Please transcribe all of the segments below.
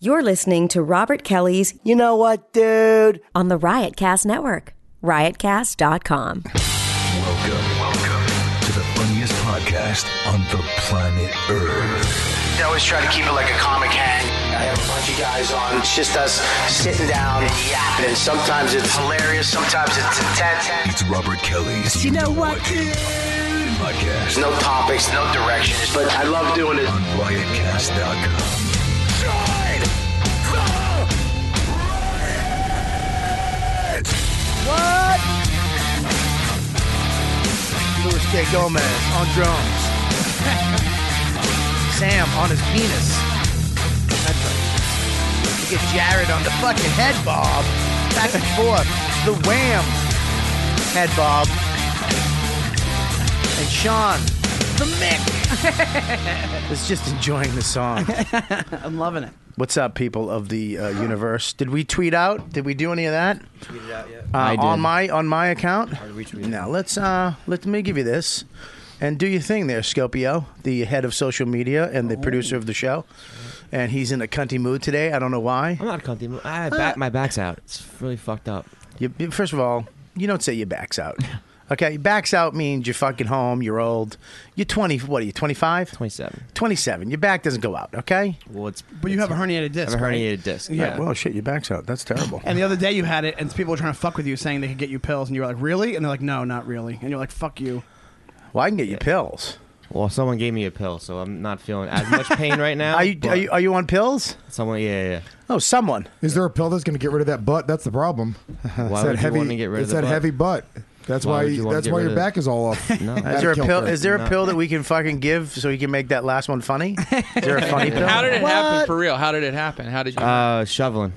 You're listening to Robert Kelly's You know what, dude? on the Riotcast Network, riotcast.com. Welcome, welcome to the funniest podcast on the planet Earth. I always try to keep it like a comic hang. I have a bunch of guys on. It's just us sitting down and yapping. And sometimes it's hilarious, sometimes it's intense. It's Robert Kelly's You Know What Dude podcast No topics, no directions, but I love doing it. on riotcast.com. Luis K. Gomez on drums. Sam on his penis. That's right. You get Jared on the fucking head bob. Back and forth. The wham head bob. And Sean, the Mick, is just enjoying the song. I'm loving it. What's up, people of the uh, universe? Did we tweet out? Did we do any of that? Tweeted out yet? Uh, I on did. my on my account. we tweet it? Now let's uh let me give you this, and do your thing there, Scopio, the head of social media and the producer of the show, and he's in a cunty mood today. I don't know why. I'm not comfy. I have back, my back's out. It's really fucked up. You, you- first of all, you don't say your back's out. Okay, backs out means you're fucking home. You're old. You're 20. What are you? 25? 27. 27. Your back doesn't go out. Okay. Well, it's But you have a herniated I disc. have a right? herniated disc. Yeah, Well, shit, your back's out. That's terrible. And the other day you had it, and people were trying to fuck with you, saying they could get you pills, and you were like, "Really?" And they're like, "No, not really." And you're like, "Fuck you." well, I can get you pills. well, someone gave me a pill, so I'm not feeling as much pain right now. Are you, but are you are you on pills? Someone, yeah, yeah. Oh, someone. Is there a pill that's going to get rid of that butt? That's the problem. yeah. Why It's would you that heavy. want to get rid it's of that the butt? heavy butt. That's Why why. would you wanna that's get why rid your of back is all off. No. Is Is there a pill? Kilter. Is there a No. pill that we can fucking give so he can make that last one funny? Is there a funny pill? How did it happen for real? How did it happen? How did you? Uh, shoveling.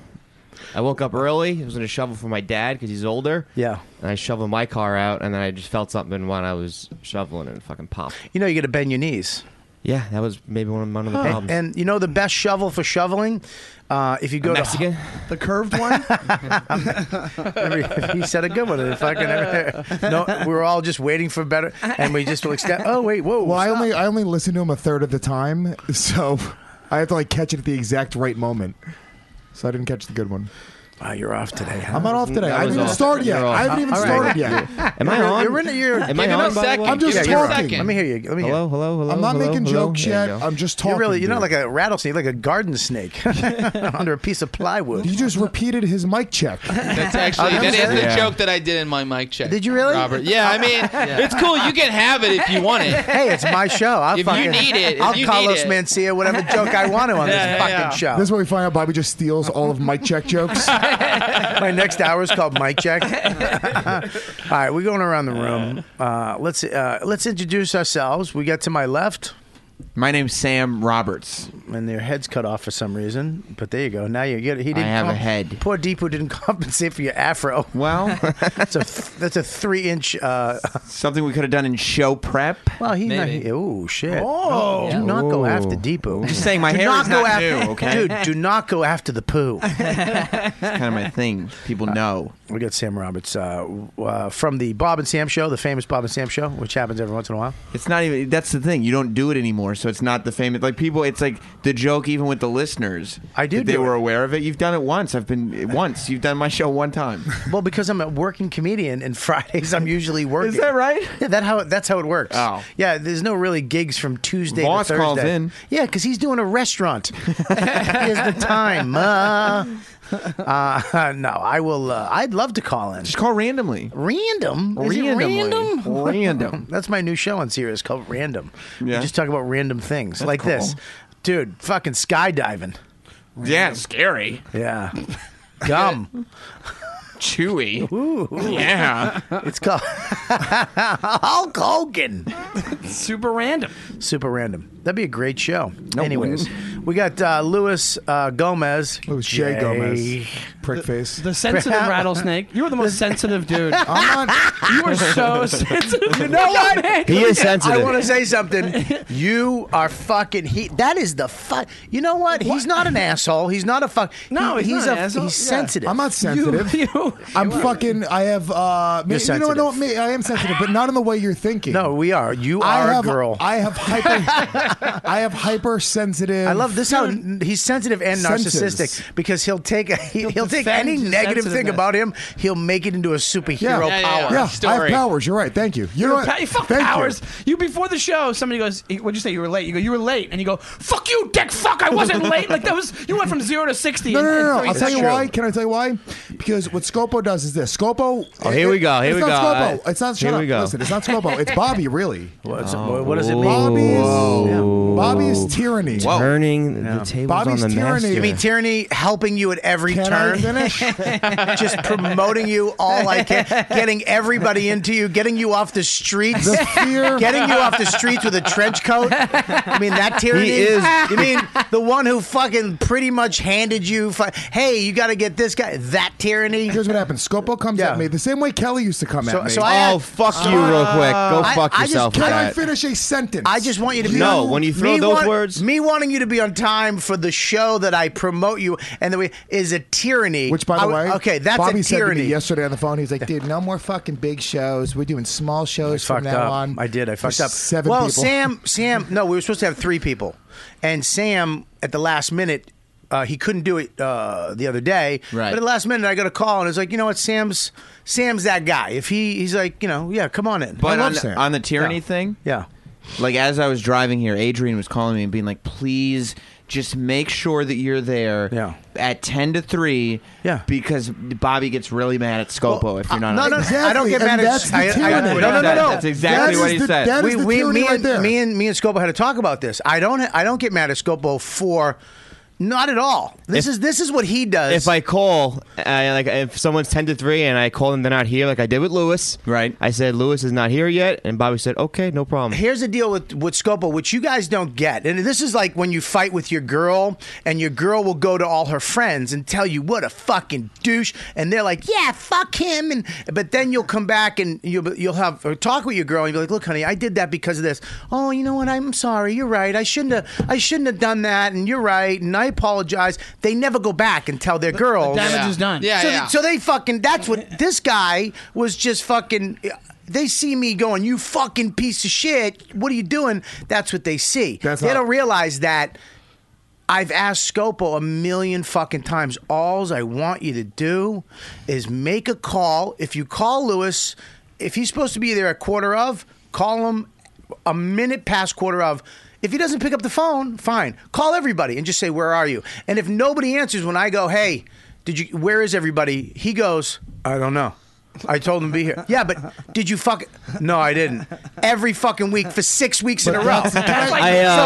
I woke up early. I was gonna shovel for my dad because he's older. Yeah. And I shoveled my car out, and then I just felt something when I was shoveling and it fucking popped. You know you got to bend your knees. Yeah, that was maybe one of, one of Oh. the And, problems. and you know the best shovel for shoveling, uh, if you go Mexican. The curved one. to, he said a good one. and Fucking, no, we were all just waiting for better, and we just like, step, oh wait, whoa. Well, I stop. only I only listen to him a third of the time, so I have to like catch it at the exact right moment. So I didn't catch the good one. Wow, Ah, you're off today. Huh? I'm not off today. I haven't was even off. started yet. You're off. I haven't even All right. started yet. Am I You're- on? You're in. You're. Am I Give it on? a by the second. way? I'm just Give it a talking. second. Let me hear you. Let me Hello, hear. hello, hello. I'm not hello, making hello. jokes There yet. you go. I'm just You. talking. You're really. You're not like dude. a rattlesnake, like a garden snake under a piece of plywood. You just repeated his mic check. That's actually I'm that is sorry. the Yeah. joke that I did in my mic check. Did you really? Robert? Yeah, I mean, it's cool. You can have it if you want it. hey, it's my show. I'll If you fucking, need it, if I'll you Carlos need it. Mencia whatever joke I want to on Yeah, this yeah, fucking yeah. show. This is where we find out Bobby just steals all of mic check jokes. my next hour is called Mike Check. All right, we're going around the room. Uh, let's uh, let's introduce ourselves. We got to my left, My name's Sam Roberts. and their heads cut off for some reason. But there you go. Now you get. He didn't have a head. Poor Deepu didn't compensate for your afro. Well, That's a that's a three inch. Uh, something we could have done in show prep. well, he's not. Maybe. Oh shit! Oh, do not go after Deepu. I'm just saying my hair is not after, new, okay? Dude, do not go after the poo. It's kind of my thing. People know. We got Sam Roberts uh, uh, from the Bob and Sam show, the famous Bob and Sam show, which happens every once in a while. It's not even. That's the thing. You don't do it anymore, so it's not the famous. Like people, it's like the joke even with the listeners. I do that They do were it. aware of it. You've done it once. I've been once. You've done my show one time. Well, because I'm a working comedian, and Fridays I'm usually working. Is that right? Yeah, that how that's how it works. Oh. yeah. There's no really gigs from Tuesday Voss to Thursday. calls in. Yeah, because he's doing a restaurant. Here's the time. Uh, uh, no, I will. Uh, I'd love to call in. Just call randomly. Random? Is it Randomly. random? Random. That's my new show on Sirius called Random. Yeah. We just talk about random things like this, dude. Fucking skydiving. yeah, scary. Yeah. Gum. Chewy. Yeah. It's called Hulk Hogan. Super random. Super random. That'd be a great show. Anyways, we got uh, Luis uh, Gomez. Louis J. Gomez. Prick face. The sensitive rattlesnake. You were the most sensitive dude. I'm not. You were so sensitive. You know what? He is I sensitive. want to say something. You are fucking. He. That is the fuck. You know what? He's not an asshole. He's not a fuck. No, he's he's not an a, asshole. He's Yeah. sensitive. I'm not sensitive. You. I'm fucking. I have. uh You're ma- You know, sensitive. no, me, I am sensitive, but not in the way you're thinking. No, we are. You I are have. a girl. I have hyper. I have hypersensitive. I love this how n- he's sensitive and narcissistic Senses. because he'll take a, he'll, he'll take defend any his negative thing sensitiveness. about him, he'll make it into a superhero Yeah. Yeah, power. yeah, Yeah, I have story. powers. You're right. Thank you. You know Pa- what? you fuck Thank hours. You. You. before the show, somebody goes, "What'd you say? You were late." You go, "You were late," and you go, "Fuck you, dick. Fuck, I wasn't late." Like that was you went from zero to sixty. No, in- no, no, in no. three I'll tell you seconds. why. Can I tell you why? Because what Scopo does is this. Scopo. Oh, here we go, here it's we not go. Scopo. I- it's not. here Shut we up. go. Listen, it's not Scopo. It's Bobby, really. What's- what- what does it mean? Bobby's. Whoa. Bobby's tyranny. Turning the tables Bobby's on the tyranny. master. You I mean, tyranny helping you at every Can I turn, finish? just promoting you all I can, getting everybody into you, getting you off the streets, The fear- getting you off the streets with a trench coat. I mean, that tyranny. He is- You mean the one who fucking pretty much handed you? Fu- hey, you got to get this guy. That tyranny. Here's what happened. Scopo comes Yeah. at me the same way Kelly used to come So- at me. so I- Oh, fuck you, real quick. Go I- fuck I just- yourself. Can with I that. finish a sentence? I just want you to be No, on- when you throw me those words- me wanting you to be on time for the show that I promote you, and the way is a tyranny. Which, by the I- way, okay, that's Bobby a said to tyranny. me yesterday on the phone. He's like, "Dude, no more fucking big shows. We're doing small shows I from fucked now up. on." I did. I fucked There's up. Seven well, people. Sam, Sam, no, we were supposed to have three people, and Sam at the last minute. Uh, he couldn't do it uh, the other day, Right. but at the last minute I got a call and it was like, you know what, Sam's Sam's that guy. If he he's like, you know, yeah, come on in. But I on, love Sam. on the tyranny Yeah. thing, yeah, like as I was driving here, Adrian was calling me and being like, "Please, just make sure that you're there Yeah. at ten to three, Yeah. uh, because Bobby gets really mad at Scopo if you're not." no, on no, it. uh, Exactly. I don't get and mad at- that's the I- I- tyranny. no, no, no, no. That's exactly That what is he the- said. that is we, the we, tyranny me, right and, there. me and me and Scopo had to talk about this. I don't I don't get mad at Scopo for not at all. This is this is what he does. if I call, I, like if someone's ten to three, and I call them, they're not here. Like I did with Lewis. Right. I said Lewis is not here yet, and Bobby said, "Okay, no problem." here's the deal with with Scopo, which you guys don't get, and this is like when you fight with your girl, and your girl will go to all her friends and tell you what a fucking douche, and they're like, yeah, fuck him, and but then you'll come back and you'll you'll have or talk with your girl and you'll be like, look, honey, I did that because of this. Oh, you know what? I'm sorry. You're right. I shouldn't have. I shouldn't have done that, and you're right, and I apologize. They never go back and tell their girl. damage is done. Yeah, So, yeah. so they fucking. That's what this guy was just fucking. They see me going, you fucking piece of shit. What are you doing? That's what they see. That's they how- don't realize that. I've asked Scopo a million fucking times. Alls I want you to do is make a call. If you call Lewis, if he's supposed to be there at quarter of, call him a minute past quarter of. If he doesn't pick up the phone, fine. Call everybody and just say, "Where are you?" And if nobody answers when I go, "Hey, did you? Where is everybody?" He goes, "I don't know." I told him to be here. Yeah, but did you fuck? No, I didn't. Every fucking week for six weeks in a row. I, uh, so,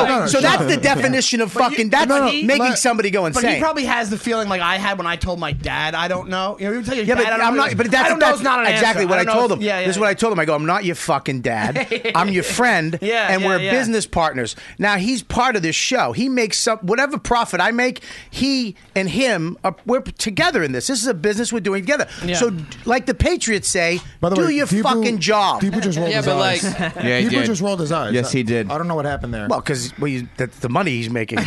no, so no, that's no. the definition of fucking. that's no, no, making let- somebody go But Oh, insane. he probably has the feeling like I had when I told my dad, I don't know. You know, you tell your yeah, dad, but I don't I'm know. not. But that's I don't know. that's It's not an exactly answer. what I, don't know told if- him. Yeah, yeah, this is what I told him. I go, I'm not your fucking dad. I'm your friend. Yeah, and yeah, we're yeah. business partners. Now he's part of this show. He makes some whatever profit I make. He and him, are, we're together in this. This is a business we're doing together. Yeah. So, like the Patriots say, By the do way, your Deepu- fucking job. Deepu just rolled Yeah, his but eyes. like- Yeah, he Deepu did. just rolled his eyes. Yes, he did. I don't know what happened there. Well, because well, you- that's the money he's making.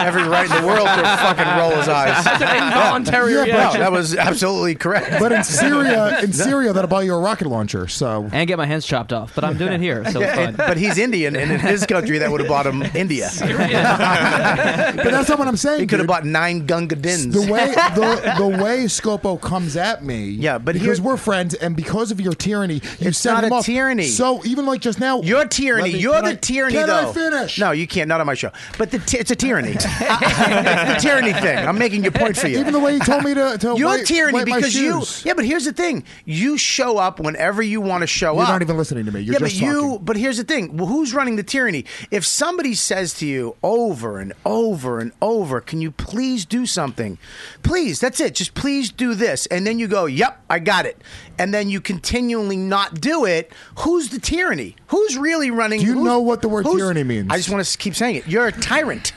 Every right in the world to fucking roll his eyes. involuntary Yeah, but- No, reaction. that was absolutely correct. but in Syria, in Syria, that'll buy you a rocket launcher. So and get my hands chopped off. But I'm doing it here, so it's Yeah, and- fine. but he's Indian, and in his country, that would have bought him India. But that's not what I'm saying. He could have dude. bought nine Gunga Dins. the way the, the way Scopo comes at me. Yeah, but because here- we're friends and because of your tyranny, you It's send not him a off. tyranny. So even like just now, Your tyranny. Let me- you're can the I- tyranny, can though. I finish? No, you can't. Not on my show. But the ty- it's a tyranny. it's the tyranny thing. I'm making your point for you. Even the way he told me to, to Your wipe- tyranny wipe my because you. shoes. Yeah, but here's the thing: you show up whenever you want to show You're up. not even listening to me. You're yeah, just but you. talking. But here's the thing: well, who's running the tyranny? If somebody says to you over and over and over, "Can you please do something? Please, that's it. Just please do this," and then you go, "Yep, I got it," and then you continually not do it. Who's the tyranny? Who's really running? Do you who's- know what the word who's- tyranny means? I just want to keep saying it. You're a tyrant.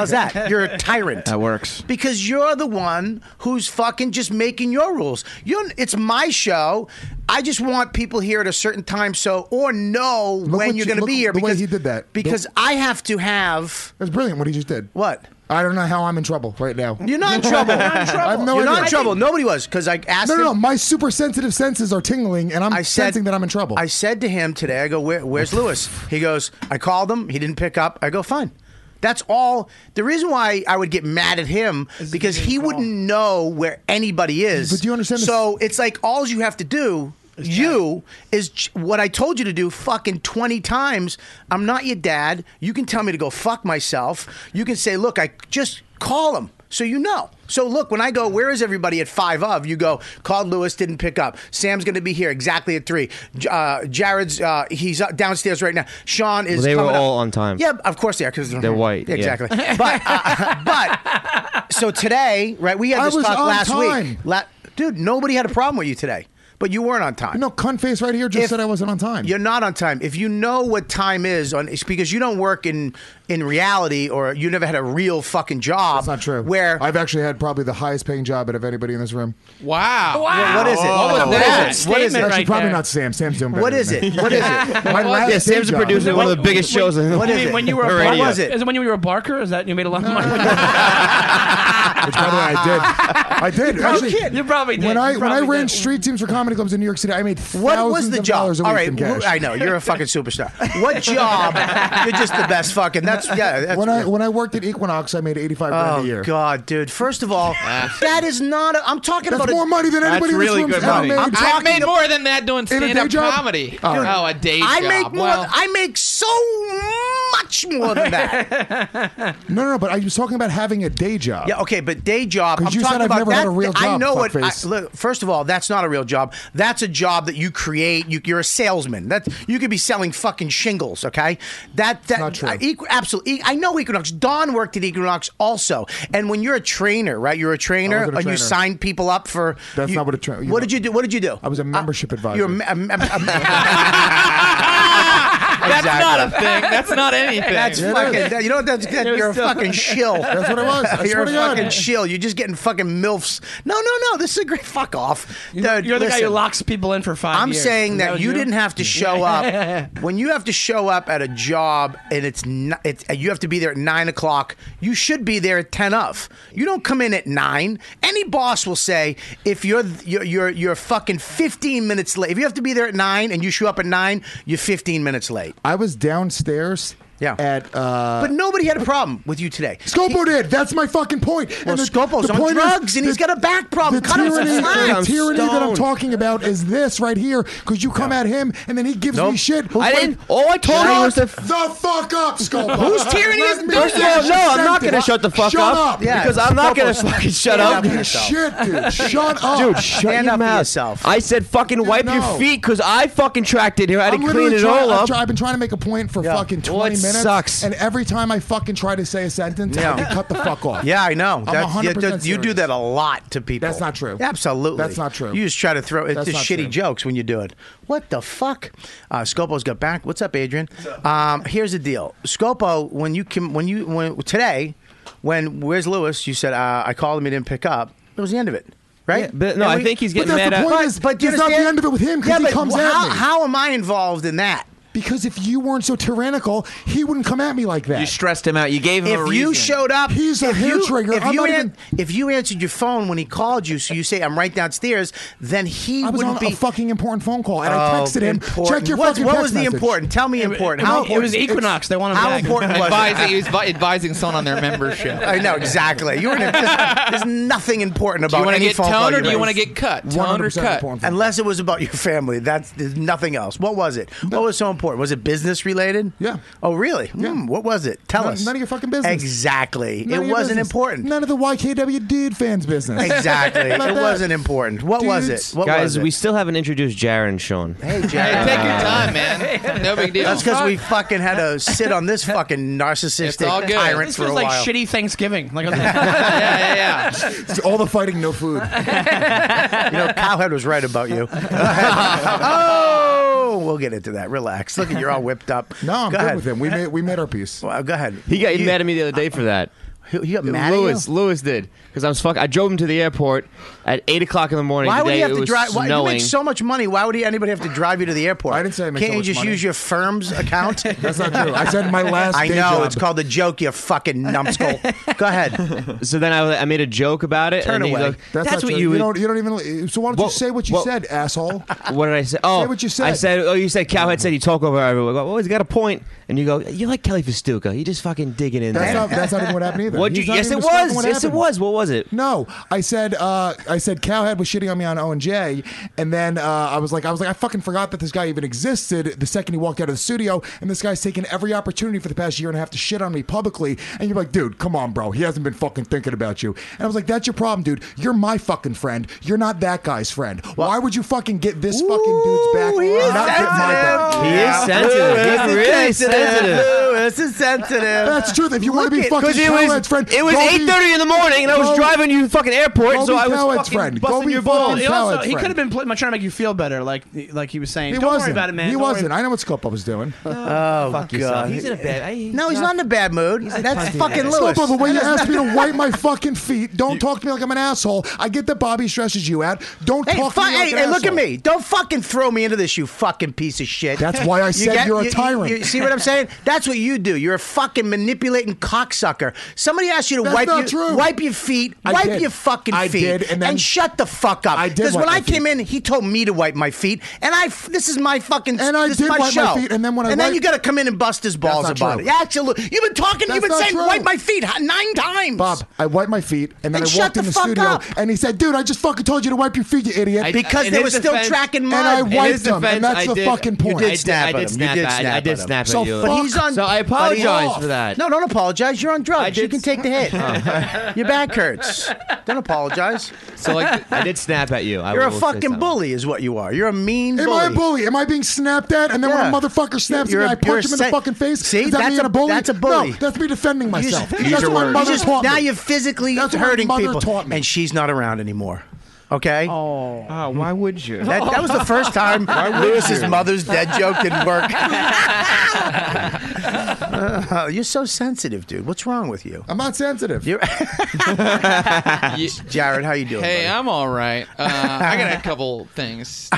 How's that? You're a tyrant. That works. Because you're the one who's fucking just making your rules. You're, it's my show. I just want people here at a certain time, so or know Look when what you're you- going to look be here. the way because he did that. Because I have to have That's brilliant what he just did. what? I don't know how I'm in trouble right now. You're not in trouble. You're not in trouble. I have no You're not idea. in trouble. Nobody was because I asked. No, no, him- no. My super sensitive senses are tingling, and I'm I said, sensing that I'm in trouble. I said to him today, I go, Where, where's Lewis? He goes, I called him. He didn't pick up. I go, fine. That's all. The reason why I would get mad at him because he wouldn't know where anybody is. But do you understand this- So it's like all you have to do, you, is ch- what I told you to do fucking 20 times. I'm not your dad. You can tell me to go fuck myself. You can say, look, I just call him. So you know. So look, when I go, where is everybody at five of? You go, called Lewis, didn't pick up. Sam's going to be here exactly at three. J- Uh, Jared's, uh, he's up downstairs right now. Sean is. Well, they were coming up. all on time. Yeah, of course they are because They're white, yeah. Exactly. But uh, but so today, right? We I had this was talk on last time. week. La- Dude, nobody had a problem with you today, but you weren't on time. no, cunt face right here just If- said I wasn't on time. You're not on time. If you know what time is on it's because you don't work in in reality or you never had a real fucking job. That's not true. Where I've actually had probably the highest paying job out of anybody in this room. Wow. Wow. what is it? What was What is it? that? What is Actually, it? right probably there. not Sam. Sam's doing better. what is than it? me. What is it? My Yeah, last day Sam's a job- producer of one of the biggest shows in the What You is mean it? when you were a What barker? was it? Is it when you were a barker? Is that you made a lot of money? Which, by the way, I did. I did. Actually, you probably did. When I You when I probably ran did. street teams for comedy clubs in New York City, I made thousands What was the of job? dollars a week All right, in wh- cash. I know you're a fucking superstar. What job? you're just the best fucking. That's yeah. That's, when I when I worked at Equinox, I made eighty five grand a oh year. god, dude. First of all, Ah. that is not. A, I'm talking That's about more a, money than anybody really in this good room's ever money. made. I'm I've talking made ab- more than that doing a day stand-up job? comedy. Oh. Oh, a day I job. make more. Well, I make so much more than that. No, no, no. But I was talking about having a day job. yeah, okay, but day job. 'Cause I'm you talking said I've about never that. had a real I job, know what. I, fuckface. look, first of all, that's not a real job. That's a job that you create. You, you're a salesman. That you could be selling fucking shingles. Okay, that that not true. I- Equ- absolutely. E- I know Equinox. Don worked at Equinox also. And when you're a trainer, right? You're a trainer, I wasn't a and you trainer. sign people up for. That's you- not what a tra- you What know. did you do? What did you do? Uh, I was a membership advisor. You're a me- a me- a- that's not a thing. That's not anything. That's fucking. That, you know what? That's that, you're a fucking shill. That's what it was. I you're swear a to God. fucking shill. You're just getting fucking milfs. No, no, no. This is a great fuck off. Dude, You're the guy listen. who locks people in for 5 I'm years. saying Is that, what you, didn't have to show up. when you have to show up at a job and it's, n it's you have to be there at nine o'clock, you should be there at ten of. You don't come in at nine. Any boss will say if you're you're you're, you're fucking fifteen minutes late. If you have to be there at nine and you show up at nine, you're fifteen minutes late. I was downstairs. Yeah. At uh, But nobody had a problem with you today. Scopo did. That's my fucking point. Well, Scopo's on point is drugs and he's got a back problem. The Cut him some tyranny, slack. the I'm tyranny that I'm stoned. talking about is this right here. Because you come at him and then he gives Nope. me shit. I Wait, didn't. All I told her was Shut to. the F- fuck up, Scopo. Whose tyranny Let is me this? finish No, the I'm not gonna sentence. shut the fuck Shut up. up. Yeah. because I'm not gonna Scopo's- fucking shut Yeah, up. I'm- Shit, dude. Shut up. Dude, shut Stand your up for mouth. yourself. I said fucking wipe your No. feet because I fucking tracked it here. I had I'm to clean literally it trying, all I've, up. tr- I've been trying to make a point for Yeah. fucking 20 Well, it minutes. sucks. And every time I fucking try to say a sentence, Yeah. I get cut the fuck off. Yeah, I know. I'm That's- 100% you do serious. that a lot to people. That's not true. Absolutely. That's not true. You just try to throw it's That's just not shitty true. jokes when you do it. What the fuck? Uh, Scopo's got back. What's up, Adrian? Um, here's the deal. Scopo, when you came, when you when today, when where's Lewis? You said uh, I called him. He didn't pick up. That was the end of it, right? Yeah, but And no, I we- think he's But getting that's mad the at. point is, But do you it's not the understand? end of it with him because Yeah, he but comes how, at me. How am I involved in that? Because if you weren't so tyrannical, he wouldn't come at me like that. You stressed him out. You gave him a if reason. you showed up, He's a if hair you, trigger. If I'm you, not even- if you answered your phone when he called you, so you say I'm right downstairs, then he I was wouldn't on be a fucking important phone call, and I Oh, texted him. important. Check your What's- fucking What text was the message." important? Tell me important. It, How it was important- Equinox. They want him How back. important was advising, it? he was advi- advising someone on their membership. I know exactly. You were in a, there's, there's nothing important do about you want to any get phone tone call or do made. you want to get cut? Tone or 100% cut? important phone call. Unless it was about your family, that's there's nothing else. What was it? What was so important? Was it business related? Yeah. Oh, really? Yeah. Hmm, what was it? Tell None- us. none of your fucking business. Exactly. None of it your wasn't business. important. None of the YKW dude fans' business. Exactly. it Not that. wasn't important. What was Dudes. it? What was Guys, it? we still haven't introduced Jaron Sean. Hey, Jack. Uh, Hey, take your time, man. No big deal. That's because we fucking had to sit on this fucking narcissistic It's all good. tyrant This for feels a like while. shitty Thanksgiving. Like, I Yeah, yeah, yeah. It's all the fighting, no food. You know, Cowhead was right about you. oh, we'll get into that. Relax. Look, you're all whipped up. No, I'm go good ahead. with him. We made we made our peace. Well, go ahead. He got You- mad at me the other day for that. He, he got mad Lewis, at you. Lewis did because I was fuck. I drove him to the airport at eight o'clock in the morning. Why would today. he have it to was drive? Why, you Snowing. make so much money. Why would he, anybody have to drive you to the airport? I didn't say I make Can't so you much just money. use your firm's account? That's not true. I said my last. I day know job. it's called the joke. You fucking numbskull. Go ahead. so then I, I made a joke about it. Turn and he's away. like, That's, not what true. you would. don't. You don't even. So why don't Well, you say what you well- said, asshole? what did I say? Oh, what you said. I said, oh, you said Cowhead said you talk over everyone. I go, well, he's got a point. And you go, you like Kelly Festuca. You just fucking digging in That's there. not. That's not even what happened either. What'd He's you? not Yes, even it describing was. what Yes, it happened. was. What was it? No, I said. Uh, I said Cowhead was shitting on me on O and J, and then uh, I was like, I was like, I fucking forgot that this guy even existed. The second he walked out of the studio, and this guy's taken every opportunity for the past year and a half to shit on me publicly. And you're like, dude, come on, bro. He hasn't been fucking thinking about you. And I was like, that's your problem, dude. You're my fucking friend. You're not that guy's friend. Why would you fucking get this fucking dude's back? he is and not get my back? He is sensitive. He's really sensitive. This is sensitive. That's the truth. If you want to be at- fucking Because it Cowhead's was friend, it was go be- eight thirty in the morning, and I was Go- driving you fucking go airport, so be I was Cowhead's fucking friend. Go busting be your fucking balls. He Cowhead's also, friend. he could have been pl- trying to make you feel better, like like he was saying. He Don't wasn't. worry about it, man. He Don't worry wasn't. I know what Scopo was doing. Oh Fuck god. yourself. He's in a bad. no, he's not in a bad mood. That's fucking Lewis. Scopo, the way you asked me to wipe my fucking feet, don't talk to me like I'm an asshole. I get that Bobby stresses you out. Don't Hey, talk fu- to me like hey, an hey, look at asshole. me. Don't fucking throw me into this, you fucking piece of shit. That's why I said you're a tyrant. You, see what I'm saying? That's what you do. You're a fucking manipulating cocksucker. Somebody asked you to That's wipe not your, true. wipe your feet, I wipe did. your fucking I feet, did, and then- shut the fuck up. I did Because wipe when my I came feet. in, he told me to wipe my feet, and I f- this is my fucking And I this did is my wipe my show. feet, and then when I and then wipe- you got to come in and bust his balls not about true. it. Absolutely. You've been talking. That's you've been not saying true. wipe my feet h- nine times. Bob, I wiped my feet, and then Then I shut walked the in the fuck studio, up. and he said, "Dude, I just fucking told you to wipe your feet, you idiot." I- because in they his were still defense- tracking mud. and I In his wiped him, defense, and that's I the did- fucking You point. did I did- snap I at did him. You snap did at- I snap did at him. snap at So you. fuck- But he's on. So I but he's apologize off. for that. No, don't apologize. You're on drugs. You did can take the hit. Your back hurts. Don't apologize. So like, I did snap at you. I You're a will say fucking something. bully, is what you are. You're a mean Am bully. I a bully? Am I being snapped at? And then Yeah. when a motherfucker snaps You're at a- me, I you're a punch him in sen- the fucking face. See, Is that that's me being a- a bully? that's a bully. No, that's me defending You myself. just- you that's just- what my you mother just- taught me. now you're physically That's what my hurting mother people, taught me. and she's not around anymore. Okay. Oh, why would you? That, that was the first time Lewis's mother's dead joke didn't work. Uh, you're so sensitive, dude. What's wrong with you, I'm not sensitive. You're- Jared? How you doing? Hey, buddy? I'm all right. Uh, I got a couple things,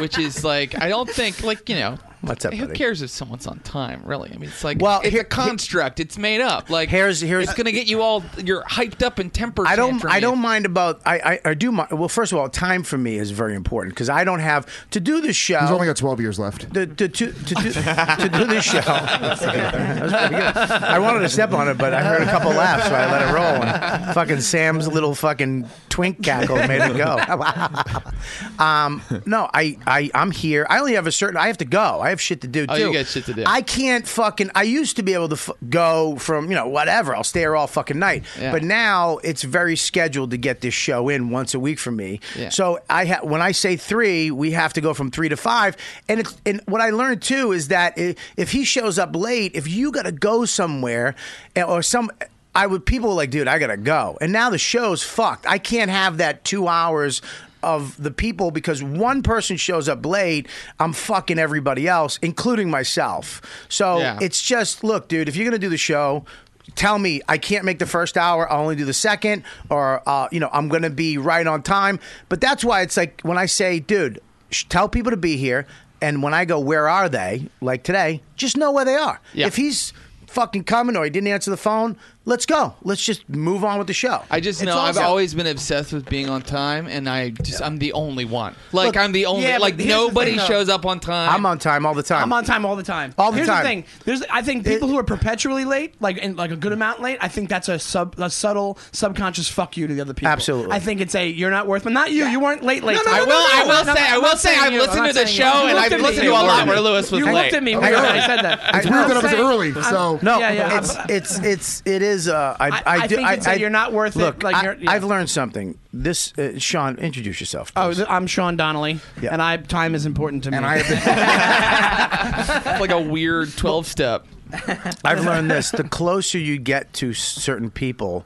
which is like I don't think like you know. What's up, Who buddy? cares if someone's on time? Really, I mean, it's like Well, it's here- a construct. It's made up. Like Here's- here's- it's gonna get you all you're hyped up and temper. I don't. tantrum-y. I don't mind about. I. I, I do. My, well, first of all, time for me is very important because I don't have to do the show. He's only got 12 years left. to, to, to, to, do, to do this show. That was pretty good. I wanted to step on it, but I heard a couple laughs, so I let it roll. And fucking Sam's little fucking twink cackle made it go. um, no, I, I, I'm here. I only have a certain. I have to go. I have shit to do Oh, too. you got shit to do. I can't fucking. I used to be able to f- go from you know whatever. I'll stay here all fucking night. Yeah. But now it's very scheduled to get this show in once a week for me. Yeah. So I ha- when I say three, we have to go from three to five. And it's and what I learned too is that i if he shows up late, if you got to go somewhere eh, or some. I would people were like, dude, I gotta go, and now the show's fucked. I can't have that two hours of the people because one person shows up late, I'm fucking everybody else, including myself. So Yeah. it's just look, dude, if you're gonna do the show, tell me I can't make the first hour, I'll only do the second, or uh, you know I'm gonna be right on time. But that's why it's like when I say, dude, sh- tell people to be here, and when I go, where are they? Like today, just know where they are. Yeah. If he's fucking coming or he didn't answer the phone, let's go. Let's just move on with the show. I just It's know I've awesome. always been obsessed with being on time, and I just I'm the only one. Like Look, I'm the only yeah, but like here's the thing, nobody though. shows up on time. I'm on time all the time. I'm on time all the time. All the Here's time. the thing. There's, I think people who are perpetually late, like and like a good amount late, I think that's a sub, a subtle subconscious fuck you to the other people. Absolutely. I think it's a you're not worth, but not you. You weren't late. Late. No, no, I will. I will say. I will say. I've listened to the show, and I've listened to a lot where Lewis was You late. looked at me when I said that. It's weird that I was early, so. No, Yeah, yeah, it's I'm- it's it's it is. Uh, I, I, I- I do, think it's that you're not worth it, look, like, I, you're- yeah. have learned something. This uh, Sean, introduce yourself. Oh, please. th- I'm Sean Donnelly, Yeah. and I time is important to me. And I have been, It's like a weird twelve step. I've learned this: the closer you get to certain people,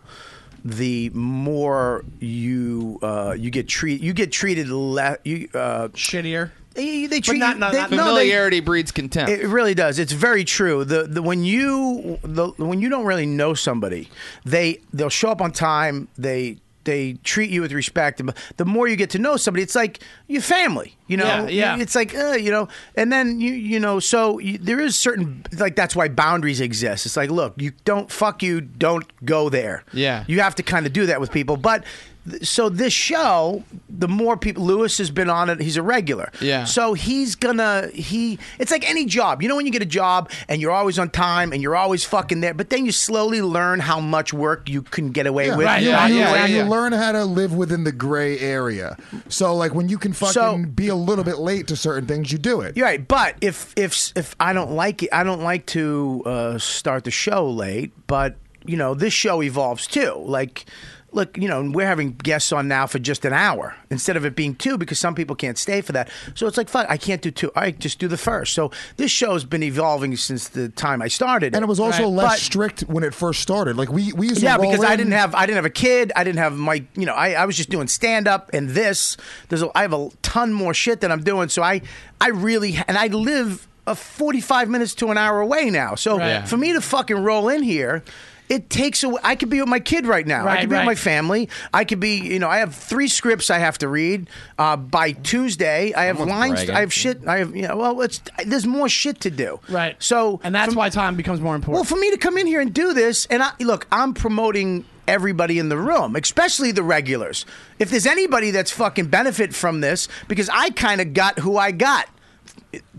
the more you uh, you get treated. You get treated le- you uh, shittier. They, they treat not- you- not- they- not- Uh, no, they- Familiarity breeds contempt. It really does. It's very true. The, the when you the, when you don't really know somebody, they they'll show up on time. They they treat you with respect. And The more you get to know somebody, it's like your family. You know, Yeah, yeah. It's like uh, you know, and then you you know, so you, there is certain like that's why boundaries exist. It's like look, you don't fuck you, don't go there. Yeah. You have to kind of do that with people. But th- so this show, the more people, Lewis has been on it. He's a regular. Yeah. So he's gonna he. It's like any job. You know when you get a job and you're always on time and you're always fucking there, but then you slowly learn how much work you can get away with. you, yeah, you- yeah, and yeah, you yeah. learn how to live within the gray area. So, like when you can fucking So- be a little bit late to certain things, you do it. You're right, but if if if I don't like it, I don't like to uh, start the show late. But you know, this show evolves too. Like, look, you know, we're having guests on now for just an hour instead of it being two because some people can't stay for that. So it's like, fuck, I can't do two. I just do the first. So this show's been evolving since the time I started, And it was also Right. less But- strict when it first started. Like we, we used to yeah, roll because I in- didn't have I didn't have a kid. I didn't have my you know I, I was just doing stand up and this. There's a, I have a ton more shit that I'm doing. So I I really and I live a 45 minutes to an hour away now. So Right. for me to fucking roll in here. It takes away. I could be with my kid right now. I Right, could be with right. my family. I could be, you know, I have three scripts I have to read uh, by Tuesday. I have lines. bragging. I have shit. I have, you know, well, it's there's more shit to do. Right. So and that's for- why time becomes more well, important. for me to come in here and do this, and I, look, I'm promoting everybody in the room, especially the regulars. If there's anybody that's fucking benefit from this, because I kind of got who I got.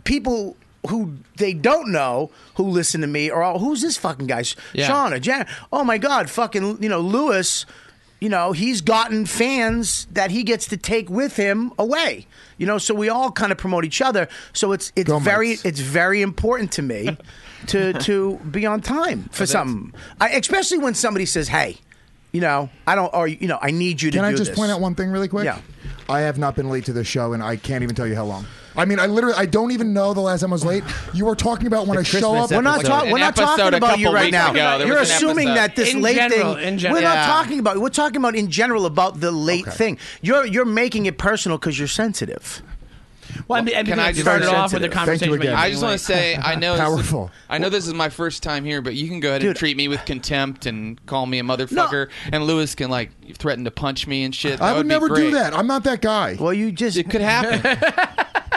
People who they don't know who listen to me or all, who's this fucking guy? Yeah. Sean or Jan? Oh my god, fucking you know Lewis. You know he's gotten fans that he gets to take with him away. You know, so we all kind of promote each other. So it's it's Go very Mets. it's very important to me to to be on time for something. I, especially when somebody says, "Hey, you know, I don't," or you know, "I need you to." Can I do just this." point out one thing really quick? Yeah. I have not been late to this show, and I can't even tell you how long. I mean, I literally, I don't even know the last time I was late. You were talking about when I show Christmas up. We're not, Like talk- an we're not episode talking a about you couple right weeks now. ago, there You're was an assuming episode. that this In late general, thing. in gen- we're Yeah. not talking about. We're talking about in general about the late thing. You're you're making it personal because you're sensitive. Well, I mean, and Can I because it just- started Very off with a sensitive. Thank you conversation. about again. being I just want late. to say I know Powerful. This is, I know this is my first time here, but you can go ahead and Dude. treat me with contempt and call me a motherfucker, and Lewis can like threaten to punch me and shit. That I would be never do great. that. I'm not that guy. Well, you just It could happen.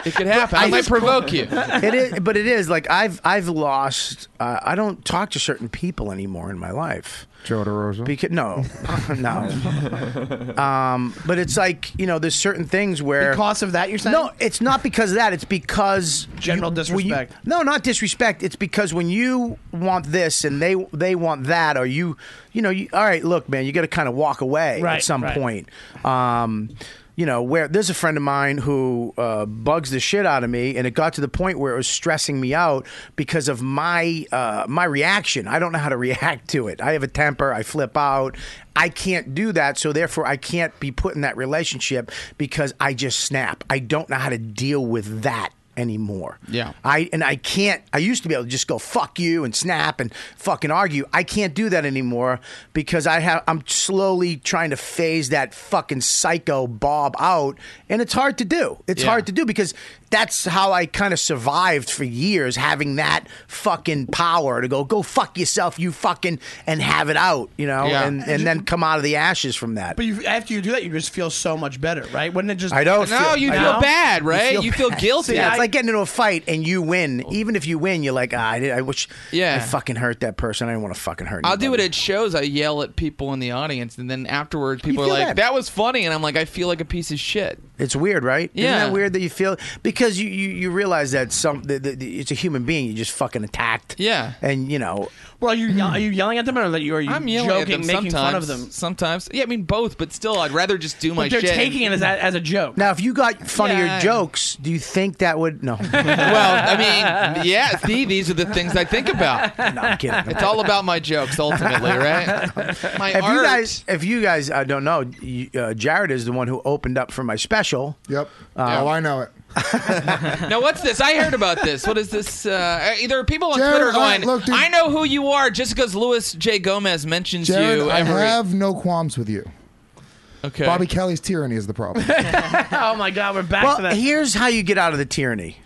it could happen. I, I might just- provoke you. it is, but it is like I've I've lost. Uh, I don't talk to certain people anymore in my life. Joe DeRosa. Because no, Mm-hmm. no. Um, but it's like you know, there's certain things where Because of that, you're saying? no, it's not because of that. It's because General when you- disrespect. no, not disrespect. It's because when you want this and they they want that, or you you know, you, all right, look, man, you got to kind of walk away at Right, some right. point. Um, you know, where there's a friend of mine who uh, bugs the shit out of me, and it got to the point where it was stressing me out because of my uh, my reaction. I don't know how to react to it. I have a temper. I flip out. I can't do that, so therefore I can't be put in that relationship because I just snap. I don't know how to deal with that anymore. Yeah. I and I can't. I used to be able to just go fuck you and snap and fucking argue. I can't do that anymore because I have. I'm slowly trying to phase that fucking psycho Bob out, and it's hard to do. It's Yeah. hard to do because that's how I kind of survived for years, having that fucking power to go go fuck yourself, you fucking, and have it out, you know, Yeah. and and then come out of the ashes from that. But you, after you do that, you just feel so much better, right? Wouldn't it just? Oh, I don't. No, you I feel know. bad, right? You feel, bad. guilty. Yeah, it's I- like getting into a fight and you win. Even if you win, you're like, ah, I, did, I wish Yeah. I fucking hurt that person. I didn't want to fucking hurt. I'll do it anybody." at shows. I yell at people in the audience, and then afterwards, people are feel like, bad. "That was funny," and I'm like, "I feel like a piece of shit." It's weird, right? Isn't Yeah. that weird that you feel because you you, you realize that some that, that it's a human being. You just fucking attacked. Yeah. and you know, Well, are you yell- are you yelling at them, or are you, are you I'm yelling at joking, them making sometimes. fun of them? Sometimes, yeah, I mean both, but still, I'd rather just do my But they're shit. taking it as a, as a joke. now if you got funnier Yeah. jokes, do you think that would no? no, well, I mean, yeah, see, these are the things I think about. I'm kidding. It's all about my jokes, ultimately, right? My if art. you guys, if you guys, I don't know. You, uh, Jared is the one who opened up for my special. Yep. oh, I know it. now, what's this? I heard about this. What is this? Uh, there are people on Jared, Twitter all right, going, look, dude. "I know who you are," just because Louis J. Gomez mentions Jared, you I every. have no qualms with you. Okay. Bobby Kelly's tyranny is the problem. oh my God, we're back well, to that. here's how you get out of the tyranny.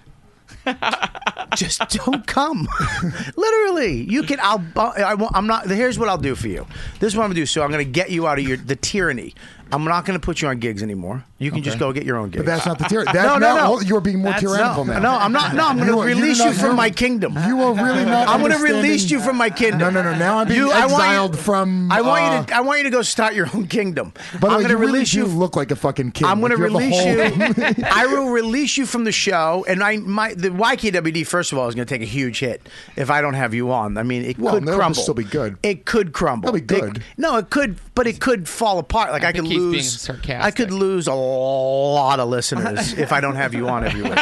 Just don't come. Literally, you can. I'll. I won't, I'm not. Here's what I'll do for you. This is what I'm gonna do. So I'm gonna get you out of your the tyranny. I'm not gonna put you on gigs anymore. You can just go get your own gigs. But that's not the tyranny. That's no, no, now- no. You're being more That's- tyrannical no, now. no, I'm not. No, I'm going You to are- you release do you not- from you're- my kingdom. You are really not. I'm going to understanding- release you from my kingdom. No, no, no. Now I'm being You- I want you- exiled from. I want uh, you to. I want you to go start your own kingdom. By the I'm way, going to you release really you. do look like a fucking kid. I'm going to Like, you release have a whole- you. I will release you from the show, and I my the YKWd first of all is going to take a huge hit if I don't have you on. I mean, it Well, could no, it'll crumble. still be good. It could crumble. It'll be It- good. no, it could, but it could fall apart. Like I, think could he's being lose. I could sarcastic. lose a lot of listeners if I don't have you on every week.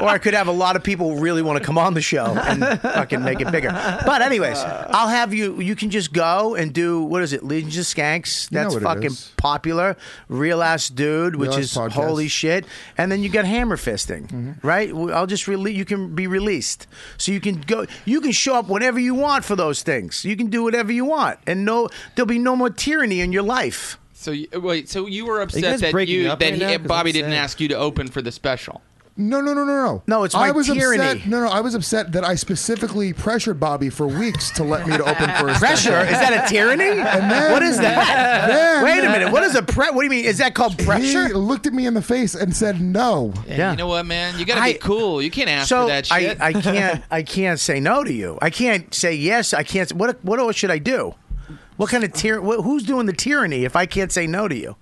Or I could have a lot of people who really want to come on the show and fucking make it bigger. But anyways, I'll have you. You can just go and do what is it, Legion of Skanks? know That's what it fucking is. popular. Real ass dude, which Ass is Podcast. Mm-hmm. holy shit. And then you got hammer fisting, right? W- I'll just release. You can be released, so you can go. You can show up whenever you want for those things. You can do whatever you want, and no, there'll be no more tyranny in your life. So you, wait, so you were upset guys that breaking you up that right he, now? 'Cause Bobby I'm didn't sad. ask you to open for the special. No, no, no, no, no. No, it's I my was tyranny. Upset. No, no, I was upset that I specifically pressured Bobby for weeks to let me to open for a Pressure is that a tyranny? then- what is that? Then Wait a minute. What is a pre? What do you mean? Is that called He pressure? looked at me in the face and said no. You know what, man? You gotta I- be cool. You can't ask so for that I, shit. I can't I can't say no to you. I can't say yes. I can't. What what else should I do? What kind of tyranny? Who's doing the tyranny if I can't say no to you?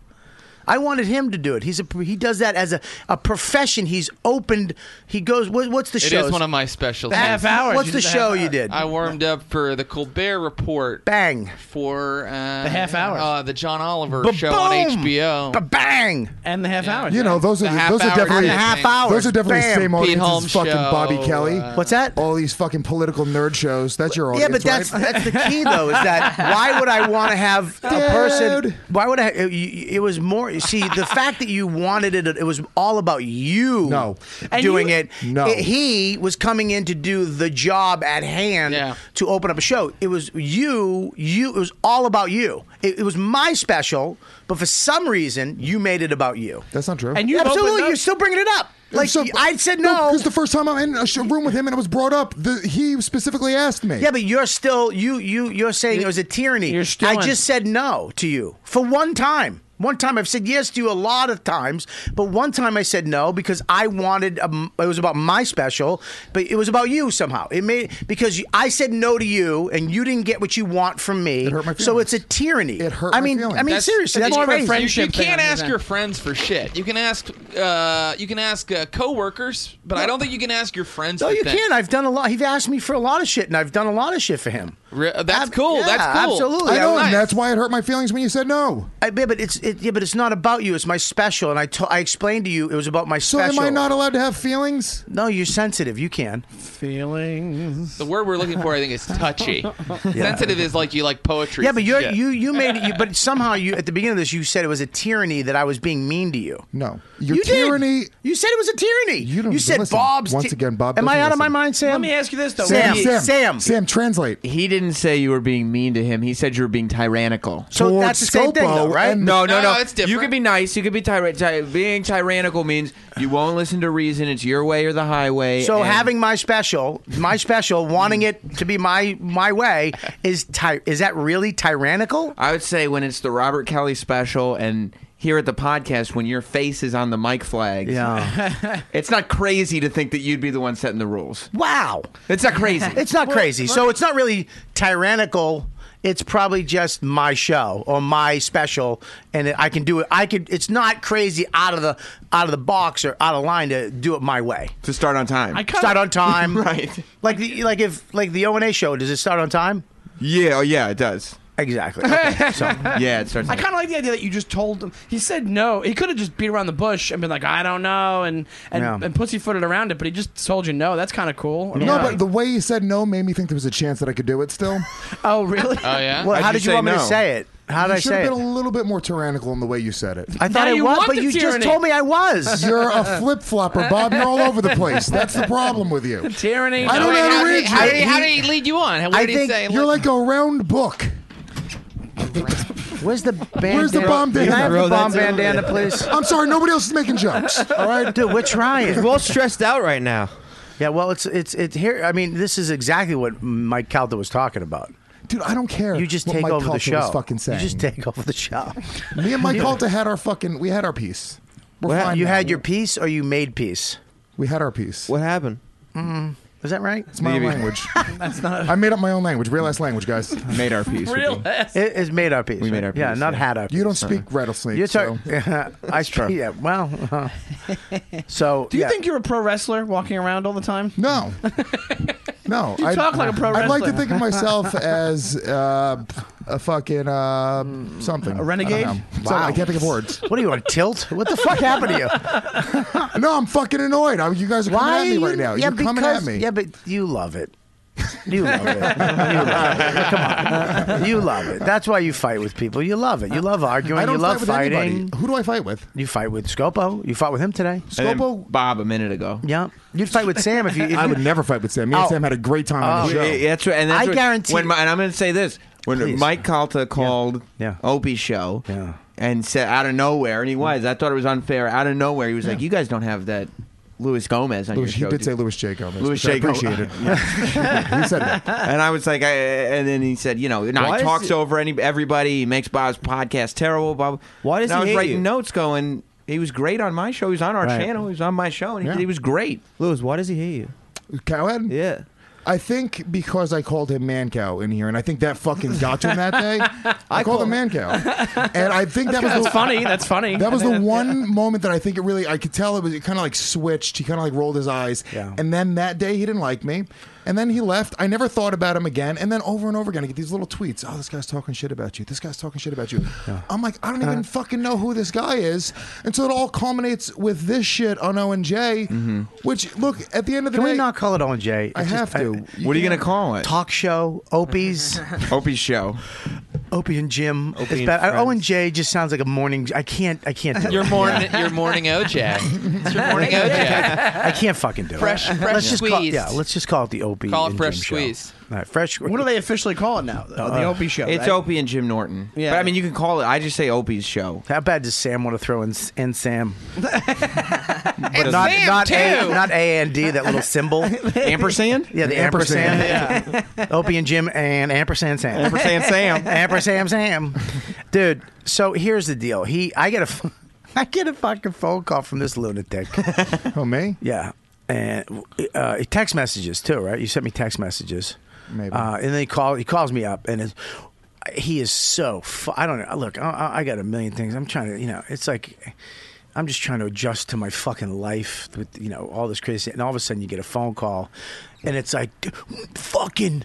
I wanted him to do it. He's a he does that as a, a profession. He's opened. He goes. What, what's the it show? is one of my specialties. Half hours, What's you the did the show half you hour. did? I warmed up for the Colbert Report bang. for uh, The half hour. uh, the John Oliver Ba-boom! show on HBO. Ba bang. and the half hour. You know, those are The half those are hour definitely did it. Half hour. those are definitely the same audience Holmes as fucking show, Bobby Kelly. uh, What's that? All these fucking political nerd shows. That's your Yeah, audience, but that's right? that's the key though. Is that why would I want to have a person? Dude. Why would I? It, you- it was more. See, the fact that you wanted it, it was all about you. No. And doing you- it. No. It- he was coming in to do the job at hand Yeah. to open up a show. It was you. You. It was all about you. It, it was my special, but for some reason, you made it about you. That's not true. And you Absolutely, you're still bringing it up. Like So- I said, no. Because the first time I'm in a sh- room with him and it was brought up, the, he specifically asked me. Yeah, but you're still you you you're saying it was a tyranny. You're still I in- just said no to you for one time. One time I've said yes to you a lot of times, but one time I said no because I wanted um, it was about my special, but it was about you somehow. It made because you, I said no to you and you didn't get what you want from me. It hurt my So feelings. it's a tyranny. It hurt I my mean, feelings. I mean That's- seriously, it's that's more of a crazy. friendship. You, you thing can't on ask that. your friends for shit. You can ask uh, you can ask uh, coworkers, but I don't think you can ask your friends. No, for you things. can. I've done a lot. He's asked me for a lot of shit, and I've done a lot of shit for him. Re- that's Ab- cool. yeah, that's cool. absolutely. I know, Nice. and that's why it hurt my feelings when you said no. I, yeah, but it's it, yeah, but it's not about you. It's my special, and I to- I explained to you it was about my So special. am I not allowed to have feelings? No, you're sensitive. You can. feelings. The word we're looking for, I think, is touchy. Sensitive is like you like poetry. Yeah, but and you shit. you you made it. You, but somehow you at the beginning of this you said it was a tyranny that I was being mean to you. No. Your you tyranny. Did. You said it was a tyranny. You don't said listen. Bob's. Once ty- again, Bob Am I doesn't out of my listen. mind, Sam? Let me ask you this though. Sam, When you- Sam, Sam. Sam, translate. He didn't say you were being mean to him. He said you were being tyrannical. So Towards that's the same thing, though, Scopo right? and- No, No, no, no, no. it's different. You can be nice. You can be tyra- ty- being tyrannical means you won't listen to reason. It's your way or the highway. So and- having my special, my special, wanting it to be my my way is ty- is that really tyrannical? I would say when it's the Robert Kelly special and here at the podcast when your face is on the mic flags. Yeah. it's not crazy to think that you'd be the one setting the rules. Wow. It's not crazy. It's not crazy. So it's not really tyrannical. It's probably just my show or my special, and I can do it. I could. It's not crazy out of the out of the box or out of line to do it my way. to start on time. I kinda- Start on time, Right. Like the like if like the O and A show. Does it start on time? yeah, oh yeah, it does. Exactly. Okay, so Yeah, it starts. I kind of like the idea that you just told him. He said no. He could have just beat around the bush and been like, I don't know, and and, Yeah. and pussyfooted around it. But he just told you no. That's kind of cool. I mean, No, like- but the way you said no made me think there was a chance that I could do it still. oh really? Oh yeah. well, how you did you say want me to no? say it? How did I you should say have it? been a little bit more tyrannical in the way you said it. I thought Now I you was, want but the you just tyranny. told me I was. You're a flip flopper, Bob. You're all over the place. That's the problem with you. Tyranny. I don't Wait, know how, how to did, read how, did, you. how did he lead you on? What I did he think say? You're like a round book. Where's the bandana? Where's the bomb Can I have bandana? the bomb bandana, please? I'm sorry, nobody else is making jokes. All right, Dude, we're trying. We're all stressed out right now. Yeah, well, it's it's it's here. I mean, this is exactly what Mike Calda was talking about. dude, I don't care. You just what take Mike over the Calta show. Was fucking you saying. just take over the show. Me and Mike Calta had our fucking. We had our piece. We're fine you now. had your piece, or you made peace. We had our piece. What happened? Is that right? It's my own language. That's not. I made up my own language. Real ass language, guys. Made our piece. Real ass. It, it's made our piece. We made right? our Yeah, peace, not yeah. had our. You don't peace. speak rattlesnake. You're so. talking. I speak. Yeah. Well. uh, so. Do you yeah. think you're a pro wrestler walking around all the time? No. No. You I talk like a pro I'd like to wrestler. think of myself as uh, a fucking uh, something. A renegade? I, don't know. So I can't think of words. What do you want? Tilt? What the fuck happened to you? No, I'm fucking annoyed. I, you guys are coming Why? at me you- right now. Yeah, You're coming at because- me. Yeah, but you love it. You love it. You love it. Come on. You love it. That's why you fight with people. You love it. You love arguing. I don't you love fight with fighting. anybody. Who do I fight with? You fight with Scopo. You fought with him today. And then Scopo. Bob a minute ago. Yeah. You'd fight with Sam if you. If I you- would never fight with Sam. Me and Oh. Sam had a great time on the Yeah, show. yeah, that's right. And that's I what- guarantee- When my, and I'm going to say this: when Please. Mike Calta called Yeah. Opie's show, Yeah. and said out of nowhere, and he was. I thought it was unfair. Out of nowhere, he was like, "You guys don't have that Luis Gomez on Louis, he your show." did do say you?" Louis J. Gomez. Louis which I J. Gomez. appreciated. he said that. And I was like, I, and then he said, you know, now Why he is talks it- over any everybody. He makes Bob's podcast terrible. Bob. Why does and I he was hate writing you? notes, going, he was great on my show. He was on our Right. channel. He was on my show, and he, Yeah. he was great. Lewis, why does he hate you? Cowhead? Yeah. I think because I called him man cow in here, and I think that fucking got to him that day. I, called him man cow, and I think that was That's the, funny. That's funny. That was the one moment that I think it really I could tell it was it kind of like switched. He kind of like rolled his eyes, Yeah. and then that day he didn't like me, and then he left. I never thought about him again, and then over and over again I get these little tweets. Oh, this guy's talking shit about you. This guy's talking shit about you. I'm like, I don't even fucking know who this guy is, and so it all culminates with this shit on O and J, which look at the end of the Mm-hmm. Can day. we not call it on Jay? I It's have just- uh, to. What are you going can't- to call it? Talk show, Opie's, Opie's show. Opie and Jim. It's and bad. Uh, friends. O and J just sounds like a morning. I can't. I can't. Do Your it. morning, your morning OJ. It's your morning OJ. I can't fucking do Fresh- it. fresh let's just call, squeezed. yeah, let's just call it the Opie. Call it and fresh Jim squeezed. Show. All right, fresh. What do they officially call it now? Though? The Opie Show. It's right? Opie and Jim Norton. Yeah. But I mean, you can call it. I just say Opie's show. How bad does Sam want to throw in, in Sam? And not Sam not too. A, not A and D. That little symbol. Ampersand. Yeah, the ampersand. Opie and Jim and ampersand Sam. Ampersand Sam. ampersand Sam. Dude, so here's the deal. He, I get a, f- I get a fucking phone call from this lunatic. Oh me? Yeah, and uh, text messages too, right? You sent me text messages, Maybe. Uh, and then he call he calls me up, and it's, he is so. Fu- I don't know. Look, I- I, I got a million things. I'm trying to, you know, it's like. I'm just trying to adjust to my fucking life with you know all this crazy, and all of a sudden you get a phone call, and it's like, fucking,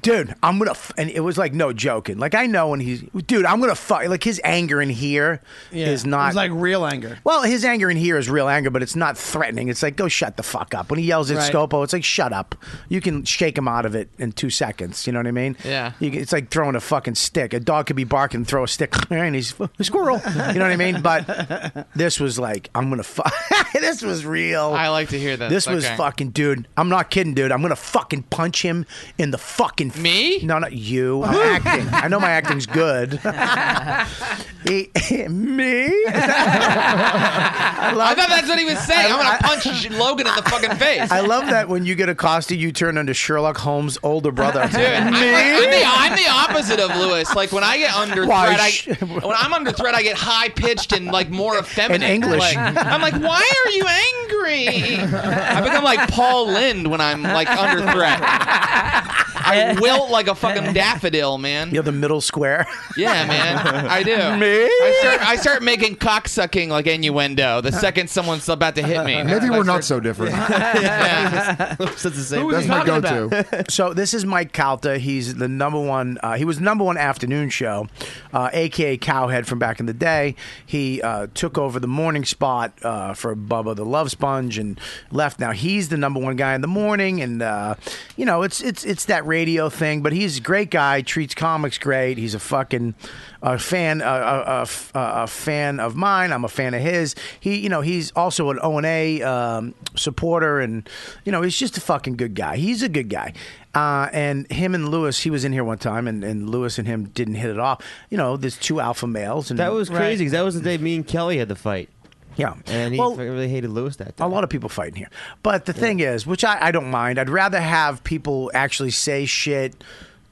dude, I'm gonna, f-, and it was like no joking, like I know when he's, dude, I'm gonna fuck, like his anger in here is Yeah. not It's like real anger. well, his anger in here is real anger, but it's not threatening. It's like, go shut the fuck up. When he yells at Right. Scopo, it's like, shut up. You can shake him out of it in two seconds. You know what I mean? Yeah. You, can- it's like throwing a fucking stick. A dog could be barking and throw a stick, and he's a squirrel. You know what I mean? But this was like, I'm going to fuck. this was real. I like to hear this. This was Okay. fucking, dude. I'm not kidding, dude. I'm going to fucking punch him in the fucking. Me? No, not you. I'm acting. I know my acting's good. He- me? I thought that's what he was saying. I'm gonna punch Logan in the fucking face. I love that when you get accosted, you turn into Sherlock Holmes' older brother. Dude, I'm, like- I'm the, I'm the opposite of Lewis. Like when I get under Why threat, I, sh- when I'm under threat, I get high pitched and like more effeminate. And English. Like, I'm like, why are you angry? I become like Paul Lind when I'm like under threat. I wilt like a fucking daffodil, man. You're the middle square. Yeah, man, I do. Me? I start, I start making cocksucking like innuendo the second someone's about to hit me. Maybe we're not so different. Yeah. Lewis does the same Who That's is my talking about? go-to. so this is Mike Calta. He's the number one. Uh, he was number one afternoon show, uh, aka Cowhead from back in the day. He uh, took over the morning spot uh, for Bubba the Love Sponge and left. Now he's the number one guy in the morning, and uh, you know it's it's it's that radio. radio thing, but he's a great guy. Treats comics great. He's a fucking a fan, a, a, a, a fan of mine. I'm a fan of his. He, you know, he's also an O and A um, supporter, and you know, he's just a fucking good guy. He's a good guy. Uh, and him and Lewis, he was in here one time, and, and Lewis and him didn't hit it off. You know, there's two alpha males, and That was crazy because that was the day me and Kelly had the fight. Yeah, and he Well- fucking really hated Lewis that day. A lot of people fighting here. But the thing is, which I, I don't mind, I'd rather have people actually say shit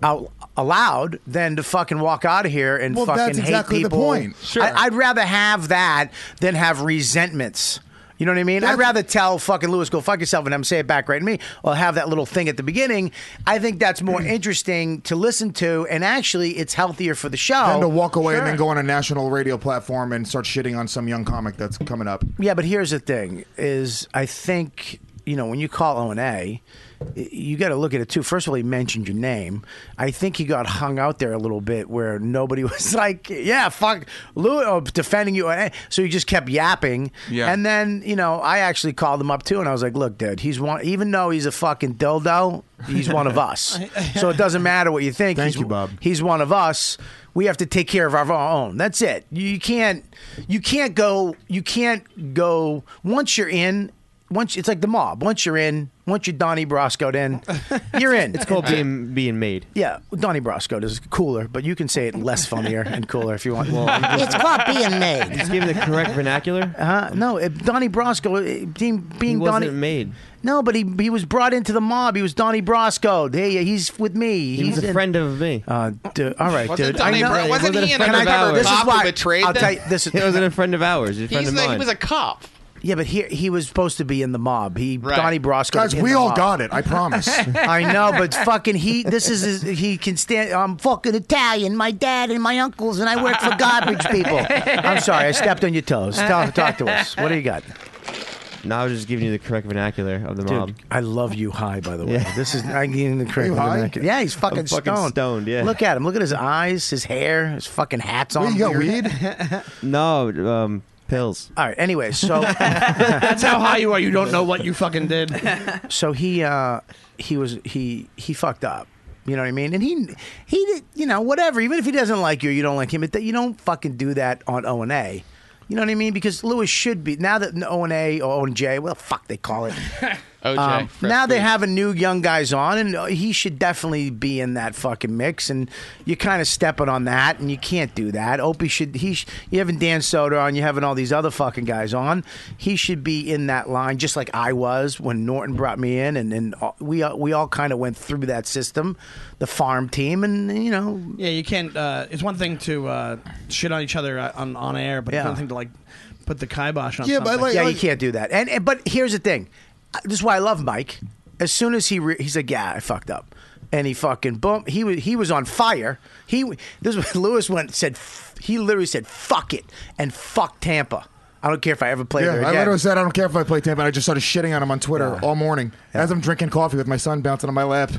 out aloud than to fucking walk out of here and Well, fucking that's hate exactly the people. point. Sure. I, I'd rather have that than have resentments. You know what I mean? I'd rather tell fucking Lewis, go fuck yourself, and him say it back right at me, or have that little thing at the beginning. I think that's more interesting to listen to, and actually, it's healthier for the show. Than to walk away and then go on a national radio platform and start shitting on some young comic that's coming up. Yeah, but here's the thing: is I think you know when you call O and A, you got to look at it too. First of all, he mentioned your name. I think he got hung out there a little bit where nobody was like, "Yeah, fuck, Lou oh, defending you." So he just kept yapping. Yeah. And then you know I actually called him up too, and I was like, "Look, dude, he's one. Even though he's a fucking dildo, he's one of us. so it doesn't matter what you think. Thank he's, you, Bob. He's one of us. We have to take care of our own. That's it. You can't you can't go you can't go once you're in once it's like the mob. Once you're in, once you're Donnie Brascoed in, you're in. It's called being being made. yeah, Donnie Brascoed is cooler, but you can say it less funnier and cooler if you want. Well, I'm it's just, called being made. just giving the correct vernacular. Uh, no, it, Donnie Brasco eh, being, He being wasn't Donnie. made. No, but he he was brought into the mob. He was Donnie Brasco. Hey, he's with me. He was in- a friend of me. Uh, dude, all right, Wasn't dude. Donnie I know. Bra- wasn't Wasn't he a an Can friend I undercover tell this cop is why who betrayed I'll them? tell you this is He wasn't a friend of ours. He's a friend He's of like- mine. he was a cop. yeah, but he he was supposed to be in the mob. He Right. Donnie Brasco. Guys, in we the all mob. got it. I promise. I know, but fucking he. This is his, he can stand. I'm fucking Italian. My dad and my uncles, and I work for garbage people. I'm sorry, I stepped on your toes. Talk, talk to us. What do you got? no, I was just giving you the correct vernacular of the mob. Dude, I love you high, by the way. Um, Yeah. This is I getting the credit. You high? Yeah, he's fucking, I'm fucking stoned. stoned, yeah. Look at him. Look at his eyes, his hair, his fucking hats on. Wait, you got weird. weed? No, um, pills. All right. Anyway, so That's how high you are. You don't know what you fucking did. so he uh he was he he fucked up you know what i mean and he he did you know whatever even if he doesn't like you you don't like him but that you don't fucking do that on o and a you know what i mean because lewis should be now that o and a or o and j well fuck they call it OJ. um, Fresh now they Prince. have a new young guys on and uh, he should definitely be in that fucking mix and you're kind of stepping on that and you can't do that opie should he sh- you having dan soder on you having all these other fucking guys on he should be in that line just like i was when norton brought me in and, and all- we, all- we all kind of went through that system the farm team and you know Yeah, you can't. Uh, it's one thing to uh, shit on each other uh, on on air, but it's Yeah. another thing to like put the kibosh on. Yeah, but, something. like- yeah, you can't do that. And, and but here's the thing. Uh, This is why I love Mike. As soon as he re- he's like, yeah, I fucked up, and he fucking boom. He was he was on fire. He this is when Lewis went said f- he literally said fuck it and fuck Tampa. I don't care if I ever play Yeah, there I again. literally said I don't care if I play Tampa. and I just started shitting on him on Twitter all morning as I'm drinking coffee with my son bouncing on my lap.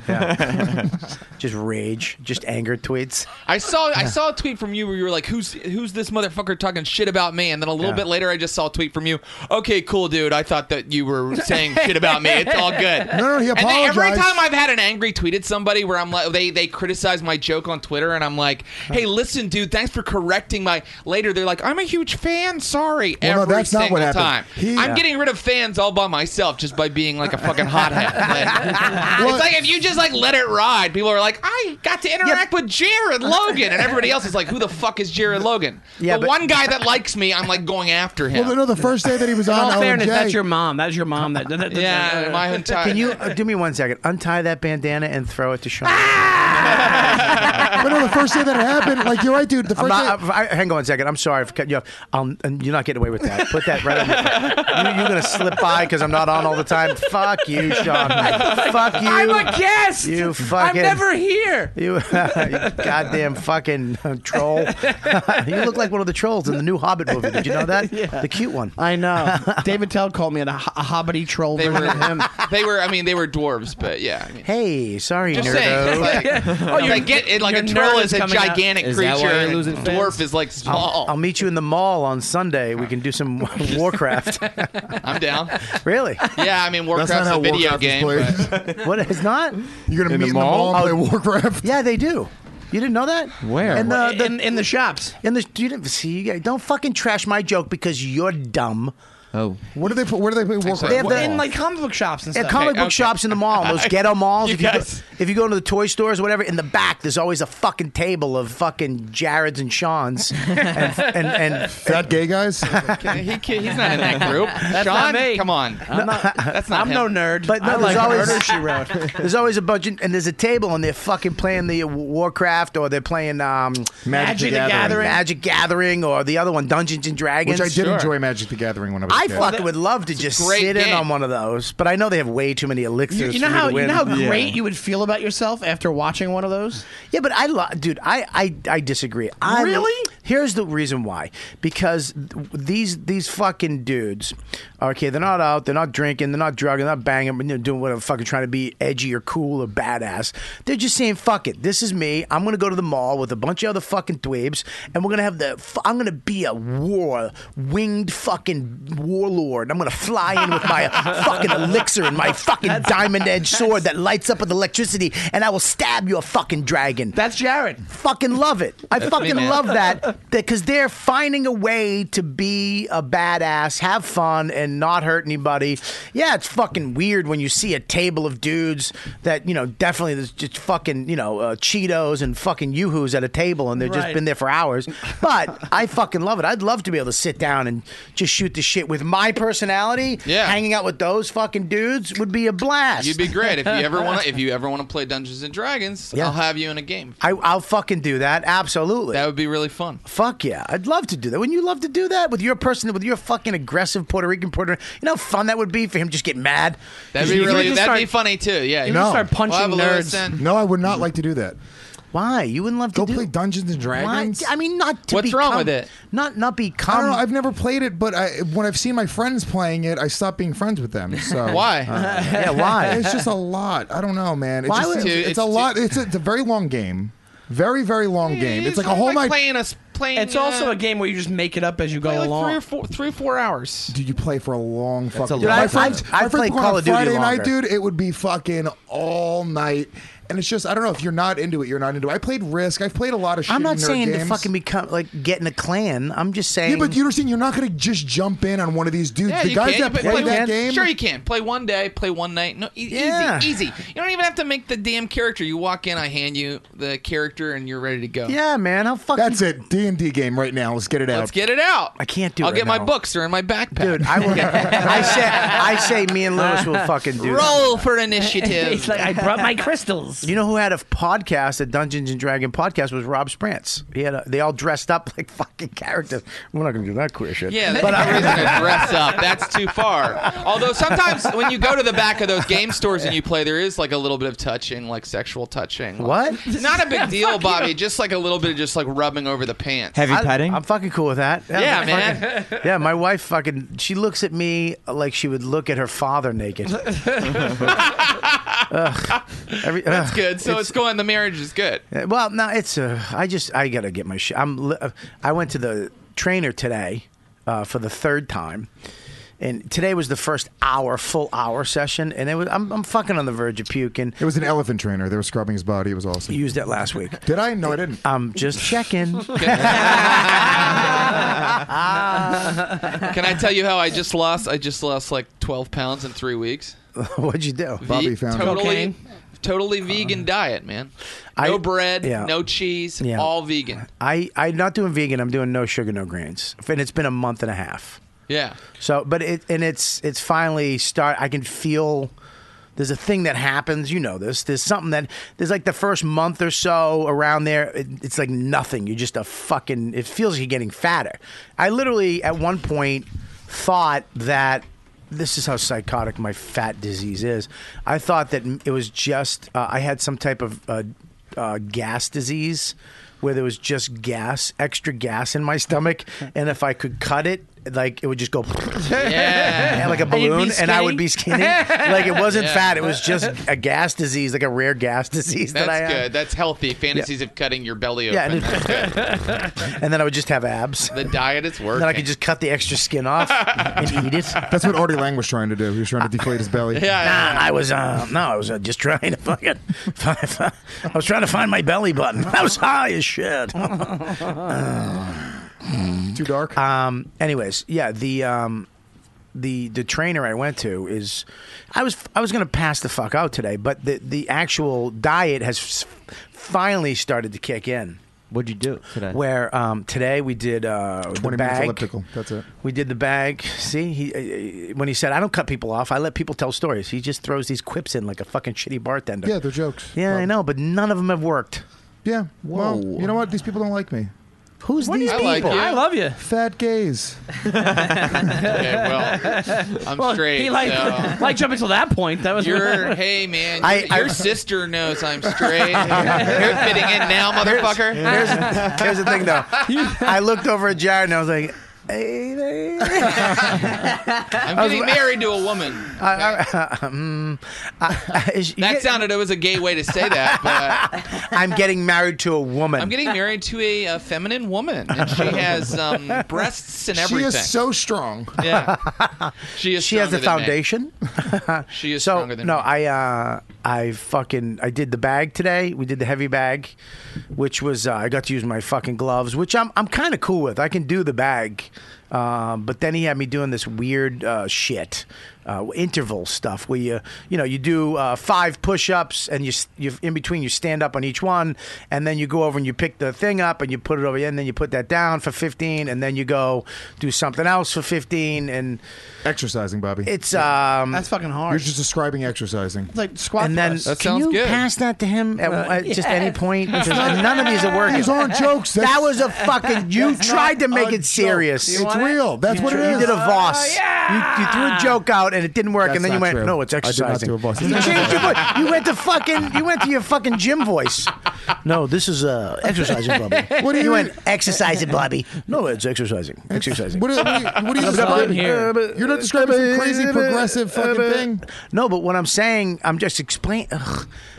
just rage, just anger tweets. I saw I saw a tweet from you where you were like, "Who's who's this motherfucker talking shit about me?" And then a little Yeah. bit later, I just saw a tweet from you. Okay, cool, dude. I thought that you were saying shit about me. It's all good. no, he And then every apologized. time I've had an angry tweet at somebody where I'm like, they they criticize my joke on Twitter, and I'm like, "Hey, listen, dude, thanks for correcting my." Later, they're like, "I'm a huge fan. Sorry." Well, no, every that's not single what happened. time, He- I'm Yeah. getting rid of fans all by myself just by being like a fucking hothead. Like, it's like if you just like let it ride, people are like, "I got to interact with Jared Logan," and everybody else is like, "Who the fuck is Jared Logan?" Yeah, the but- one guy that likes me, I'm like going after him. Well, no, the first day that he was in on all fairness, OMJ, that's your mom. That's your mom. That, that, that- yeah, that- my entire. Can you uh, do me one second? Untie that bandana and throw it to Sean. but no, the first day that it happened, like you're right, dude. The I'm first not, day, I, I- hang on a second. I'm sorry for cutting you off. I'll, and you're not getting away with that. Put that right on your, you, You're going to slip by because I'm not on all the time. Fuck you, Sean. Fuck you. I'm a guest. You fucking- I'm never here. You, you goddamn fucking uh, troll. you look like one of the trolls in the new Hobbit movie. Did you know that? The cute one. I know. David Tell called me a, a hobbity troll They version were, of him. they were. I mean, they were dwarves, but yeah. I mean, Hey, sorry, Just nerdo. saying. Like, oh, you get it like a you're troll nerd is is a gigantic creature. and dwarf is like I'll, small. I'll meet you in the mall on Sunday. We can do some Warcraft. I'm down. really? Yeah, I mean Warcraft's not how a video Warcraft is game. played. but- What? It's not? You're gonna In the meet in the mall? mall and play Warcraft? Yeah, they do. You didn't know that? Where? And the, the, in, in the shops. In the you didn't see. you guys- Don't fucking trash my joke because you're dumb. Oh. What do they put? Where do they play Warcraft? They have the- in like comic book shops and At stuff. comic book shops in the mall, those ghetto malls. You if, you go, guys- if you go into the toy stores or whatever, in the back, there's always a fucking table of fucking Jared's and Sean's and and, and fat gay guys. he, can't- he's not in that group. That's Sean, not me. come on. I'm not. That's not I'm him. no nerd. But no, I there's like always Murder, She Wrote. There's always a bunch, of- and there's a table, and they're fucking playing the Warcraft, or they're playing um, Magic the Magic the Gathering. Gathering. Magic Gathering, or the other one, Dungeons and Dragons. Which I did enjoy Magic the Gathering when I was a I kid. fucking would love to just great sit in game. on one of those, but I know they have way too many elixirs. You, you for know me how to you win. know how great you would feel about yourself after watching one of those. Yeah, but I, lo- dude, I, I, I disagree. I, Really? Here's the reason why: because th- these these fucking dudes, okay, they're not out, they're not drinking, they're not drugging, they're not banging, but they're doing whatever, fucking trying to be edgy or cool or badass. They're just saying, "Fuck it, this is me. I'm gonna go to the mall with a bunch of other fucking dweebs, and we're gonna have the. F- I'm gonna be a war winged fucking warlord. I'm gonna fly in with my fucking elixir and my fucking diamond edged sword that lights up with electricity, and I will stab your fucking dragon." That's Jared. fucking love it. I That's fucking me, man. love that because they're finding a way to be a badass, have fun, and not hurt anybody. Yeah, it's fucking weird when you see a table of dudes that you know definitely there's just fucking you know uh, Cheetos and fucking yoo-hoos at a table, and they've just Right. been there for hours. But I fucking love it. I'd love to be able to sit down and just shoot the shit with my personality. Yeah. hanging out with those fucking dudes would be a blast. You'd be great if you ever want. If you ever want to play Dungeons and Dragons, Yeah. I'll have you in a game. I, I'll fucking do that. Absolutely. That would be really fun. Fuck yeah, I'd love to do that. Wouldn't you love to do that with your person, with your fucking aggressive Puerto Rican Puerto? You know how fun that would be for him to just get mad. That'd be You could really. just That'd start- be funny too. Yeah. You We'll just start punching have a nerds. Lewis and- No, I would not like to do that. Why you wouldn't love to Go do play Dungeons and Why? Dragons. I mean, not to What's wrong become- with it? Not not become. I don't know. I've never played it, but I, when I've seen my friends playing it, I stopped being friends with them. So Uh, Why? yeah, why? It's just a lot. I don't know, man. It's, Why just, would- it's, Dude, it's it's a too- lot. It's a, it's a very long game. Very very long game. It's like a whole night. playing us playing. It's also uh, a game where you just make it up as you go play like along. three or four, three or four hours. Dude, you play for a long fucking. a time. lot. My I've- friends, I've- my I've friends played go on Call a of Duty Friday night, longer. dude. It would be fucking all night, and it's just I don't know if you're not into it, you're not into it. I played Risk. I've played a lot of. shitty I'm not nerd saying games. to fucking become like get in a clan. I'm just saying. Yeah, but you're saying you're not going to just jump in on one of these dudes. Yeah, the you guys can. that You play play- that you can. game, Sure, you can play one day, play one night. No, e- Yeah. easy, easy. You don't even have to make the damn character. You walk in, I hand you the character, and you're ready to go. yeah, man. How fucking That's it. D and D game right now. Let's get it out. Let's get it out. I can't do it I'll right get my now. books. They're in my backpack. dude. I will. I say I say me and Lewis will fucking do. that. Roll for initiative. It's like I brought my crystals. You know who had a podcast, a Dungeons and Dragon podcast, was Rob Sprance. He had a, they all dressed up like fucking characters. We're not gonna do that queer shit. Yeah, but but I was gonna dress up. That's too far. Although sometimes when you go to the back of those game stores and you play, there is like a little bit of touching, like sexual touching. What? Not a big deal, Bobby. Just like a little bit of just like rubbing over the pants. Heavy I, petting? I'm fucking cool with that. Yeah, I'm man. fucking- yeah, my wife fucking she looks at me like she would look at her father naked. Ugh. Every- That's ugh. good. So it's, going. The marriage is good. Uh, Well, no, it's uh, I just I gotta get my shit. I'm. li- uh, I went to the trainer today uh, for the third time, and today was the first hour, full hour session, and it was I'm, I'm fucking on the verge of puking. It was an elephant trainer. They were scrubbing his body. It was awesome. Used that last week. Did I? No, I didn't. I'm just checking. Can I tell you how I just lost? I just lost like 12 pounds in three weeks. What'd you do? Bobby found it. totally, Cocaine. totally vegan diet, man. No Uh, I- bread, yeah. no cheese, Yeah. all vegan. I I'm not doing vegan. I'm doing no sugar, no grains, and it's been a month and a half. Yeah. So, but it and it's it's finally start. I can feel. There's a thing that happens, you know this. There's something that there's like the first month or so around there. It, it's like nothing. You're just a fucking. It feels like you're getting fatter. I literally at one point thought that this is how psychotic my fat disease is. I thought that it was just uh, I had some type of uh, uh, gas disease where there was just gas, extra gas in my stomach, and if I could cut it, like it would just go Yeah. like a And you'd be balloon, and I would skinny? be skinny. like it wasn't Yeah. fat; it was just a gas disease, like a rare gas disease That's that I had. good. That's healthy. Fantasies of cutting your belly Yeah, open. and it- and then I would just have abs. the diet is working. Then I could just cut the extra skin off and eat it. That's what Artie Lang was trying to do. He was trying to deflate his belly. Yeah, yeah, Nah, I was uh, no, I was uh, just trying to fucking. Find, I was trying to find my belly button. I was high as shit. Too dark. Um. Anyways, yeah. The um, the the trainer I went to is, I was I was gonna pass the fuck out today, but the the actual diet has s- finally started to kick in. What'd you do today? Where um, today we did uh, the Twenty minutes bag. elliptical. That's it. We did the bag. See, he uh, when he said, "I don't cut people off. I let people tell stories." He just throws these quips in like a fucking shitty bartender. Yeah, they're jokes. Yeah, I Um, know, but none of them have worked. Yeah. Well, Whoa. you know what? These people don't like me. Who's these I people? like you. I love you. Fat gays. Okay, well, I'm Well, straight. he like so. like jumping till that point. That was Your hey man, I- your I- sister knows I'm straight. You're fitting in now, motherfucker. Here's, here's the thing, though. I looked over at Jared and I was like, "Hey there." I'm getting married to a woman. mm, Is- you That get- sounded it was a gay way to say that, but I'm getting married to a woman. I'm getting married to a, uh feminine woman, and she has um, breasts and everything. She is so strong. yeah, she is. she has a stronger than foundation. me. She is so stronger than no, me. I uh, I fucking I did the bag today. We did the heavy bag, which was uh, I got to use my fucking gloves, which I'm I'm kind of cool with. I can do the bag, um, but then he had me doing this weird uh, shit. Uh, interval stuff where you you know you do uh, five push-ups and you s- you in between you stand up on each one and then you go over and you pick the thing up and you put it over and then you put that down for 15 and then you go do something else for 15 and Exercising, Bobby. it's um that's fucking hard. You're just describing exercising. It's like squat. and then thrust. That can sounds you good. pass that to him at, at just any yes. point? Because none of these are working. These aren't jokes. That's, that was a fucking. You tried to make a it serious. joke. It's real. That's what You it is. did a Voss. you, you threw a joke out and it didn't work, and Uh, That's then you not went, true. "No, it's I did not exercising." do a Voss. You changed your voice. You went to fucking. You went to your fucking gym voice. No, this is uh, exercising, Bobby. What do you went mean? exercising, Bobby? No, it's exercising. Exercising. What are, what are you- what are you describing here? You're not describing some crazy progressive fucking thing. No, but what I'm saying, I'm just explaining.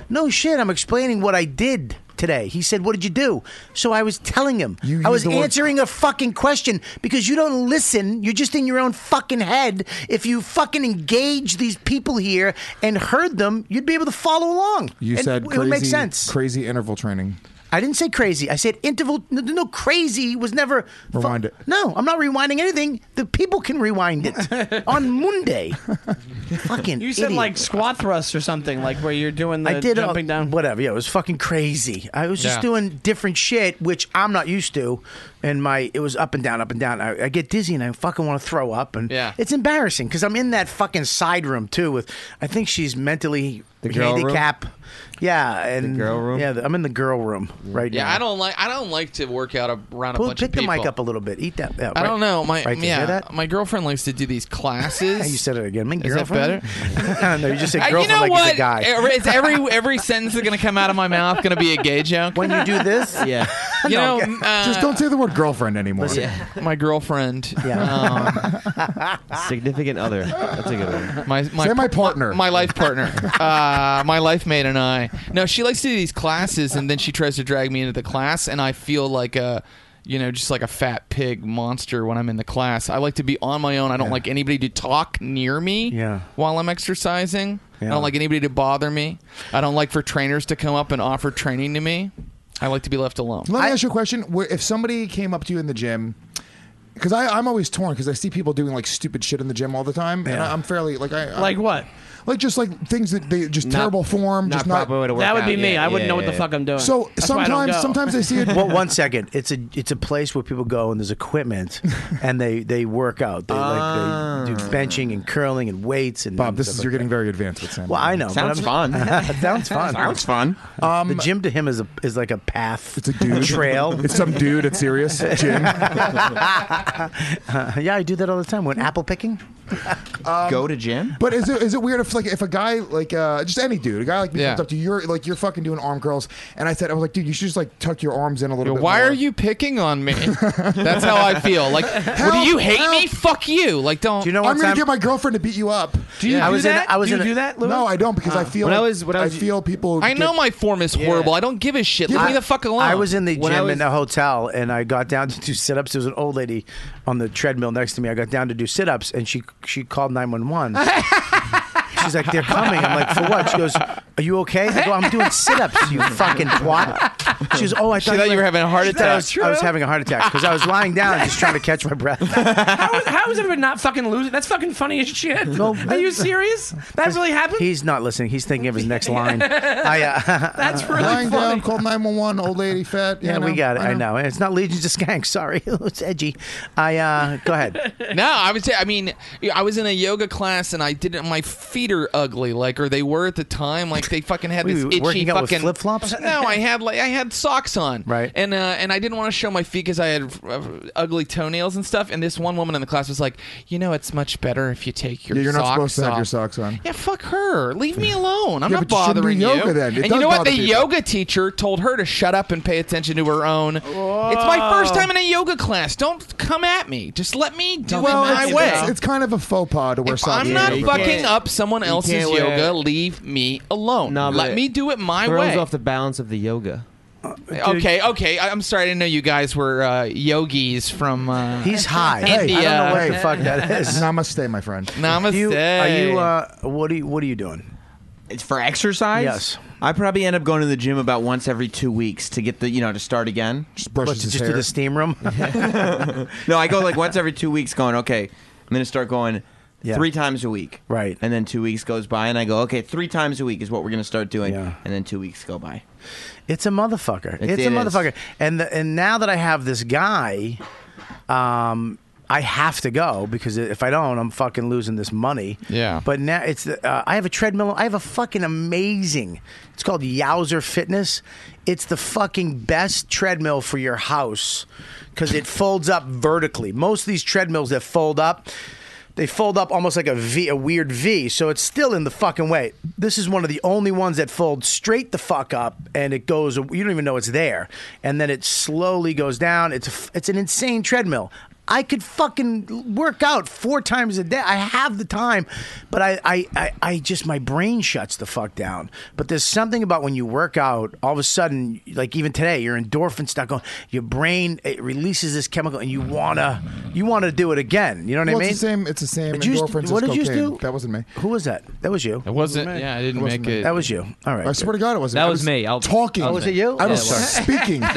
No shit, I'm explaining what I did today. He said, "What did you do?" So I was telling him. You I was used the word- answering a fucking question because you don't listen. You're just in your own fucking head. If you fucking engage these people here and heard them, you'd be able to follow along. You And said it crazy, would make sense. crazy interval training. I didn't say crazy. I said interval. No, no, crazy was never. fu- Rewind it. No, I'm not rewinding anything. The people can rewind it on Monday. fucking. you said idiot. like squat thrust or something like where you're doing the I did all- jumping down. Whatever. Yeah, it was fucking crazy. I was just Yeah. doing different shit, which I'm not used to, and my it was up and down, up and down. I, I get dizzy and I fucking want to throw up, and Yeah. it's embarrassing because I'm in that fucking side room too. With I think she's mentally girl room? handicapped. Yeah, and girl room? Yeah, I'm in the girl room right now. yeah, I don't like. I don't like to work out around a Pull, bunch pick of the people. mic up a little bit. Eat that. yeah, I right- don't know. My right, did you yeah, hear that? my girlfriend likes to do these classes. You said it again. My Is that girlfriend? no, you just said Uh, girlfriend you know like what? it's a guy. Is every every sentence that's gonna come out of my mouth gonna be a gay joke? When you do this, yeah. you know, uh, Just don't say the word girlfriend anymore. my girlfriend. Yeah. Um, Significant other. That's a good one. my my, Say my partner. my life partner, uh, my life mate, and I. No, she likes to do these classes, and then she tries to drag me into the class, and I feel like a, you know, just like a fat pig monster when I'm in the class. I like to be on my own. I don't like anybody to talk near me. Yeah. While I'm exercising, I Yeah. don't like anybody to bother me. I don't like for trainers to come up and offer training to me. I like to be left alone. Let me ask you a question. Where- If somebody came up to you in the gym, because I'm always torn because I see people doing like stupid shit in the gym all the time, and I, I'm fairly like I, I Like what? like just like things that they just terrible form, Not just not. proper way to work That would out. be me. Yeah, I wouldn't yeah, know what yeah, the fuck I'm doing. So That's why I don't sometimes, go. sometimes I see it. Well, one second. It's a it's a place where people go and there's equipment, and they they work out. They like Ah. they do benching and curling and weights and Bob, this stuff is like you're that. getting very advanced with Sam. Well, I know. but Sounds I'm- fun. sounds fun. Sounds fun. the gym to him is a is like a path. It's a dude trail. It's some dude. It's serious. Jim. yeah, I do that all the time. When apple picking, Um, Go to gym? But is it is it weird if like if a guy like uh, just any dude, a guy like me Yeah. comes up to you, you're like you're fucking doing arm curls, and I said I was like, dude, you should just like tuck your arms in a little bit. Why more. are you picking on me? That's how I feel. Like, what, do you hate me? Fuck you! Like, don't. you know I'm gonna get my girlfriend to beat you up. Do you Yeah. do that? Do you do that, Louis? No, I don't because I Oh. feel When I like- was- when I was- feel people. I know get- my form is horrible. I don't give a shit. Leave me the fuck alone. I was in the When I gym was- in the hotel and I got down to do sit ups. There was an old lady on the treadmill next to me. I got down to do sit ups and she she called 911. She's like, they're coming. I'm like, for what? She goes, are you okay? I go, I'm doing sit ups, you fucking twat. She goes, oh, I She thought, thought you were having a heart She thought I attack. was, I was having a heart attack because I was lying down just trying to catch my breath. How is, how is everyone not fucking losing? That's fucking funny as shit. Are you serious? That really happened? He's not listening. He's thinking of his next line. I, uh, That's lying down, called 911, old lady fat. you Yeah, we know, got it. I know. It's not Legions of Skanks. Sorry, it's edgy. I uh, go ahead. no, I was. I mean, I was in a yoga class and I didn't. My feet are ugly, like or they were at the time. Like they fucking had Were this you itchy working out with fucking flip-flops? No, I had like I had socks on, right? And uh, and I didn't want to show my feet because I had uh, ugly toenails and stuff. And this one woman in the class was like, you know, it's much better if you take your Yeah, you're socks not supposed to have off." your socks on. Yeah, fuck her. Leave me alone. I'm Yeah, not but you shouldn't do bothering yoga you. then. It and you does know what? The bother people. yoga teacher told her to shut up and pay attention to her own. It's my first time in a yoga class. Don't come at me. Just let me do well, it my it's, way. It's, it's kind of a faux pas to wear socks. I'm in not yoga. fucking up someone you else's can't wear- yoga. Leave me alone. No, but Let it me do it my throws way. off the balance of the yoga. okay, okay. I- I'm sorry. I didn't know you guys were uh, yogis from. Uh, He's high. India. Hey, I don't know what the fuck that is. Namaste, my friend. Namaste. You, are you? Uh, what are you? What are you doing? It's for exercise. Yes. I probably end up going to the gym about once every two weeks to get the you know to start again. Just What, to just do the steam room. no, I go like once every two weeks, going okay. I'm gonna start going. Yeah. Three times a week, right? And then two weeks goes by, and I go, okay, three times a week is what we're gonna start doing, and then two weeks go by. It's a motherfucker. It- it's a it is. motherfucker. And the, and now that I have this guy, um, I have to go because if I don't, I'm fucking losing this money. Yeah. But now it's the, uh, I have a treadmill. I have a fucking amazing. It's called Yowzer Fitness. It's the fucking best treadmill for your house because it folds up vertically. Most of these treadmills that fold up. They fold up almost like a V, a weird V, so it's still in the fucking way. This is one of the only ones that fold straight the fuck up, and it goes. You don't even know it's there, and then it slowly goes down. It's a f it's an insane treadmill. I could fucking work out four times a day. I have the time, but I, I, I, I just, my brain shuts the fuck down. But there's something about when you work out, all of a sudden, like even today, your endorphins start going, your brain, it releases this chemical and you wanna, you wanna do it again. You know what Well, I mean? it's the same. It's the same. Did you- endorphins what as did you cocaine. do? That wasn't me. Who was that? That was you. It wasn't. yeah, I didn't wasn't make it. That was you. All right. I swear to God, it wasn't. That I was me. I'll- talking. Oh, was it you? I Yeah, was it was. speaking. Am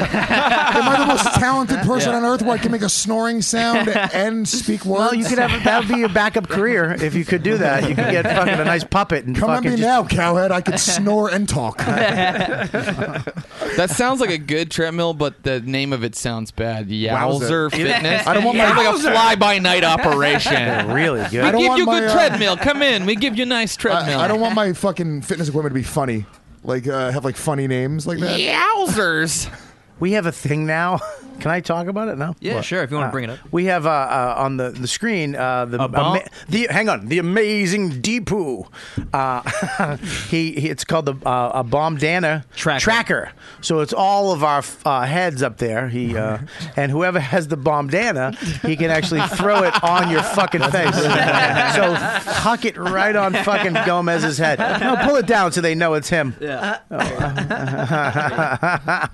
I the most talented person Yeah. on earth where I can make a snoring sound and speak words? Well, you could have that would be your backup career if you could do that. You could get fucking a nice puppet and Come at fucking me just now, cowhead. I could snore and talk. That sounds like a good treadmill, but the name of it sounds bad. Yowzer Wowzer. Fitness. I don't want my- Sounds like a Yowzer. fly by night operation. They're really good. We I don't give want you good my, uh, treadmill. Come in. We give you nice treadmill. I, I don't want my fucking fitness equipment to be funny. Like uh, have like funny names like that. Yowzers. We have a thing now. Can I talk about it now? Yeah, sure. If you want to bring it up. We have uh, uh, on the the screen uh, the, bomb? the hang on the amazing Deepu. Uh, he, he it's called the uh, a bomb Dana tracker. So it's all of our uh, heads up there. He uh, and whoever has the bomb Dana, he can actually throw it on your fucking face. so huck it right on fucking Gomez's head. No, pull it down so they know it's him. Yeah.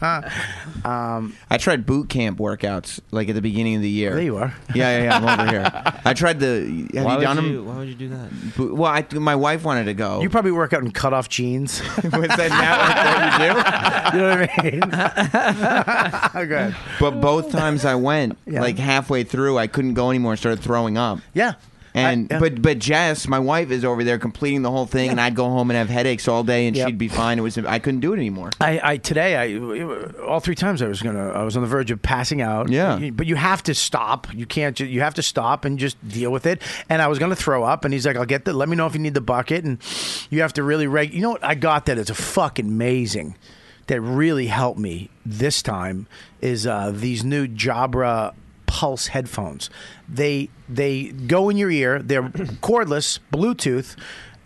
um, I tried boot camp workouts like at the beginning of the year. There you are. Yeah, yeah, yeah. I'm over here. I tried the. Have why you done would them? you, Why would you do that? Bo- Well, I, my wife wanted to go. you probably work out in cutoff jeans. Was that not what you do? you know what I mean? Go ahead. But both times I went, Yeah. like halfway through, I couldn't go anymore. Started throwing up. Yeah. And I- yeah. but but Jess, my wife, is over there completing the whole thing, and I'd go home and have headaches all day, and Yep. she'd be fine. It was I couldn't do it anymore. I, I today I all three times I was gonna I was on the verge of passing out. Yeah. But you have to stop. You can't. Ju- you have to stop and just deal with it. And I was gonna throw up. And he's like, I'll get the. Let me know if you need the bucket. And you have to really reg. You know what? I got that. It's a fucking amazing. That really helped me this time is uh, these new Jabra Pulse headphones. They they go in your ear. They're cordless, Bluetooth,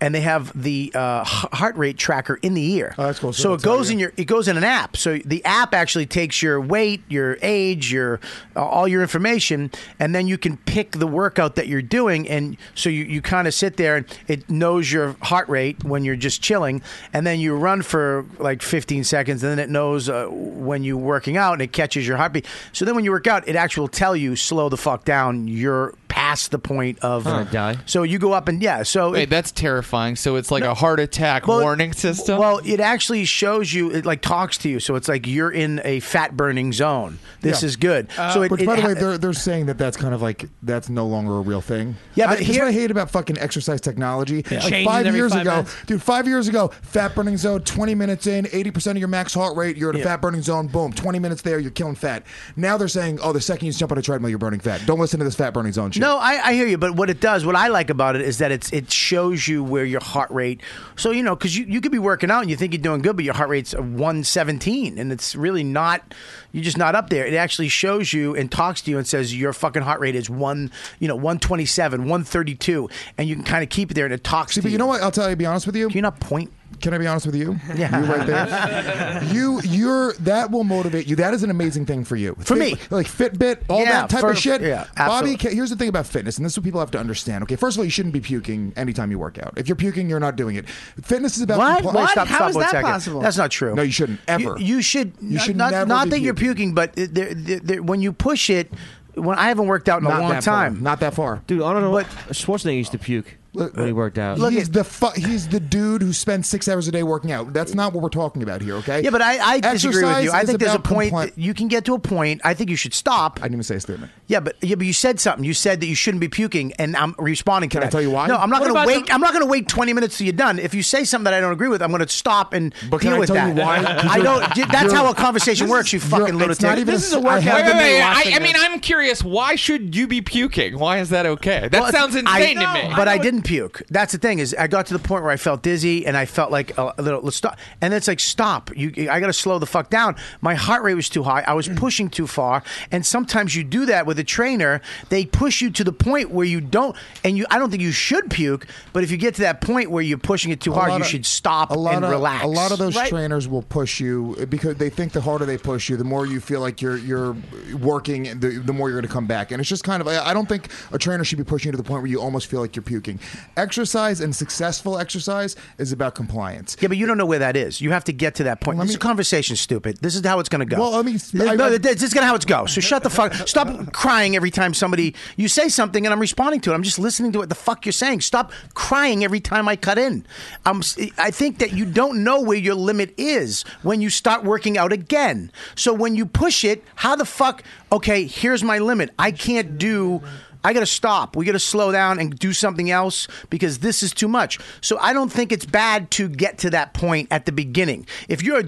and they have the uh, h- heart rate tracker in the ear. Oh, that's cool. So, So it it'll tell goes in your it goes in an app. So the app actually takes your weight, your age, your uh, all your information, and then you can pick the workout that you're doing. And so you, you kind of sit there and it knows your heart rate when you're just chilling, and then you run for like 15 seconds, and then it knows uh, when you're working out and it catches your heartbeat. So then when you work out, it actually will tell you slow the fuck down. You're past the point of Huh. Die. So you go up and yeah. So Wait, it- that's terrifying. So it's like a heart attack warning system. well, it actually shows you, it like talks to you, so it's like you're in a fat burning zone. This Yeah. Uh, is good. so it, which, it by the ha- way, they're they're saying that that's kind of like that's no longer a real thing. Yeah, but I, 'cause what here- I hate about fucking exercise technology. Yeah. Like Changes five every years five ago, minutes. dude, five years ago, fat burning zone, twenty minutes in, eighty percent of your max heart rate, you're at a fat burning zone. Boom, twenty minutes there, you're killing fat. Now they're saying, oh, the second you jump on a treadmill, you're burning fat. Don't listen to this fat burning zone shit. No, I, I hear you, but what it does, what I like about it is that it's it shows you where your heart rate. So you know, because you, you could be working out and you think you're doing good, but your heart rate's one seventeen, and it's really not. You're just not up there. It actually shows you and talks to you and says your fucking heart rate is one, you know, one twenty seven, one thirty two, and you can kind of keep it there, and it talks. See, to but you know what? I'll tell you. Be honest with you. Can you not point? Can I be honest with you? Yeah. You right there. you, you're that will motivate you. That is an amazing thing for you. For Thi- me. like Fitbit, all Yeah, that type for- of shit. yeah, Bobby, absolutely. ca- here's the thing about fitness, and this is what people have to understand. Okay, first of all, you shouldn't be puking anytime you work out. If you're puking, you're not doing it. Fitness is about What? compli- What? Stop, How stop is one that second. possible? That's not true. No, you shouldn't ever. You, you should. You not- should not, never not be that you're puking, but it- there, there, there, when you push it, when I haven't worked out in a Not long that far. time, not that far. Dude, I don't know. But, Schwarzenegger used to puke when he worked out. he's the fu- he's the dude who spends six hours a day working out. That's not what we're talking about here. Okay. Yeah, but I, I disagree with Exercise you. I is think there's a about point compli- that you can get to a point. I think you should stop. I didn't even say a statement. Yeah, but yeah, but you said something. You said that you shouldn't be puking, and I'm responding. Can I tell you why? No, I'm not What going to about wait. I'm not going to wait 20 minutes till you're done. If you say something that I don't agree with, I'm going to stop and But can deal I with tell that. you why? 'Cause I you're- don't. d- That's you're- how a conversation this works. is- You you're- fucking it's lunatic. not even a- I Wait, have wait, been wait. watching I, I mean, this. I'm curious. Why should you be puking? Why is that okay? That Well, sounds I- insane to me. But I, didn't puke. That's the thing is, I got to the point where I felt dizzy and I felt like a little. Let's stop. And it's like stop. You, I got to slow the fuck down. My heart rate was too high. I was pushing too far. And sometimes you do that with a trainer. They push you to the point where you don't. And you, I don't think you should puke. But if you get to that point where you're pushing it too A hard, lot you of- should stop a lot and of, relax. A lot of those trainers will push you eh, because they think the harder they push you, the more you feel like you're you're working, the, the more you're going to come back. And it's just kind of I I don't think a trainer should be pushing you to the point where you almost feel like you're puking. Exercise and successful exercise is about compliance. Yeah, but you don't know where that is. You have to get to that point. This is a conversation, stupid. This is how it's going to go. Well, let me- No, I- I- this is going to how it's go. So shut the fuck. Stop crying every time somebody you say something, and I'm responding to it. I'm just listening to what the fuck you're saying. Stop crying every time I cut in. I'm, s- I think that you don't know where your limit is when you start working out again. So when you push it, how the fuck? Okay, here's my limit. I can't do. I got to stop. We got to slow down and do something else because this is too much. So I don't think it's bad to get to that point at the beginning. If you're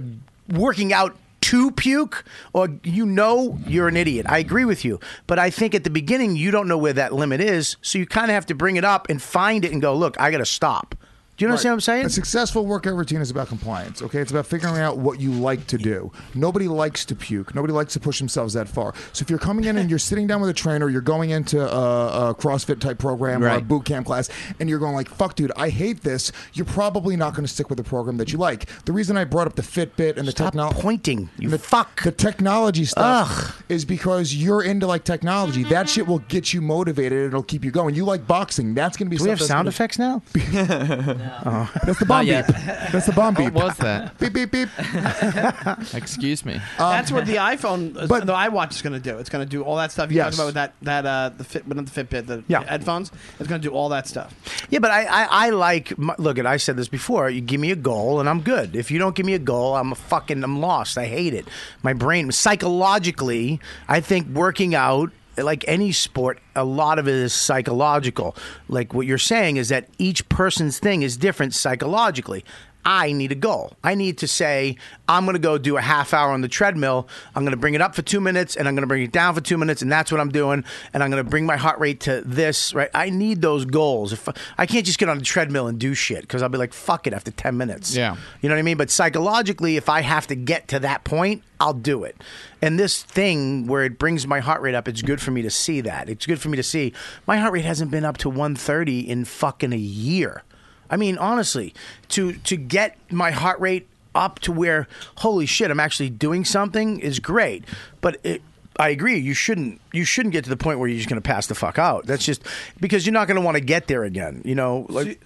working out to puke or you know you're an idiot. I agree with you. But I think at the beginning you don't know where that limit is, so you kind of have to bring it up and find it and go, "Look, I got to stop." Do you understand what I'm saying? A successful workout routine is about compliance. Okay, it's about figuring out what you like to do. Nobody likes to puke. Nobody likes to push themselves that far. So if you're coming in and you're sitting down with a trainer, you're going into a, a CrossFit type program or a Right. boot camp class, and you're going like, "Fuck, dude, I hate this." You're probably not going to stick with the program that you like. The reason I brought up the Fitbit and the technology pointing, you the, fuck the technology stuff is because you're into like technology. That shit will get you motivated. It'll keep you going. You like boxing. That's going to be. Do we have stuff that's sound gonna- effects now? Oh. That's the bomb beep. That's the bomb beep. What was that? beep beep beep. Excuse me. That's what um, the iPhone, is- the iWatch is going to do. It's going to do all that stuff you Yes. talked about with that that uh, the Fit, but not the Fitbit, the Yeah. headphones. It's going to do all that stuff. Yeah, but I, I, I like. My, look, and I said this before. You give me a goal, and I'm good. If you don't give me a goal, I'm a fucking. I'm lost. I hate it. My brain psychologically. I think working out. Like any sport, a lot of it is psychological. Like what you're saying is that each person's thing is different psychologically. I need a goal. I need to say, I'm going to go do a half hour on the treadmill. I'm going to bring it up for two minutes and I'm going to bring it down for two minutes. And that's what I'm doing. And I'm going to bring my heart rate to this, right? I need those goals. If I can't just get on the treadmill and do shit because I'll be like, fuck it after 10 minutes. Yeah. You know what I mean? But psychologically, if I have to get to that point, I'll do it. And this thing where it brings my heart rate up, it's good for me to see that. It's good for me to see my heart rate hasn't been up to 130 in fucking a year. I mean, honestly, to to get my heart rate up to where holy shit, I'm actually doing something is great. But it, I agree, you shouldn't you shouldn't get to the point where you're just going to pass the fuck out. That's just because you're not going to want to get there again, you know, like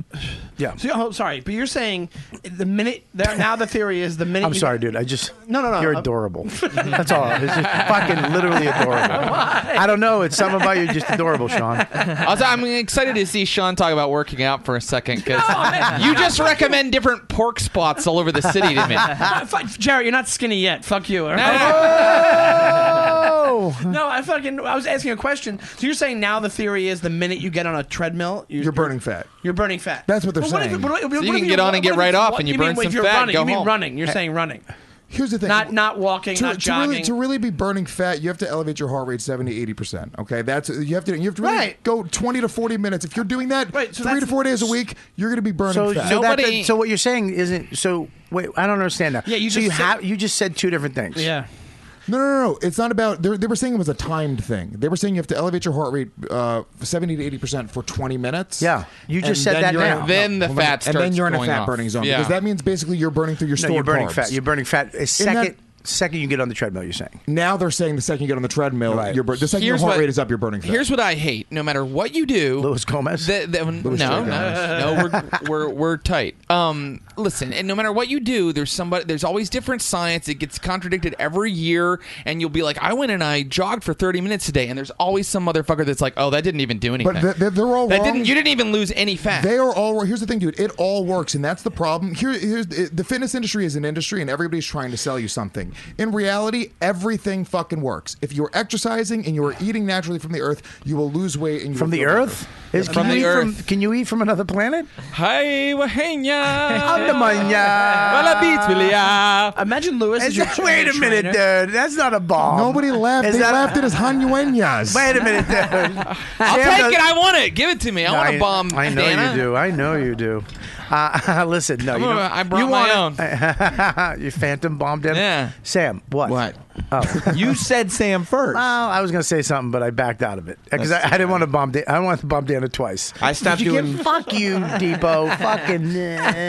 yeah. So, oh, sorry, but you're saying the minute there, now the theory is the minute. I'm you- sorry, dude. I just No, no, no. You're Uh, adorable. That's all. It's just fucking literally adorable. I don't know. It's something about you just adorable, Sean. Also, I'm excited to see Sean talk about working out for a second because Oh, you just recommend different pork spots all over the city to me. Uh, fuck, Jared, you're not skinny yet. Fuck you. all right? Oh, No, I fucking. I was asking a question. So you're saying now the theory is the minute you get on a treadmill, you're, You're burning fat. You're burning fat. That's what they're But saying. what if, So you what can if get on and what get if right it's- off what- and you mean burn when some you're fat and Running, go you mean home. running? You're saying running, Here's the thing. not not walking, to, not to really, jogging. to really be burning fat, you have to elevate your heart rate 70 80 percent. Okay, that's you have to you have to really Right. go 20 to 40 minutes. If you're doing that Right, so three to that's- four days a week, you're going to be burning so fat. so, that, Nobody- so what you're saying isn't so. Wait, I don't understand that. Yeah, you so just you said- have you just said two different things. yeah. No, no, no, no. It's not about. They they were saying it was a timed thing. They were saying you have to elevate your heart rate uh, seventy to eighty percent for twenty minutes. Yeah. You just said then that you're in- now. Then the hold on. fat and then starts you're in a going fat off. burning zone Yeah. because that means basically you're burning through No, your stored you're burning carbs. fat. You're burning fat. A that- second, second you get on the treadmill, you're saying. now they're saying the second you get on the treadmill, Right. you're bur- the second your heart rate is up, you're burning fat. Here's what I hate. No matter what you do, Luis Gomez? The, the, no, no, J. no, we're, we're we're tight. Um, listen, and no matter what you do, there's somebody. There's always different science. It gets contradicted every year, and you'll be like, I went and I jogged for 30 minutes today, and there's always some motherfucker that's like, Oh, that didn't even do anything. But th- th- they're all that wrong. didn't. You didn't even lose any fat. They are all. Here's the thing, dude. It all works, and that's the problem. Here, here's it- the fitness industry is an industry, and everybody's trying to sell you something. In reality, everything fucking works. If you're exercising and you are eating naturally from the earth, you will lose weight. And you From will the feel earth? Is, From can you the eat From, earth. can you eat from another planet? Hi, I'm the Wahenya. mania. Walla beats, will ya? Imagine Lewis. Is Is your, that- wait a minute, trainer. dude. That's not a bomb. better. Nobody laughed. Is they that- laughed at his hanuenas. Wait a minute, dude. I'll take it. I want it. Give it to me. I want a bomb. I know Dana. you do. I know you do. Uh, listen, no, you gonna- don't- I brought you my own. you phantom bombed him. Yeah. Sam, what? What? Oh. You said Sam first. Well, I was gonna say something, but I backed out of it because I, I didn't want to bomb. Da- I didn't want to bomb Dana twice. I stopped Did you give- doing- Fuck you, Depot. Fucking.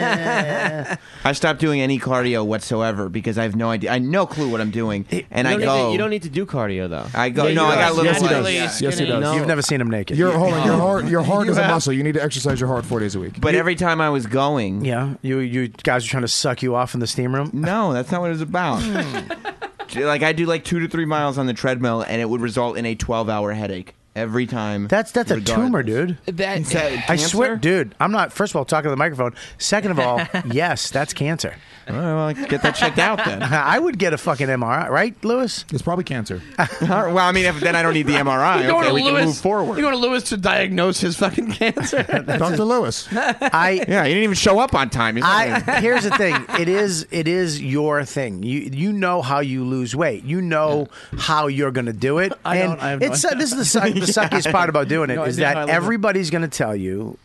eh. I stopped doing any cardio whatsoever because I have no idea. I no clue what I'm doing, and I You don't need go. to- you don't need to do cardio though. I go. Yeah, no, you I got do. a little. Yes, he does. bit. Yes, he does. No. You've never seen him naked. Your hold on. Your heart. Your heart is a have- muscle. You need to exercise your heart four days a week. But every time I was going, yeah, you you guys are trying to suck you off in the steam room. no, that's not what it was about. Hmm. like I do like two to three miles on the treadmill, and it would result in a 12-hour headache every time. That's that's a regardless. tumor, dude. That, I swear, dude. I'm not. First of all, talking to the microphone. Second of all, yes, that's cancer. All right, well, get that checked out then. I would get a fucking MRI, right, Lewis? it's probably cancer. All right, well, I mean, if, then I don't need the MRI. You're going Okay, to we Lewis. can move forward. You're going to Lewis to diagnose his fucking cancer. Doctor Lewis. I yeah, you didn't even show up on time. He's not gonna- I here's the thing. It is it is your thing. You you know how you lose weight. You know how you're going to do it. I and don't- I have no it's uh, this is the, suck, the suckiest part about doing it is No, I do know, I that love it. everybody's going to tell you.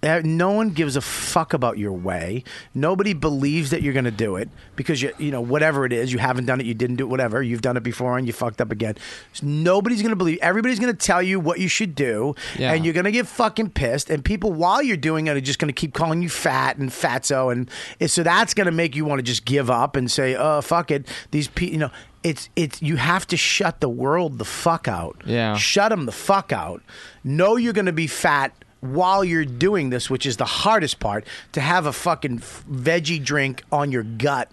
that No one gives a fuck about your way. Nobody believes that you're going to do it because you, you know, whatever it is, you haven't done it, you didn't do it, whatever. You've done it before and you fucked up again. So nobody's going to believe. Everybody's going to tell you what you should do, Yeah. and you're going to get fucking pissed. And people, while you're doing it, are just going to keep calling you fat and fatso, and and so that's going to make you want to just give up and say, "Oh, fuck it." These people, you know, it's it's you have to shut the world the fuck out. Yeah. shut them the fuck out. Know you're going to be fat. While you're doing this, which is the hardest part, to have a fucking f- veggie drink on your gut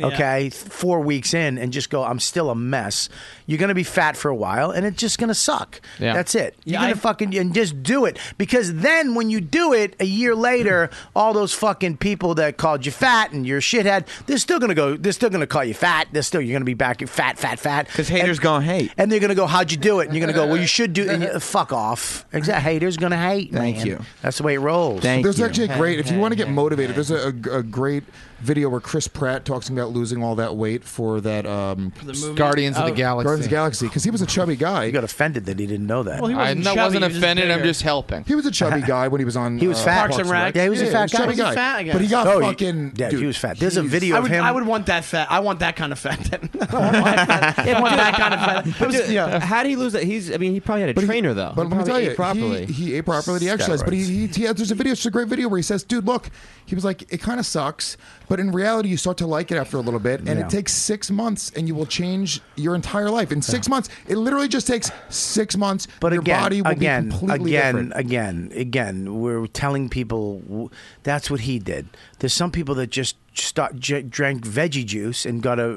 Okay, th- four weeks in, and just go. I'm still a mess. You're gonna be fat for a while, and it's just gonna suck. Yeah. That's it. You're Yeah, gonna I- fucking and just do it because then when you do it a year later, all those fucking people that called you fat and you're a shithead, they're still gonna go. They're still gonna call you fat. They're still you're gonna be back at fat, fat, fat. Because haters gonna hate, and they're gonna go, "How'd you do it?" And you're gonna go, "Well, you should do." And you, fuck off. Exactly. Haters gonna hate. Thank man. you. That's the way it rolls. there's actually a great, if you want to get motivated, there's a, a, a great video where Chris Pratt talks about losing all that weight for that um, the movie? Guardians of the Oh. Galaxy. Guardians of the Galaxy, because he was a chubby guy. You got offended that he didn't know that. Well, he wasn't I- no, chubby, wasn't he was just offended, I'm bigger. just helping. He was a chubby guy when he was on. He was uh, fat. Parks and Rec. Yeah, he was a fat guy. chubby He was fat, I guess. But he got Oh, he- fucking. yeah, dude, he was fat. There's a he's- video I of would, him. I would want that fat. I want that kind of fat. Then. I don't want that fat. I want that kind of fat. That was- Dude, yeah. How do you lose that? He's. I mean, he probably had a trainer though. But He let me probably tell ate you, properly. He, he ate properly. He exercised, but he, he, he had, there's a video. It's a great video where he says, "Dude, look," he was like, "It kind of sucks, but in reality, you start to like it after a little bit, and Yeah. it takes six months, and you will change your entire life in six months. It literally just takes six months. But your again, body will again, be completely again, different. again, again, we're telling people w- that's what he did. There's some people that just start, j- drank veggie juice and got a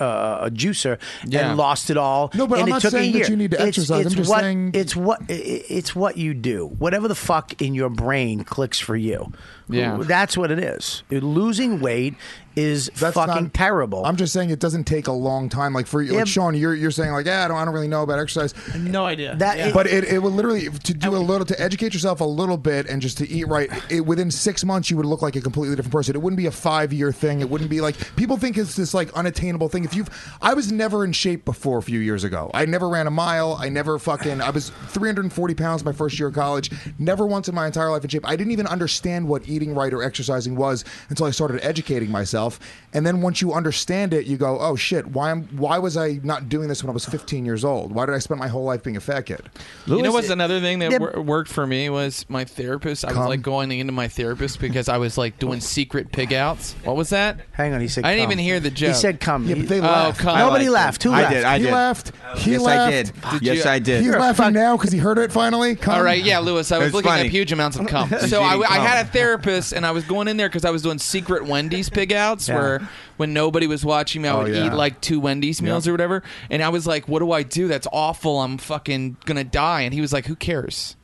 a, a, a juicer Yeah. and lost it all. No, but and I'm it not took a saying that year. you need to It's- exercise. It's I'm just what, saying- it's what i- i- it's what you do. Whatever the fuck in your brain clicks for you. Yeah. that's what it is. Losing weight is fucking not- terrible. I'm just saying it doesn't take a long time. Like for you, Yeah. like Sean, you're you're saying like, yeah, I don't, I don't really know about exercise. No idea. That Yeah. But it, it would literally to do a little to educate yourself a little bit and just to eat right. It, within six months, you would look like a completely different person. It wouldn't be a five year thing. It wouldn't be like people think it's this like unattainable thing. If you've, I was never in shape before a few years ago. I never ran a mile. I never fucking. I was 340 pounds my first year of college. Never once in my entire life in shape. I didn't even understand what eating right or exercising was until I started educating myself. And then once you understand it, you go, oh shit, why am why was I not doing this when I was 15 years old? Why did I spend my whole life being a fat kid? you know what's another thing that wor- worked for me was my therapist. I was like going into my therapist because I was like doing secret pig outs. What was that? Hang on, he said. I didn't cum. even hear the joke. He said, "Come." Yeah, but they laughed. Oh, cum. Nobody laughed. Who I laughed? did, I he did. laughed. He Yes, I laughed. did. Did Yes, you- I did. He's You're a laughing now because he heard it finally. Come. All right, yeah, Lewis. I was, It's looking funny. up huge amounts of cum. He's So I, eating I had cum. a therapist, and I was going in there because I was doing secret Wendy's pig outs, Yeah. where when nobody was watching me, I Oh, would yeah. eat like two Wendy's meals or whatever. And I was like, "What do I do? That's awful. I'm fucking gonna die." And he was like, "Who cares?"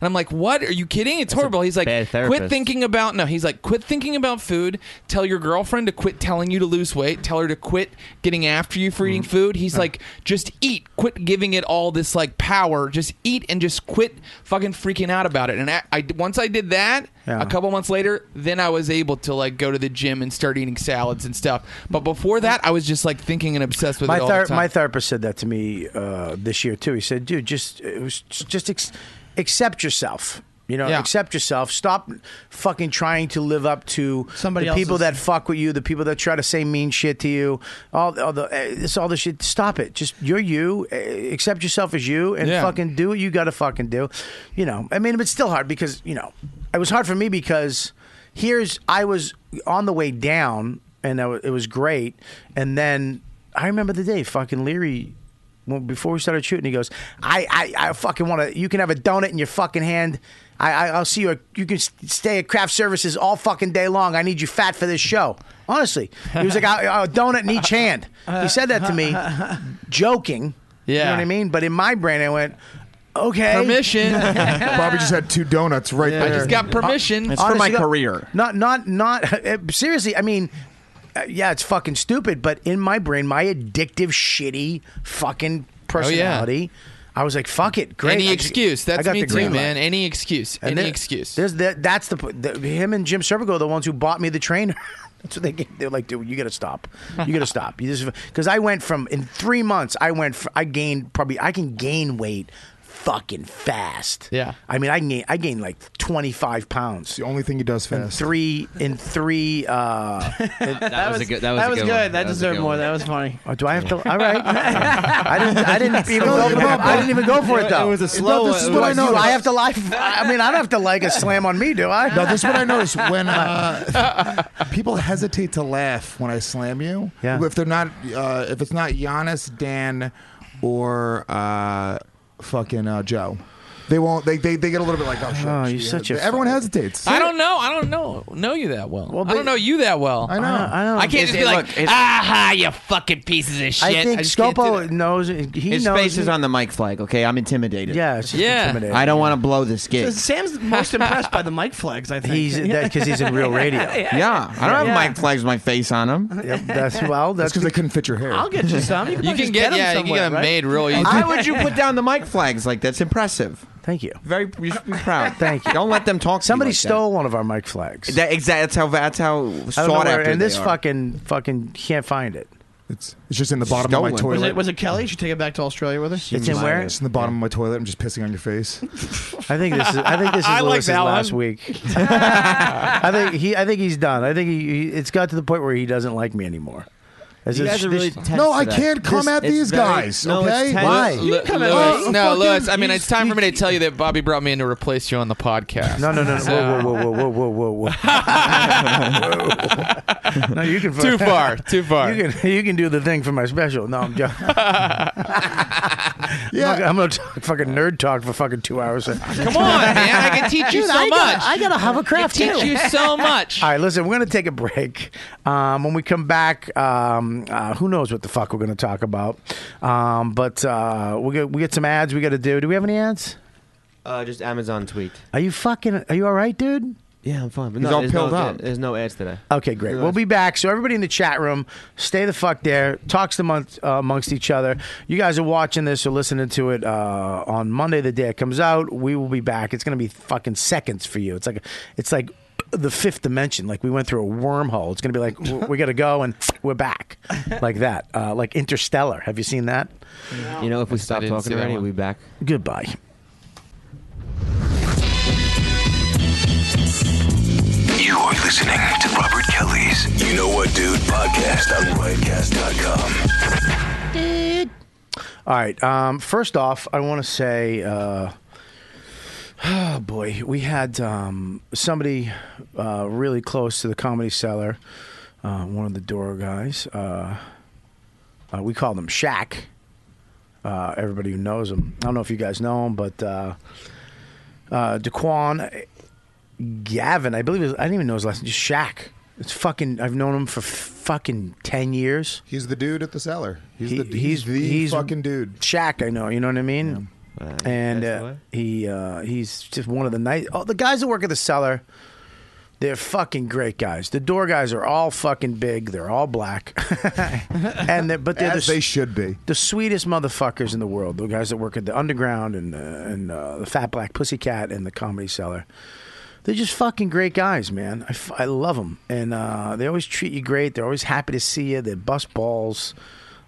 And I'm like, "What? Are you kidding? It's horrible." He's like, bad "Quit therapist. thinking about no." He's like, "Quit thinking about food. Tell your girlfriend to quit telling you to lose weight. Tell her to quit getting after you for Mm-hmm. eating food." He's like, "Just eat. Quit giving it all this like power. Just eat and just quit fucking freaking out about it." And I, I once I did that, Yeah. a couple months later, then I was able to like go to the gym and start eating salads and stuff. But before that, I was just like thinking and obsessed with my it all ther- the time. my therapist said that to me uh, this year too. He said, "Dude, just it was just ex- accept yourself." You know, Yeah. accept yourself. Stop fucking trying to live up to Somebody the people else's- that fuck with you, the people that try to say mean shit to you. All, all the eh, this, all the shit. Stop it. Just you're you. eh, Accept yourself as you, and Yeah. fucking do what you got to fucking do. You know, I mean, it's still hard because you know, it was hard for me because here's I was on the way down, and I wa- it was great, and then I remember the day fucking Leary. Well, before we started shooting, he goes, "I, I, I fucking want to. You can have a donut in your fucking hand. I, I I'll see you. At, you can s- stay at craft services all fucking day long. I need you fat for this show. Honestly, he was like, I, a donut in each hand. He said that to me, joking. you know Yeah. what I mean. But in my brain, I went, okay, Bobby just had two donuts right there. Honest to God, Not, not, not. Seriously, I mean, uh, yeah, it's fucking stupid, but in my brain, my addictive, shitty, fucking personality, I was like, fuck it, great. Oh, Any I just- excuse. I That's got me the too, green light. man. Any excuse. And Any there- excuse. There's that. That's the, p- the him and Jim Serpico are the ones who bought me the trainer. That's what they gave. They're like, dude, you got to stop. You got to stop. You just because I went from in three months, I went. fr- I gained probably. I can gain weight. Fucking fast. Yeah. I mean, I gain I gained like twenty five pounds. The only thing he does fast. In three in three. Uh, That was- was a good- that was that a was good one. good. That That was a deserved good more. one. That was funny. Oh, do I have to? All right. I didn't. I didn't even go. For it. I didn't even go for it though. It was a slow- This is what I You- noticed. I have to like. I mean, I don't have to like a slam on me, do I? No, this is what I noticed when uh, people hesitate to laugh when I slam you. Yeah. If they're not, uh, if it's not Giannis, Dan, or uh, fucking uh, Joe. They won't. They they, they get a little bit like, oh shit. Oh, you're shit." such a Everyone hesitates. I don't know. I don't know know you that well. Well, I don't but- know you that well. I know. I know. I can't Is just it- be like, look, it's- aha, you fucking pieces of shit. I think just can't do Scopo knows. He His knows. face is on the mic flag. Okay, I'm intimidated. Yeah, it's just Yeah. intimidating. I don't want to blow this gig. Sam's most impressed by the mic flags. I think He's because he's in real radio. Yeah. yeah, I don't have Yeah. mic flags with my face on them. Yep, that's well. That's because they couldn't fit your hair. I'll get you some. You can, probably just get, 'em yeah, somewhere, right? Why would you put down the mic flags like that's impressive? Thank you. Very, you should be proud. Thank you. Don't let them talk. Somebody to you like stole one of our mic flags. That. That, exactly. That's how. That's how I sought don't know where, after. and this they are. fucking fucking can't find it. It's it's just in the bottom of my Stolen. toilet. Was it, was it Kelly? Should take it back to Australia with us? It's in the bottom of my toilet. I'm just pissing on your face. I think this is. I think this is I like Lewis's that last one. week. I think he. I think he's done. I think he, he. It's got to the point where he doesn't like me anymore. As You it's- guys are this- really tense No, I today. can't come at these guys, okay? Why? Lu- You Lu- can come at Louis, us. no, Fucking- Louis. I mean, you it's time for me to tell you that Bobby brought me in to replace you on the podcast. No, no, no, no. Whoa, whoa, whoa, whoa, whoa, whoa, whoa, whoa. no, you can Too far, too far. You can you can do the thing for my special. No, I'm joking. yeah, I'm gonna talk fucking nerd talk for fucking two hours. Come Come on, man. I can teach you Dude, so I much. gotta- I gotta hovercraft I can teach too. you so much. All right, listen, we're going to take a break. Um, when we come back, um, uh, who knows what the fuck we're going to talk about. Um, but uh, we, get, we get some ads we got to do. Do we have any ads? Uh, just Amazon tweet. Are you fucking, are you all right, dude? Yeah, I'm fine. But He's no, all there's peeled no, up. There's no ads today. Okay, great. We'll be back. So everybody in the chat room, stay the fuck there. Talks amongst, uh, amongst each other. You guys are watching this or listening to it uh, on Monday, the day it comes out. We will be back. It's gonna be fucking seconds for you. It's like it's like the fifth dimension. Like we went through a wormhole. It's gonna be like w- we gotta go and we're back, like that, uh, like Interstellar. Have you seen that? You know, if we stop didn't see talking that already, one. we'll be back. Goodbye. You are listening to Robert Kelly's You Know What Dude podcast on riotcast.com. Dude. All right. Um, first off, I want to say, uh, oh boy, we had um, somebody uh, really close to the comedy cellar, uh, one of the door guys. Uh, uh, we called him Shaq. Uh, everybody who knows him. I don't know if you guys know him, but uh, uh, Daquan Gavin, I believe, it was, I didn't even know his last name. Just Shaq. It's fucking. I've known him for f- fucking ten years. He's the dude at the cellar. He's the he's, the fucking dude. Shaq, I know. You know what I mean? and uh, he uh, he's just one of the nice. Oh, the guys that work at the cellar, they're fucking great guys. The door guys are all fucking big. They're all black, and they're, but they're As the, they should be. the sweetest motherfuckers in the world. The guys that work at the underground and uh, and uh, the Fat Black Pussycat and the Comedy Cellar. They're just fucking great guys, man. I, f- I love them, and uh, they always treat you great. They're always happy to see you. They bust balls.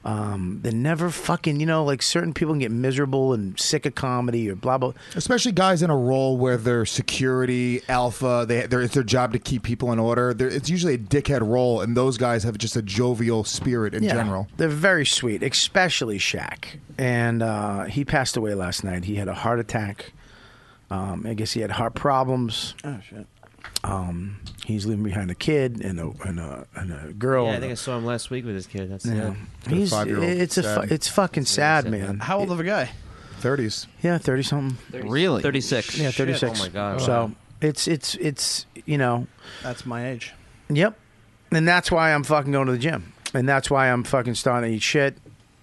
Um, they never fucking you know like certain people can get miserable and sick of comedy or blah blah. Especially guys in a role where they're security alpha. They they're, it's their job to keep people in order. They're, it's usually a dickhead role, and those guys have just a jovial spirit in Yeah. general. They're very sweet, especially Shaq. And uh, he passed away last night. He had a heart attack. Um, I guess he had heart problems. Oh shit. Um, he's leaving behind a kid and a and a, and a girl. Oh, Yeah, I think I saw him last week with his kid. That's Yeah. yeah. He's, it's a fu- it's fucking sad, man. How old of a guy? Thirties. Yeah, thirty something. 30. Really? 36. Yeah, Shit. thirty six. Oh my God. So it's it's it's you know. That's my age. Yep. And that's why I'm fucking going to the gym. And that's why I'm fucking starting to eat shit.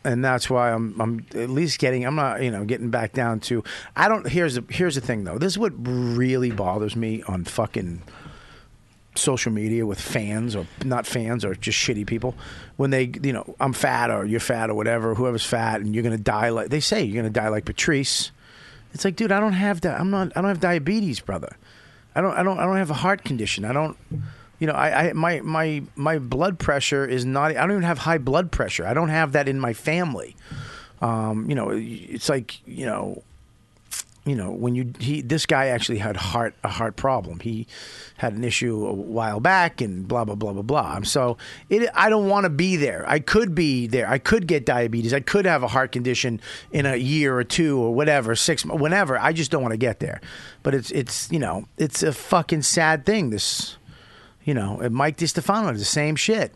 And that's why I'm I'm at least getting I'm not, you know, getting back down to I don't here's the here's the thing though. This is what really bothers me on fucking social media with fans or not fans or just shitty people when they you know i'm fat or you're fat or whatever whoever's fat and you're gonna die like they say you're gonna die like patrice it's like dude i don't have that i'm not i don't have diabetes brother i don't i don't i don't have a heart condition i don't you know i, I my my my blood pressure is not i don't even have high blood pressure i don't have that in my family um you know it's like you know you know when you he this guy actually had heart a heart problem he had an issue a while back and blah blah blah blah blah And so it i don't want to be there i could be there i could get diabetes i could have a heart condition in a year or two or whatever six mo- whenever i just don't want to get there but it's it's you know it's a fucking sad thing this you know and mike DiStefano is the same shit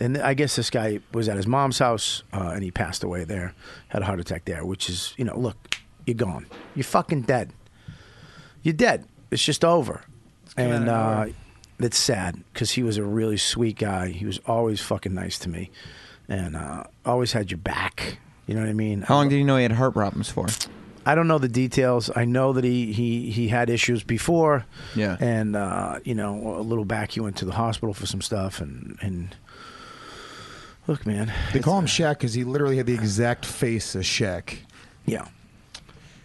and I guess this guy was at his mom's house uh, and he passed away there, had a heart attack there, which is, you know, look, you're gone. You're fucking dead. You're dead. It's just over. and uh, it's sad because he was a really sweet guy. He was always fucking nice to me, and uh, always had your back. You know what I mean? How long did you know he had heart problems for? I don't know the details. I know that he he he had issues before. Yeah. And uh, you know, a little back, he went to the hospital for some stuff, and and look, man, They call him Shaq because he literally had the exact face as Shaq. yeah,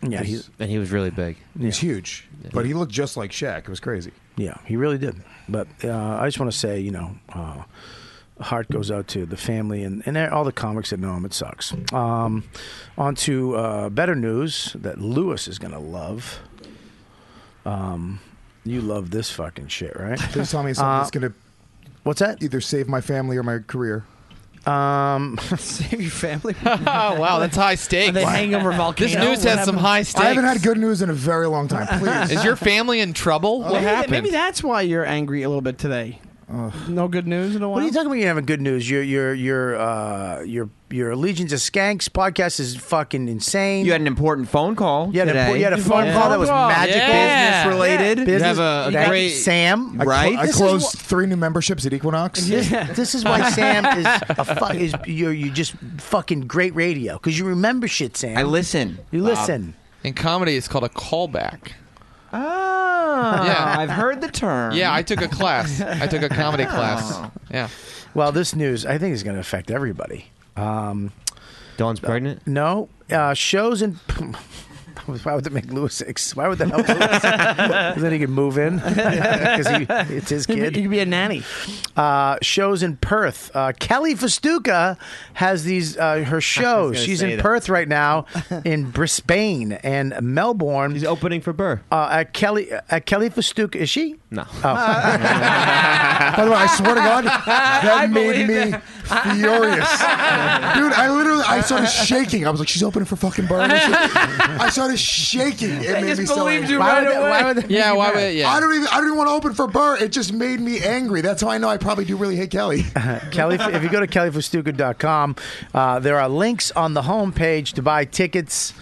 yeah, he's and he was really big. He was huge, but he looked just like Shaq. It was crazy. yeah, he really did. But uh, I just want to say, you know. Uh, Heart goes out to the family and, and all the comics that know him. It sucks. Um, on to uh, better news that Lewis is going to love. Um, you love this fucking shit, right? Please tell me Uh, something that's going to What's that? either save my family or my career. Um, Save your family. Oh wow, that's high Are stakes. they hang over This volcanoes. news has some high stakes. I haven't had good news in a very long time. Please. Is your family in trouble? what Maybe, happened? maybe that's why you're angry a little bit today. No good news in a while. What are you talking about? You're having good news. Your your your uh, your your Allegiance of Skanks podcast is fucking insane. You had an important phone call. You had, today. a, you had a phone Yeah. call that was Phone call. magical, Yeah. business related. You have a Thank you, great- Sam. I clo- Right? I This is closed wh- three new memberships at Equinox. This, this is why Sam is a fu- is you you just fucking great radio because you remember shit, Sam. I listen. You listen. in comedy, it's called a callback. Ah, Yeah. I've heard the term. Yeah, I took a class. I took a comedy Oh. class. Yeah. Well, this news I think is going to affect everybody. Um, Dawn's pregnant. No uh, shows and. Why would they make Lewis? Ex- why would they help Lewis? 'Cause then he could move in because it's his You kid. could be a nanny. Uh, shows in Perth. Uh, Kelly Festuca has these uh, her shows. She's say in that. Perth right now, in Brisbane and Melbourne. He's opening for Burr. uh, at Kelly at Kelly Festuca is she? No. By the way, I swear to God, that made me furious, dude. I literally, I started shaking. I was like, "She's opening for fucking Burn." I started shaking. It made me so angry. Why would they- why would they- Yeah. Why would? I Yeah. don't even. I don't even want to open for Burr. It just made me angry. That's how I know I probably do really hate Kelly. Kelly, if you go to kellyfustuka.com, uh, there are links on the homepage to buy tickets.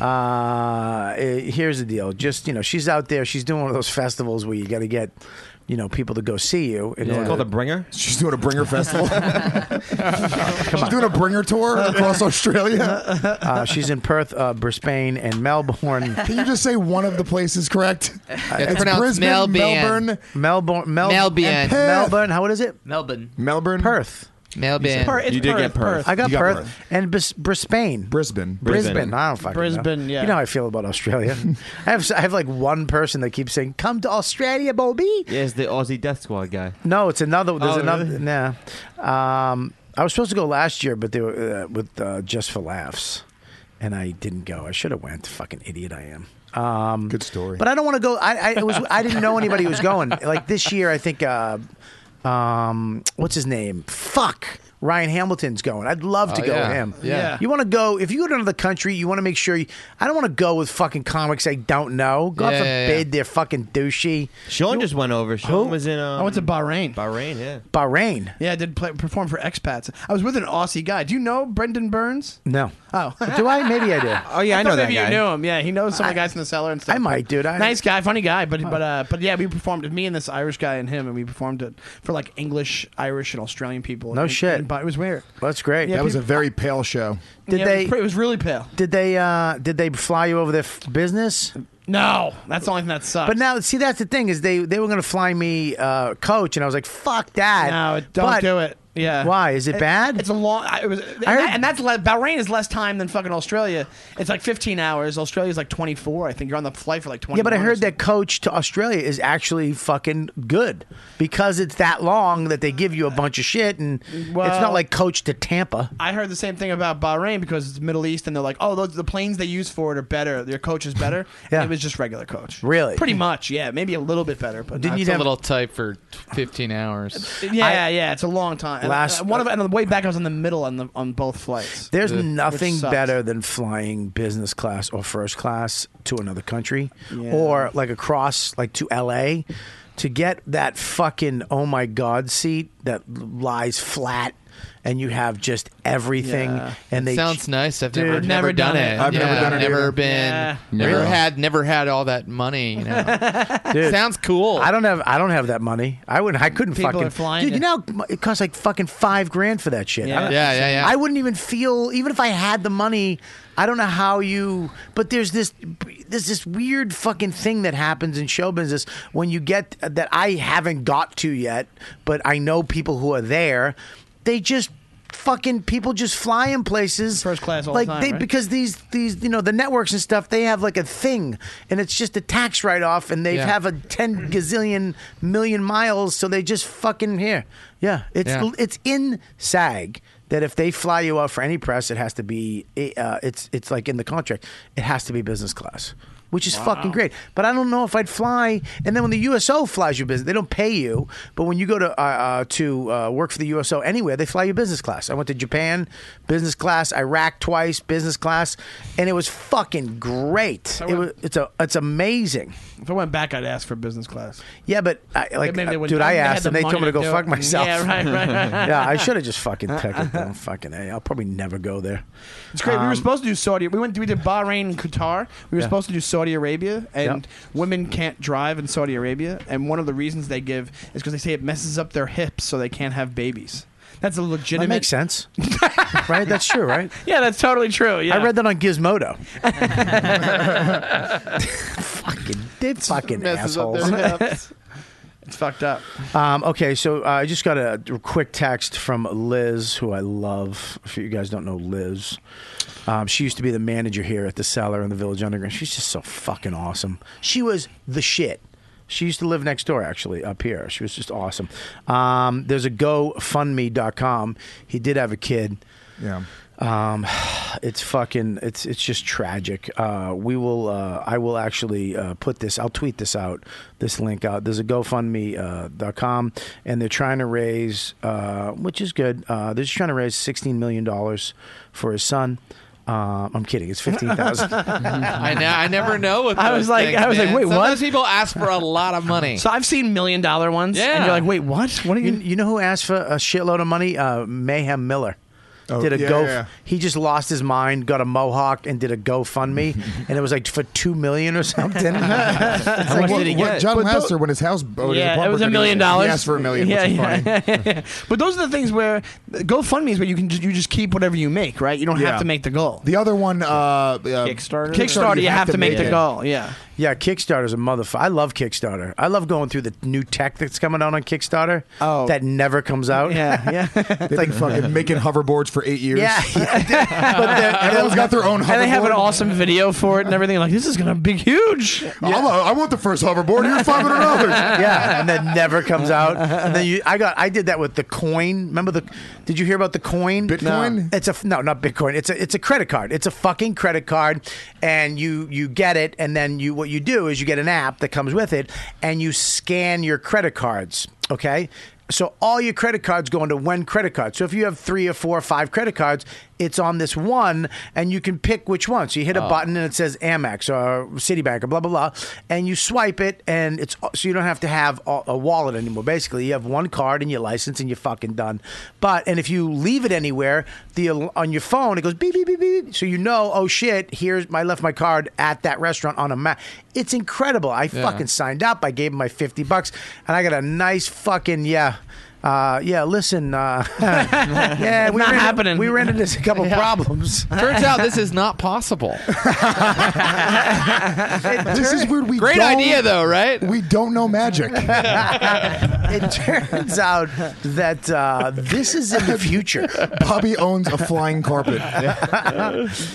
Uh, eh, here's the deal. Just, you know, she's out there. She's doing one of those festivals where you got to get, you know, people to go see you. in order- Oh, It's called the Bringer. She's doing a Bringer festival. She's doing a Bringer tour across Australia. uh, she's in Perth, uh, Brisbane, and Melbourne. Can you just say one of the places correct? It's, pronounced Melbourne. Melbourne, Melbourne. Mel- Melbourne. Perth. Melbourne. How what is it? Melbourne. Melbourne, Perth. Melbourne. Perth. It's You did Perth, get Perth. I got, You got Perth, Perth. and Bris- Brisbane. Brisbane. Brisbane. I don't fucking know. Brisbane, yeah. You know how I feel about Australia. I have I have like one person that keeps saying, "Come to Australia, Bobby." Yeah, it's the Aussie Death Squad guy. No, it's another. There's Oh, another. really? Nah. Um, I was supposed to go last year, but they were uh, with uh, just for laughs, and I didn't go. I should have went. Fucking idiot, I am. Um, Good story. But I don't want to go. I I, it was, I didn't know anybody who was going. Like this year, I think. Uh, um, what's his name? Fuck. Ryan Hamilton's going. I'd love to Oh, go yeah. with him. Yeah. You want to go, if you go to another country, you want to make sure you, I don't want to go with fucking comics I don't know. God Yeah, yeah, yeah. forbid they're fucking douchey. Sean just went over. Sean was in. Um, I went to Bahrain. Bahrain. Yeah. Bahrain. Yeah, I did play, perform for expats. I was with an Aussie guy. Do you know Brendan Burns? No. Oh. Do I? Maybe I do. Oh yeah, I, know thought that maybe guy. you knew him. Yeah, he knows some of the guys in the cellar and stuff. I might, dude. I, nice guy, funny guy, but but uh, but yeah, we performed me and this Irish guy and him, and we performed it for like English, Irish, and Australian people. No And- shit. and- but it was weird. That's great. Yeah, that was a very pale show. Did Yeah, they- It was, pretty- it was really pale. Did they uh did they fly you over their f- business? No, that's the only thing that sucks. But now see that's the thing is they they were going to fly me uh coach and I was like fuck that. no, it- don't But do it. Yeah. Why? Is it bad? It's a long. I- It was, and, I heard- that- and that's le- Bahrain is less time than fucking Australia. It's like 15 hours. Australia's like 24. I think you're on the flight for like 20. Yeah, but I heard that coach to Australia is actually fucking good because it's that long that they give you a bunch of shit and it's not Well- like coach to Tampa. I heard the same thing about Bahrain because it's Middle East, and they're like, "Oh, those, the planes they use for it are better. Their coach is better." Yeah. and it was just regular coach. Really? Pretty much. Yeah, maybe a little bit better, but Didn't not- you It's a have little tight for t- 15 hours. yeah, yeah, it's a long time. And, Last- uh, one of and on the way back, I was in the middle on the on both flights. There's Ugh. nothing Which sucks. better than flying business class or first class to another country Yeah. or like across like to LA to get that fucking oh my god seat that lies flat and you have just everything and they sounds nice. I've never, Dude, never done, it. I've never Yeah, done it Never either. been. Yeah. Never Really? had. Never had all that money. You know. Dude, Sounds cool. I don't have I don't have that money. I wouldn't. I couldn't People fucking. are flying dude, to- you know how mu- it costs like fucking five grand for that shit. Yeah. I- Yeah, yeah, yeah. I wouldn't even feel even if I had the money. I don't know how you. But there's this there's this weird fucking thing that happens in show business when you get that I haven't got to yet, but I know people who are there. They just. Fucking people just fly in places first class all the like time, they right? because these these you know the networks and stuff they have like a thing and it's just a tax write off and they Yeah. have a 10 gazillion million miles so they just fucking here yeah it's Yeah. it's in sag that if they fly you out for any press it has to be uh, it's it's like in the contract it has to be business class which is fucking Wow. great but i don't know if i'd fly and then when the uso flies you business they don't pay you but when you go to uh, uh, to uh, work for the uso anywhere they fly you business class i went to japan business class iraq twice business class and it was fucking great it was, it's a it's amazing If I went back, I'd ask for business class. yeah, but I, like, uh, Maybe they wouldn't- dude, I I mean, they had asked the and they told money me to go to do fuck it. myself. Yeah, right, right, right. yeah, I should have just fucking tackled them. Fucking, i I'll probably never go there. It's great. we were Um, supposed to do Saudi. We went. We did Bahrain and Qatar. We were Yeah. supposed to do Saudi Arabia, and women can't drive in Saudi Arabia. And one of the reasons they give is because they say it messes up their hips, so they can't have babies. That's a legitimate. makes sense. right? That's true, right? Yeah, that's totally true. Yeah. I read that on Gizmodo. fucking, they fucking messes up assholes. their hips. it's fucked up. Um, okay, so uh, I just got a quick text from Liz, who I love. If you guys don't know Liz, um, she used to be the manager here at the Cellar in the Village Underground. She's just so fucking awesome. She was the shit. She used to live next door, actually, up here. She was just awesome. Um, there's a GoFundMe.com. He did have a kid. Yeah. Um, it's fucking. It's it's just tragic. Uh, we will. Uh, I will actually uh, put this. I'll tweet this out. This link out. There's a GoFundMe uh, dot com, and they're trying to raise, uh, which is good. Uh, they're just trying to raise sixteen million dollars for his son. Uh, I'm kidding. It's fifteen thousand. I, ne- I never know. With I was those like- things, I was like, man. wait, what? Sometimes people ask for a lot of money. So I've seen million dollar ones. And Yeah. you're like, wait, what? What are you? You know who asked for a shitload of money? Uh, Mayhem Miller. Oh, did a yeah, go. yeah. He just lost his mind, got a mohawk, and did a GoFundMe, and it was like for two million or something. It's like what- what John Lester, when his house oh, his yeah, it apartment was a got million eaten, dollars. He asked for a million. Yeah, which is funny. yeah. but those are the things where GoFundMe is where you can just, you just keep whatever you make, right? You don't Yeah. have to make the goal. The other one, uh, uh, Kickstarter. Kickstarter, you, have, to make, the it. goal. Yeah. Yeah, Kickstarter's a motherfucker. I love Kickstarter. I love going through the new tech that's coming out on Kickstarter. Oh, that never comes out. Yeah, yeah. They've been fucking making hoverboards for eight years. Yeah, everyone's got their own. And they have an hoverboard. awesome video for it and everything. Like, this is going to be huge. I'm a- I want the first hoverboard. Here's five hundred dollars. yeah, and that never comes out. And then you, I got, I did that with the coin. Remember the? Did you hear about the coin? Bitcoin? No. It's a no, not Bitcoin. It's a it's a credit card. It's a fucking credit card, and you you get it, and then you what you do is you get an app that comes with it, and you scan your credit cards. Okay. So all your credit cards go into one credit card. So if you have three or four or five credit cards, it's on this one, and you can pick which one. So you hit a button and it says Amex or Citibank or blah blah blah, and you swipe it, and it's so you don't have to have a a wallet anymore. Basically, you have one card and your license, and you're fucking done. But and if you leave it anywhere, the al- on your phone it goes beep beep beep beep, so you know, oh shit, here's my I left my card at that restaurant on a map. It's incredible. I Yeah. fucking signed up. I gave him my fifty bucks, and I got a nice fucking yeah. Uh, yeah, listen. Uh, yeah, It's we not ran- happening. We ran into a couple problems. Turns out this is not possible. This is weird. We Great don't- idea, though, right? We don't know magic. it turns out that uh, this is in the future. Bobby owns a flying carpet.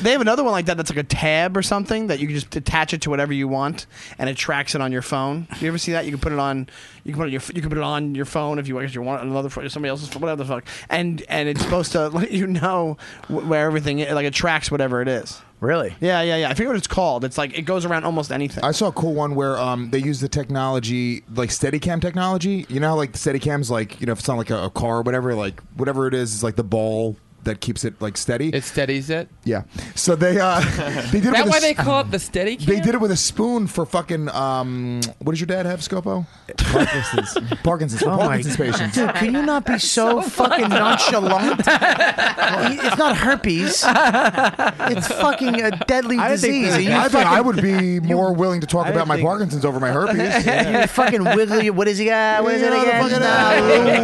they have another one like that that's like a tab or something that you can just attach it to whatever you want and it tracks it on your phone. You ever see that? You can put it on. You can put it on your. You can put it on your phone if you want. If you want another phone, somebody else's phone, whatever the fuck. And and it's supposed to let you know wh- where everything i- like it tracks whatever it is. Really? Yeah, yeah, yeah. I forget what it's called. It's like it goes around almost anything. I saw a cool one where um, they use the technology, like Steadicam technology. You know, how, like the Steadicam's like you know, if it's not like a, a car or whatever, like whatever it is, is like the ball that keeps it like steady. It steadies it. yeah. So they uh, they did it Is that with a why s- they call it the steady They did it with a spoon for fucking. Um, what does your dad have, Scopo? Parkinson's. Parkinson's. Oh my Parkinson's patients. Dude, can you not be so, fucking nonchalant? it's not herpes. It's fucking a deadly I think disease. that- and you I thought I fucking- would be more willing to talk about my think- Parkinson's over my herpes. You fucking wiggle your. What is he got? What is You it know, the again? fucking-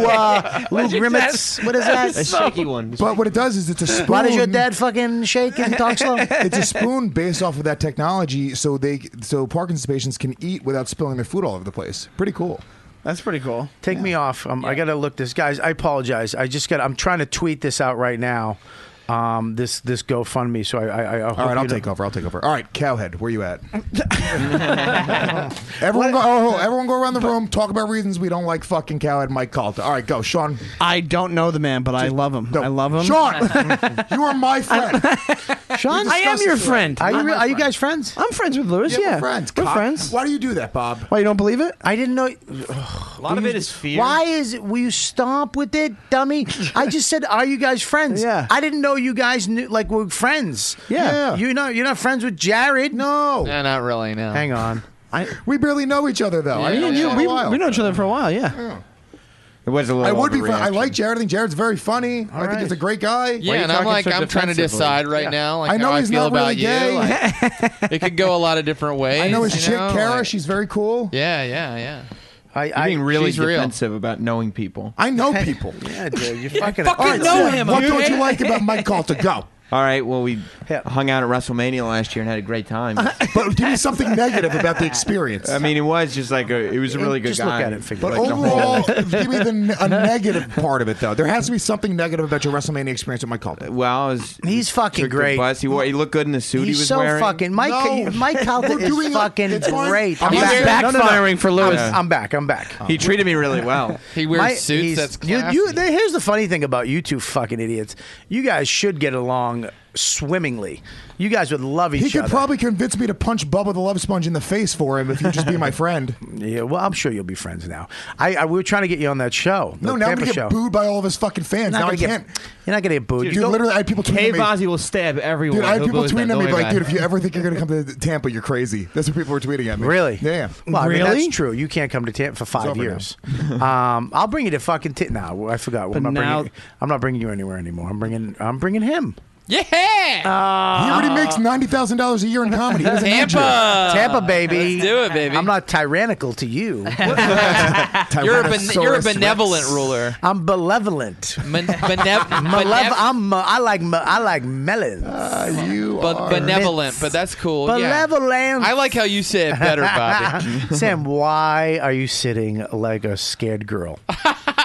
Nah, Lou, uh, Lou your Grimmets. What is A that? shaky one. But what it does is it's a spoon. Why does your dad fucking shake and talk slow? It's a spoon based off of that technology, so they so Parkinson's patients can eat without spilling their food all over the place. Pretty cool. That's pretty cool. Take me off. Um, I gotta look this, guys. I apologize. I just got. I'm trying to tweet this out right now. Um, this this GoFundMe. So I. I, I All right, I'll take over. I'll take over. All right, cowhead, where you at? everyone, go, oh, everyone, go around the room. Talk about reasons we don't like fucking cowhead, Mike Calta. All right, go, Sean. I don't know the man, but I love him. No. I love him. Sean, you are my friend. Sean, We I am discussed your this friend. Are you, re- are you guys friends? I'm friends with Lewis. Yeah, Yeah, we're friends. We're cock. friends. Why do you do that, Bob? Why you don't believe it? I didn't know. A lot of it is fear. Why is it? Will you stomp with it, dummy? I just said, are you guys friends? Yeah. I didn't know you guys knew like were friends. Yeah. You know, you're not friends with Jared. No, No, not really. No. Hang on. we barely know each other though. I Yeah, know yeah. you for we, a while. we know each other for a while. Yeah. It was a little. I would be. Fun. I overreaction. like Jared. I think Jared's very funny. I think right. he's a great guy. Yeah, Why are you and I'm talking like, so I'm trying to defensively? decide right now, like I know how he's I feel not about really gay. you. Like, it could go a lot of different ways. I know his you chick know, Kara. like- she's very cool. yeah, yeah, yeah. I, You're I being really she's real. defensive about knowing people. I know people. Yeah, dude, you fucking. fucking All right, know him, What okay? don't you like about Mike Calta? Go. All right. Well, we Yeah. hung out at WrestleMania last year and had a great time. But give me something negative about the experience. I mean, it was just like a. It was a really good Just guy. look at it, figure but it out. the whole- overall, give me the, ne- a negative part of it, though. There has to be something negative about your WrestleMania experience with Mike Uh, Calta. Well, it was, He's fucking took the great. Bus. He, wore, he looked good in the suit he He's was so wearing. fucking Mike. No. Mike Calta We're doing is it. fucking It's fine. great. I'm I'm He's back. backfiring for Lewis. I'm back. I'm back. Oh. He treated me really well. He wears My- suits. he's- That's you, classy. you- there- Here's the funny thing about you two fucking idiots. You guys should get along swimmingly. You guys would love each He could other. probably convince me to punch Bubba the Love Sponge in the face for him if you just be my friend. yeah, well, I'm sure you'll be friends now. I, I we were trying to get you on that show. No, the now Tampa I'm gonna get show. booed by all of his fucking You're fans. not Now I gonna get- can't. You're not gonna get booed. Dude, Don't- literally, I had people K tweeting at me. Bozzy will stab everyone. Dude, I had Who people believes that? tweeting at Don't me worry like, about dude, it. if you ever think you're going to come to Tampa, you're crazy. That's what people were tweeting at me. Really? Yeah. yeah. Well, I mean, Really? that's true. You can't come to Tampa for five over now. years. um, I'll bring you to fucking Tampa. No, I forgot. I'm not, now- bringing, I'm not bringing you anywhere anymore. I'm bringing. I'm bringing him. yeah, he already makes $90,000 a year in comedy. He doesn't need you. Tampa. Tampa, baby. let's do it, baby. I'm not tyrannical to you. You're a, ben- you're a Tyrannosaurus benevolent Rex. ruler. I'm benevolent. Men- benev- Malev- benev- I'm. uh, I like. me- I like melons. Uh, you but are- benevolent, but that's cool. Yeah. Benevolent. I like how you say it better, Bobby. Sam, why are you sitting like a scared girl?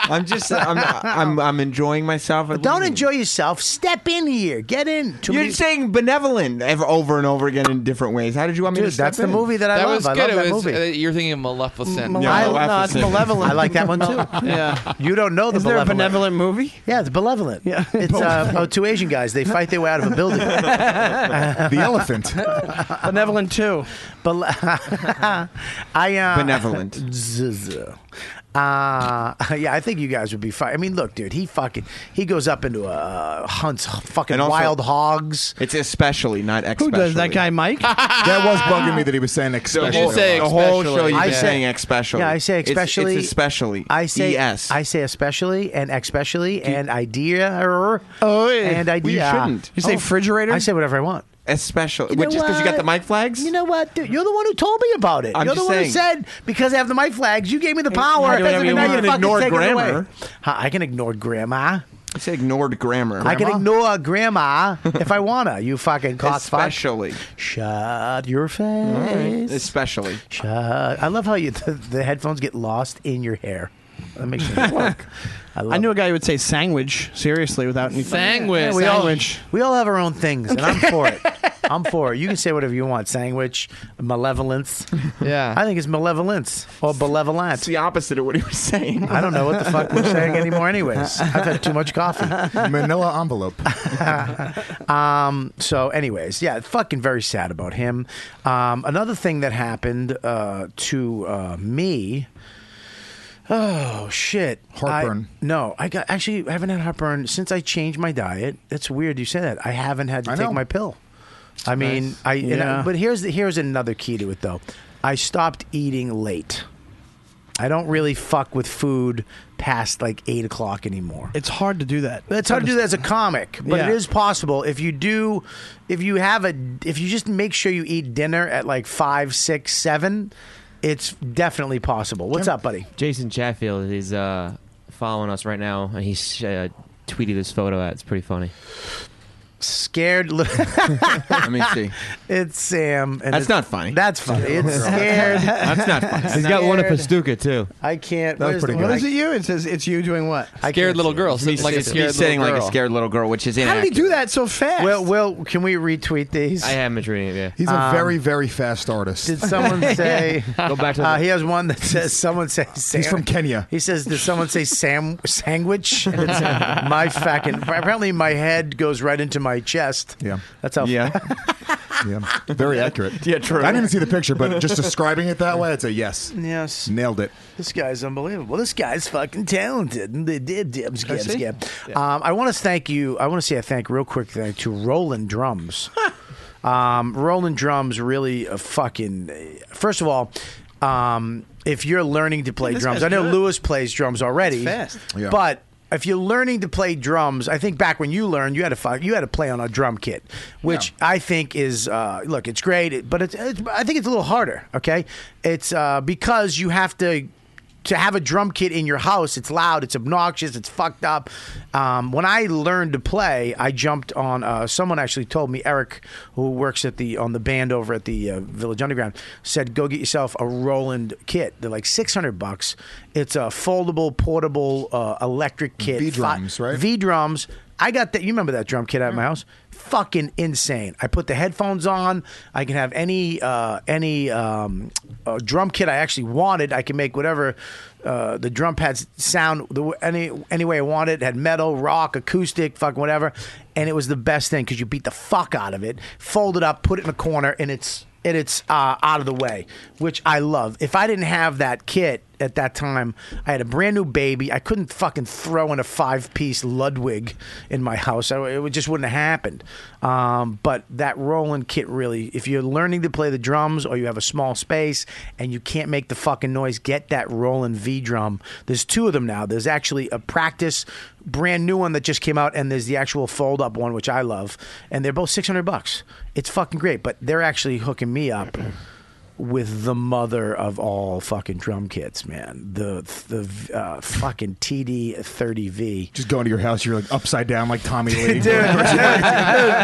I'm just. I'm. I'm. I'm enjoying myself. What do you Don't mean? enjoy yourself. Step in here. Get in. To You're me- saying benevolent ever, over and over again in different ways. How did you want me Dude, to? step that's the in? movie that I That love. was I love good. it that was, movie. uh, you're thinking of Maleficent. Male- Yeah, I- Maleficent. no, it's malevolent. I like that one too. yeah. You don't know the Is there a Malevolent. benevolent movie? Yeah, it's Malevolent. Yeah. It's uh, oh, two Asian guys. They fight their way out of a building. the elephant. Benevolent too. Bel- I uh, Benevolent. Zzz. Uh, yeah, I think you guys would be fine. I mean, look, dude, he fucking he goes up into uh, hunts fucking And also- wild hogs. It's especially not. Who Especially. does that guy, Mike? that was bugging me that he was saying The especially. whole, say the whole especially. show you've I been say- saying especially. Yeah, I say It's- especially. It's, especially. E I say es. I say especially and especially and idea Oh, yeah. and idea. Oh, shouldn't. You say refrigerator? I say whatever I want. especially. You know Which is because you got what? the mic flags. You know what, dude? You're the one who told me about it. I'm you're the just one who saying. said because I have the mic flags, you gave me the power. do whatever you now want. you're You can fucking ignore taking it away. grammar. Huh, I can ignore grammar. I say ignored grammar. I can ignore grandma if I wanna. You fucking cockfuck. especially. Shut your face. Especially. Shut. I love how you the, the headphones get lost in your hair. That makes me work. I, love I knew it. a guy who would say sandwich, seriously, without any Sandwich. Yeah, We all- sandwich. We all have our own things, and I'm for it. I'm for it. You can say whatever you want. Sandwich, malevolence. Yeah. I think it's malevolence or It's malevolent. the opposite of what he was saying. I don't know what the fuck we're saying anymore. Anyways, I've had too much coffee. Manila envelope. Um, so, anyways, yeah, fucking very sad about him. Um, another thing that happened uh, to uh, me. Oh shit! Heartburn. I- no, I got actually I haven't had heartburn since I changed my diet. That's weird. You say that. I haven't had to I take know. my pill. I mean, I, and I- Yeah. But here's the, here's another key to it though. I stopped eating late. I don't really fuck with food past like eight o'clock anymore. It's hard to do that. It's hard to do that as a comic, but Yeah. it is possible if you do, if you have a, if you just make sure you eat dinner at like five, six, seven, it's definitely possible. What's up, buddy? Jason Chatfield is uh, following us right now, and he's uh, tweeted this photo out. It's pretty funny. Scared. Look, Let me see. it's Sam. And That's it's- not funny. That's funny. It's scared. That's not funny. He's got one of Scared. Pastuca too. I can't. That was what is pretty the- good. What I- is it? You? It says it's you doing what? I Scared can't little see it. girl. So He's, like a he's scared sitting little like a girl. scared little girl, which is How inaccurate. did he do that so fast? Will, Will, can we retweet these? I haven't been treating it He's Um, a very, very fast artist. Did someone say? yet. Go back to the, Uh, he has one that says someone says Sam. He's from Kenya. He says, "Did someone say Sam sandwich?" And it's my fucking. Apparently, my head goes right into my chest. Yeah. that's how. Yeah. Yeah, very accurate. Yeah, true. I didn't even see the picture, but just describing it that way, I'd say yes. Yes, Nailed it. this guy's unbelievable. This guy's fucking talented. And they did, did, skip, skip. Um, I want to thank you. I want to say a thank real quick thank to Roland Drums. Um, Rolling drums really a fucking. First of all, um, if you're learning to play This drums, guy's I know good. Lewis plays drums already. That's fast. Yeah. But if you're learning to play drums, I think back when you learned, you had to fuck, you had to play on a drum kit, which I think is uh, look, it's great, but it's, it's I think it's a little harder. Okay, it's uh, because you have to. To have a drum kit in your house, it's loud, it's obnoxious, it's fucked up. Um, when I learned to play, I jumped on. Uh, someone actually told me Eric, who works at the on the band over at the uh, Village Underground, said go get yourself a Roland kit. They're like six hundred bucks. It's a foldable, portable, uh, electric kit. V Fi- drums, right? V drums. I got that. You remember that drum kit at my house? Fucking insane. I put the headphones on. I can have any uh, any um, uh, drum kit I actually wanted. I can make whatever uh, the drum pads sound the, w- any any way I wanted. It had metal, rock, acoustic, fuck whatever. And it was the best thing because you beat the fuck out of it, fold it up, put it in a corner, and it's and it's uh, out of the way, which I love. If I didn't have that kit at that time, I had a brand new baby. I couldn't fucking throw in a five piece Ludwig in my house. I, it would- just wouldn't have happened. Um, but that Roland kit really, if you're learning to play the drums or you have a small space and you can't make the fucking noise, get that Roland V drum. There's two of them now. There's actually a practice brand new one that just came out, and there's the actual fold up one, which I love. And they're both 600 bucks. It's fucking great, but they're actually hooking me up with the mother of all fucking drum kits, man. The the uh, fucking TD 30V. Just going to your house, you're like upside down, like Tommy Lee.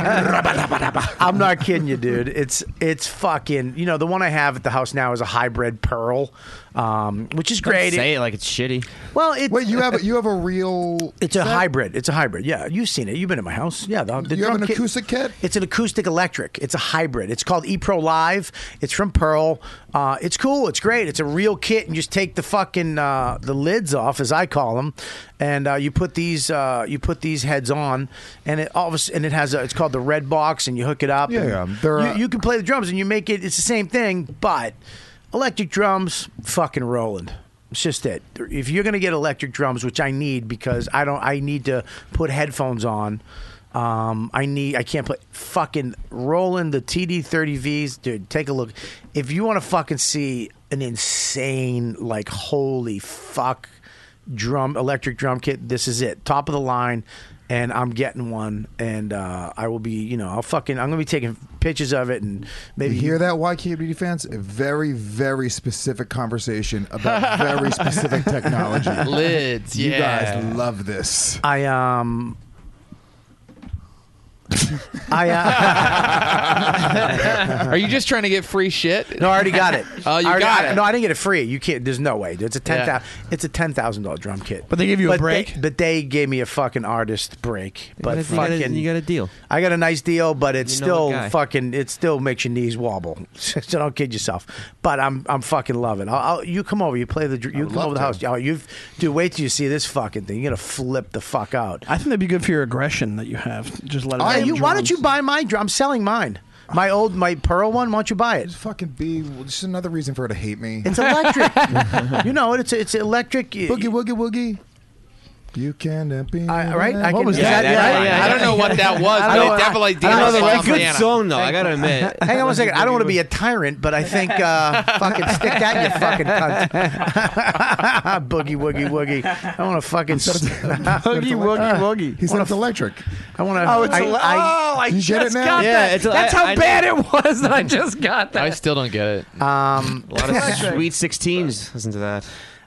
I'm not kidding you, dude. It's it's fucking. You know, the one I have at the house now is a hybrid pearl, um, which is Don't great. say it like it's shitty. well, it's Wait, you have a, you have a real. It's a hybrid. It's a hybrid. Yeah, you've seen it. You've been in my house. Yeah, the, the You have drum an kit- acoustic kit? It's an acoustic electric. It's a hybrid. It's called ePro Live. It's from Pearl. Uh, it's cool. It's great. It's a real kit, and you just take the fucking uh, the lids off, as I call them, and uh, you put these uh, you put these heads on, and it all of a s- and it has a it's called the red box, and you hook it up. Yeah, and yeah. They're, you, uh, you can play the drums, and you make it. It's the same thing, but electric drums, fucking Roland. It's just it. If you're gonna get electric drums, which I need because I don't, I need to put headphones on. Um, I need, I can't play fucking Roland the TD30Vs, dude. Take a look. If you want to fucking see an insane, like holy fuck, drum electric drum kit, this is it. Top of the line. And I'm getting one, and uh, I will be, you know, I'll fucking, I'm gonna be taking pictures of it, and maybe You hear that, YKBD fans? A very, very specific conversation about very specific technology. Lids, You yeah. guys love this. I um. I uh, Are you just trying to get free shit? no, I already got it. Oh, you I already- got I- it. No, I didn't get it free. You can't. There's no way. It's a ten Yeah. thousand. It's a ten thousand dollar drum kit. But they give you a But break? They, but they gave me a fucking artist break. But you, got fucking, a, you got a deal. I got a nice deal, but it's You know the still guy. fucking. It still makes your knees wobble. so don't kid yourself. But I'm I'm fucking loving. I'll, I'll, you come over. You play the. dr- You come over the house. Oh, you've dude. Wait till you see this fucking thing. You're gonna flip the fuck out. I think that'd be good for your aggression that you have. Just let it. Yeah, out in you, why don't drums. you buy my drum? I'm selling mine. My old, my pearl one. Why don't you buy it? Fucking B, just another reason for her to hate me. It's electric. you know it. It's it's electric. Boogie woogie woogie. You can be. I- right? I What can- was is that? that- yeah, yeah, yeah. I don't know what Oh, that was, I but don't- it definitely I- I don't know did. the sound record. Rihanna. song though. I gotta admit. Hang on one second. I don't want to be a tyrant, but I think uh, fucking stick that you fucking cunt. Boogie woogie woogie. I want to fucking. Boogie woogie woogie. He said it's electric. I want to. Oh, it's ele- oh, I You get it just now? got Yeah, that. it's- That's I- how I- bad it was that I just got that. I still don't get it. Um, A lot of sweet sixteens. Listen to that.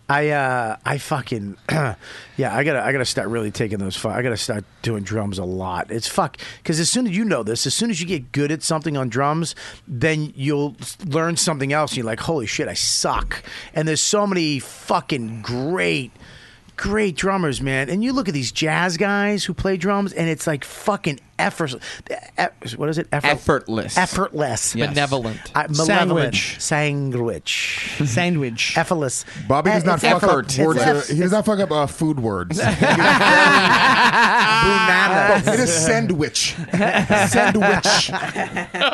I uh, I fucking yeah. I gotta I gotta start really taking those. Fu- I gotta start doing drums a lot. It's fuck because as soon as you know this, as soon as you get good at something on drums, then you'll s- learn something else. And you're like, holy shit, I suck. And there's so many fucking great. Great drummers, man, and you look at these jazz guys who play drums, and it's like fucking effortless. What is it? Effort- Effortless. Effortless. Benevolent. I, malevolent. Sandwich. Sandwich. Sandwich. Effortless. Bobby does Eh, not it's fuck effort. up words. It's uh, eff- he does not fuck up uh, food words. Bananas. it is sandwich. sandwich.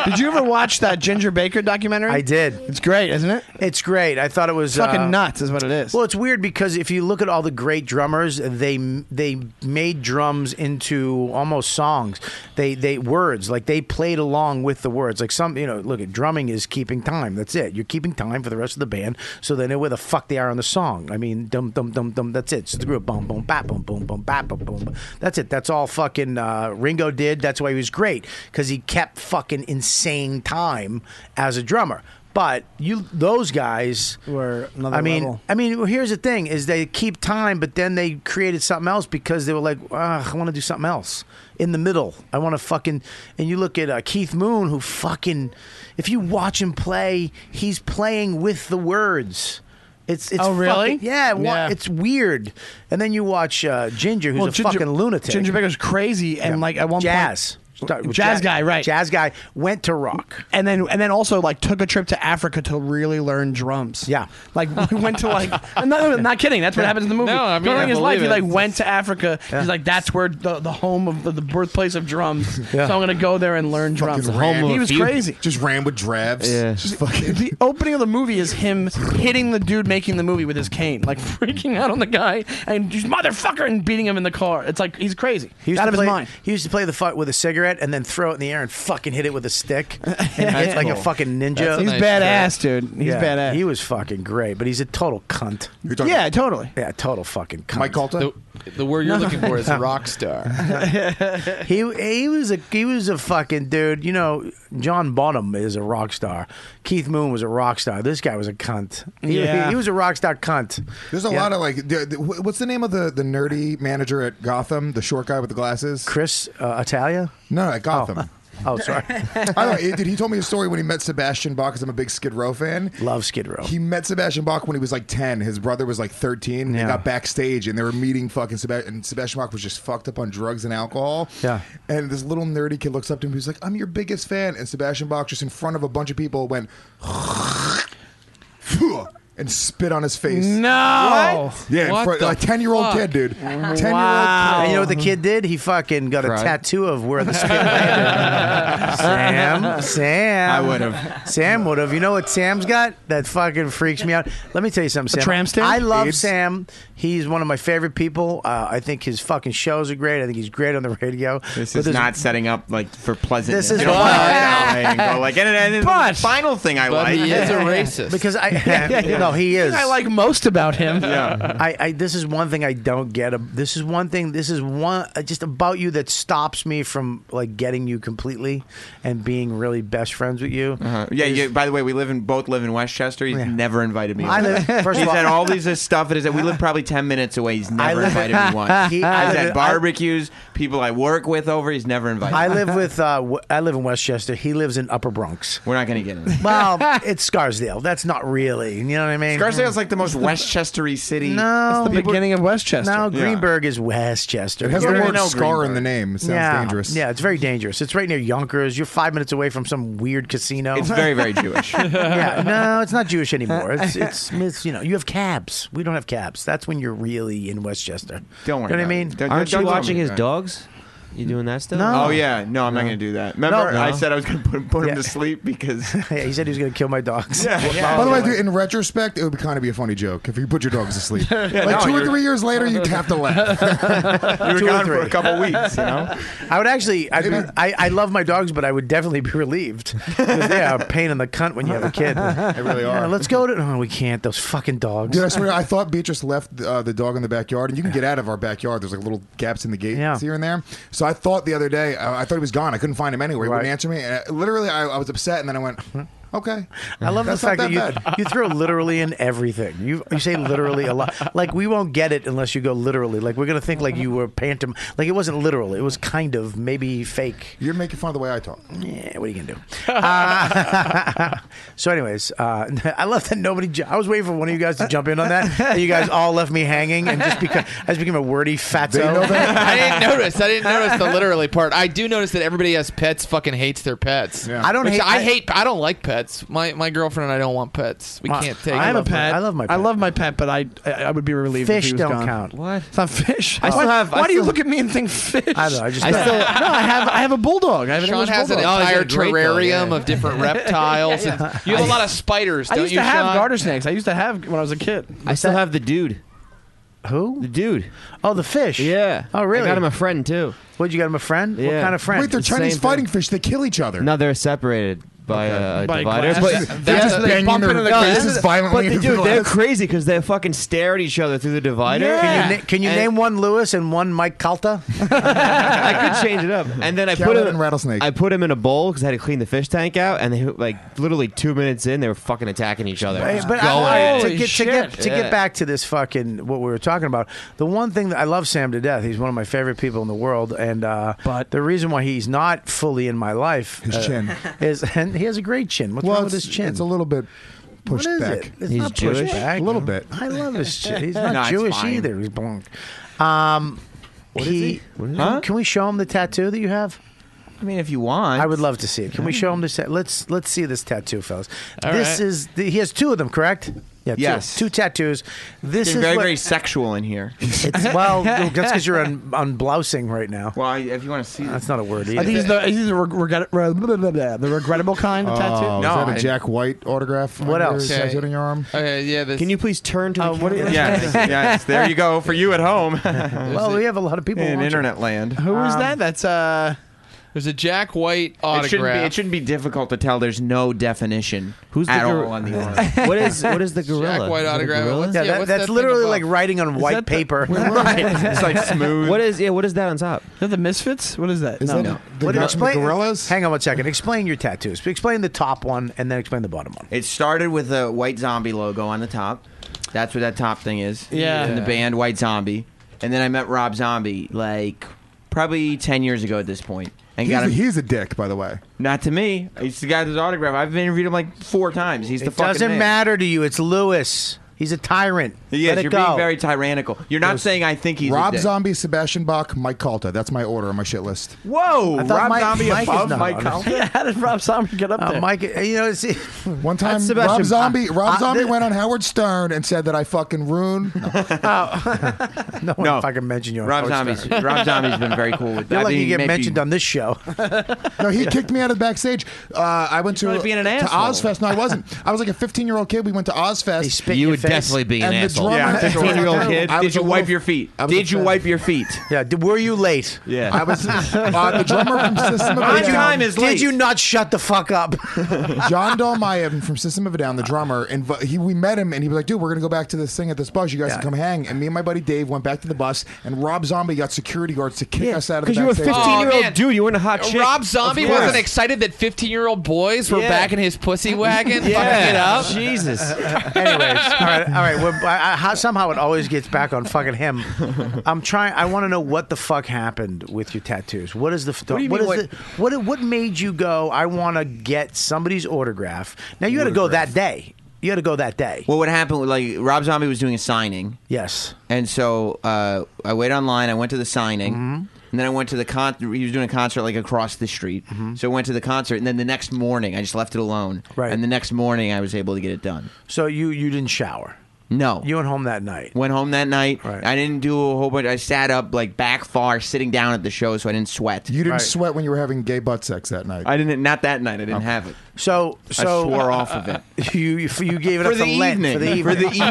Did you ever watch that Ginger Baker documentary? I did. It's great, isn't it? It's great. I thought it was uh, Fucking nuts is what it is. Well, it's weird because if you look at all the great drummers, they they made drums into almost songs. They they words like they played along with the words. Like some you know, look at drumming is keeping time. That's it. You're keeping time for the rest of the band, so they know where the fuck they are on the song. I mean, dum dum dum dum. That's it. So the group boom boom bap boom boom boom bap boom boom. That's it. That's all fucking uh, Ringo did. That's why he was great because he kept fucking insane time as a drummer. But you, those guys Were another I mean, level. I mean, well, here's the thing: is they keep time, but then they created something else because they were like, Ugh, I want to do something else in the middle. I want to fucking. And you look at uh, Keith Moon, who fucking, if you watch him play, he's playing with the words. It's, it's Oh, really? fucking- yeah, wa- Yeah. it's weird. And then you watch uh, Ginger, who's a fucking lunatic. Ginger Baker's crazy, and Yeah. like at one jazz. point, Start with Jazz guy, right. Jazz guy went to rock. and then and then also like took a trip to Africa to really learn drums. Yeah. like we went to like. I'm not, I'm not kidding. That's what happens in the movie. No, I mean, during I his life, believe he it. like went to Africa. He's like, that's where the, the home of the, the birthplace of drums. Yeah. So I'm gonna go there and learn drums. Fucking Home of he a was few- crazy. Just ran with drabs. Yeah. Just fucking. The opening of the movie is him hitting the dude making the movie with his cane, like freaking out on the guy and just motherfucker and beating him in the car. It's like he's crazy, He used out to of play, his mind. He used to play the fuck with a cigarette and then throw it in the air and fucking hit it with a stick. And hit like a cool. fucking ninja. That's a He's nice badass, dude. He's Yeah, badass. He was fucking great, but he's a total cunt. You're talking yeah, totally. Yeah, total fucking cunt. Mike Calta? The, the word you're looking for is rock star. He he was a he was a fucking dude. You know, John Bonham is a rock star. Keith Moon was a rock star. This guy was a cunt. He, Yeah. he, was a rock star cunt. There's a Yeah. lot of like. The, the, wh- what's the name of the, the nerdy manager at Gotham? The short guy with the glasses? Chris uh, Italia. No, no, at Gotham. Oh, sorry. I don't know, dude, he told me a story when he met Sebastian Bach because I'm a big Skid Row fan. Love Skid Row. He met Sebastian Bach when he was like 10. His brother was like 13. And They Yeah. got backstage and they were meeting fucking Sebastian. And Sebastian Bach was just fucked up on drugs and alcohol. Yeah. And this little nerdy kid looks up to him. He's like, I'm your biggest fan. And Sebastian Bach, just in front of a bunch of people, went and spit on his face. No. Yeah, in What front, the a 10 year old fuck? kid, dude. 10 year old kid. And you know what the kid did? He fucking got a Cried. tattoo of where the skin landed. Sam, Sam. I would've. Sam would have. You know what Sam's got? That fucking freaks me out. Let me tell you something, Sam. tramp stamp? I love It's- Sam. He's one of my favorite people. Uh, I think his fucking shows are great. I think he's great on the radio. This But is there's- not setting up like for pleasantness. This is you don't what- wanna get out there and go like, and, and, and But- the final thing I But like. he is a racist. Because I no, he is. I like most about him. I, I this is one thing I don't get. Um, This is one thing. This is one uh, just about you that stops me from like getting you completely and being really best friends with you. Uh-huh. Uh, yeah, yeah. By the way, we live in both live in Westchester. He's Yeah. never invited me. I over. live- first of he's all- at all these stuff. It is that we live probably ten minutes away. He's never live- invited me once. He- he's I live- I- at barbecues. people I work with over. He's never invited. I me. live with uh, w- I live in Westchester. He lives in Upper Bronx. We're not gonna get in. Well, it's Scarsdale. That's not really. You know what I mean? Scarsdale's like the most Westchestery city. No, It's the beginning of Westchester. no. Yeah. Greenberg is Westchester. It has You the already word know scar in Greenberg. the name. It sounds yeah. dangerous. Yeah, it's very dangerous. It's right near Yonkers. You're five minutes away from some weird casino. It's very very Jewish. yeah, no, it's not Jewish anymore. It's, it's, it's you know, you have cabs. We don't have cabs. That's when you're really in Westchester. Don't worry. You know what I about it. mean? Don't- Aren't don't you tell watching me. his dogs? You doing that still? Oh yeah, no, I'm not gonna do that. Remember, No. I said I was gonna put, put him to sleep because yeah, he said he was gonna kill my dogs. Yeah, By the way, dude, in retrospect, it would kind of be a funny joke if you put your dogs to sleep. like no, two or you're- three years later, you'd have to laugh. you were Two or gone for three. a couple weeks. You know, I would actually. I'd be, I I love my dogs, but I would definitely be relieved. 'Cause they are a pain in the cunt when you have a kid. They really are. let's go to. No, we can't. Those fucking dogs. Dude, I swear, I thought Beatrice left uh, the dog in the backyard, and you can get out of our backyard. There's like little gaps in the gates Yeah. here and there. So I thought the other day, uh, I thought he was gone. I couldn't find him anywhere. He Right. wouldn't answer me. And I, literally, I, I was upset, and then I went, okay. I love the That's not fact that, that bad. you, you throw literally in everything. You you say literally a lot. Like we won't get it unless you go literally. Like we're gonna think like you were pantom. Like it wasn't literal. It was kind of maybe fake. You're making fun of the way I talk. Yeah, Eh, what are you gonna do? Uh, so, anyways, uh, I love that nobody. Ju- I was waiting for one of you guys to jump in on that. and you guys all left me hanging, and just because I just became a wordy fatso. They know that. I didn't notice. I didn't notice the literally part. I do notice that everybody has pets. Fucking hates their pets. Yeah. I don't Which hate- I, I- hate. I don't like pets. My my girlfriend and I don't want pets. We can't take. I have a them. pet. Uh, I love my I pet. love my pet, but I I, I would be relieved if Fish he was don't gone. count. What? It's not fish. I still why, have- I Why do you still- look at me and think fish? I don't know. I just. I still no. I have I have a bulldog. I have an Sean English has an bulldog. entire Oh, a great dog, terrarium yeah. of different reptiles. and you have a lot of spiders, I don't used you, to have Sean? garter snakes. I used to have when I was a kid. I still have the dude. who? The dude. Oh, the fish. Yeah. Oh, really? I got him a friend too. What you got him a friend? What Yeah. kind of friend? Wait, they're the Chinese same fighting fish. They kill each other. No, they're separated by a, a By divider. glass. But They're That's just what they banging bump their into the faces but violently. they, into the dude, they're glass. crazy because they fucking stare at each other through the divider. Can you, na- can you And- name one Lewis and one Mike Calta? I could change it up. And then I Carrot put him and rattlesnake. I put him in a bowl because I had to clean the fish tank out, and they like literally two minutes in, they were fucking attacking each other. Hey, but Go I, I- at to it. get to get to Yeah. get back to this fucking what we were talking about. The one thing that I love Sam to death. He's one of my favorite people in the world, and uh, But- the reason why he's not fully in my life his chin. is, and he has a great chin. What's wrong with his chin? It's a little bit pushed what is back. It? It's He's not Jewish? pushed back. A little bit. I love his chin. He's not No, it's Jewish fine. either. He's blonde. Um, he, Can, can we show him the tattoo that you have? I mean, if you want, I would love to see it. Can we show him this? ta- Let's let's see this tattoo, fellas. All this right. is the, he has two of them, correct? Yeah, two, Yes. two tattoos. This It's is very what- very sexual in here. it's, well, that's because you're un, unblousing right now. Well, I- if you want to see, That's not a word either. I think he's the he's the, reg- regret, re- blah, blah, blah, the regrettable kind of Oh, tattoo. No, is that I- a Jack White autograph? on What your- else? Okay. tattooed on your arm? Okay, yeah. This, Can you please turn to the what camera? is- yes, yes, there you go for you at home well, we have a lot of people. in watching. internet land. Who is that? That's uh. Um, There's a Jack White It shouldn't, be, autograph. it shouldn't be difficult to tell. There's no definition Who's the at gor- all on the arm. what is what is the gorilla? White Is it a autograph. gorilla? What's Yeah, Yeah, that, what's that's that thing literally above? like writing on white that the- paper. It's like smooth. What is yeah? What is that on top? Is that the Misfits? What is that? Is no. that the, What- the explain- gorillas? Hang on one second. Explain your tattoos. Explain the top one and then explain the bottom one. It started with a white zombie logo on the top. That's what that top thing is. Yeah. And the band White Zombie. And then I met Rob Zombie like probably 10 years ago at this point. And He's got a, him. he's a dick, by the way. not to me. He's the guy with his autograph. I've interviewed him like four times. He's the It fucking doesn't man. matter to you. It's Lewis. He's a tyrant. He is. Let it You're go. being very tyrannical. You're not saying I think he's a Rob dick. Zombie, Sebastian Bach, Mike Calta. That's my order on my shit list. Whoa! I thought Rob Mike- Zombie Mike is above not Mike on Collins? Yeah, how did Rob Zombie get up Uh, there? Mike, you know, it's, One time, Sebastian Rob Bach. Zombie, Rob Uh, Zombie thi- went on Howard Stern and said that I fucking ruined. no one Oh. No. fucking mentioned you. on Rob Howard Zombie's, Stern. Rob Zombie's been very cool with that. You're I lucky mean, you get maybe- mentioned on this show. No, he kicked me out of the backstage. Uh, I went to, being an to asshole. Ozfest. No, I wasn't. I was like a 15 year old kid. We went to Ozfest. He spit in You your would face. definitely be an and the asshole. drummer, Yeah, 15-year-old kid. I was Did you a wipe little- your feet? I was a Did you fan. wipe your feet? Yeah. d- Were you late? Yeah. I was uh, the drummer from System of a My Down. time is Did late. you not shut the fuck up? John Dolmayan from System of a Down, the drummer, and he, we met him, and he was like, "Dude, we're gonna go back to this thing at this bus. You guys Yeah. can come hang." And me and my buddy Dave went back to the bus, and Rob Zombie got security guards to kick us out of the Because you were a backstage. 15 year Oh, man. old dude. You weren't a hot chick. Rob Zombie Of course. wasn't excited that 15 year old boys were Yeah. back in his pussy wagon. Fucking it Yeah. up. Jesus. Anyways, all right, all right. We're, I, I, how, somehow it always gets back on fucking him. I'm trying. I want to know what the fuck happened with your tattoos. What is the what, do you what mean, is the what what made you go? I want to get somebody's autograph. Now you had to go that day. You had to go that day. Well, what happened? was, Like Rob Zombie was doing a signing, yes. and so uh, I waited online. I went to the signing, Mm-hmm. and then I went to the con. He was doing a concert like across the street, so I went to the concert, and then the next morning I just left it alone. Mm-hmm. Right. And the next morning I was able to get it done. So you you didn't shower. No. You went home that night. Went home that night. Right. I didn't do a whole bunch. I sat up like back far, sitting down at the show, so I didn't sweat. You didn't Right. sweat when you were having gay butt sex that night. I didn't. Not that night. I didn't have it. So so I swore off of it You you you gave it for up the, to Lent evening. for the evening. evening.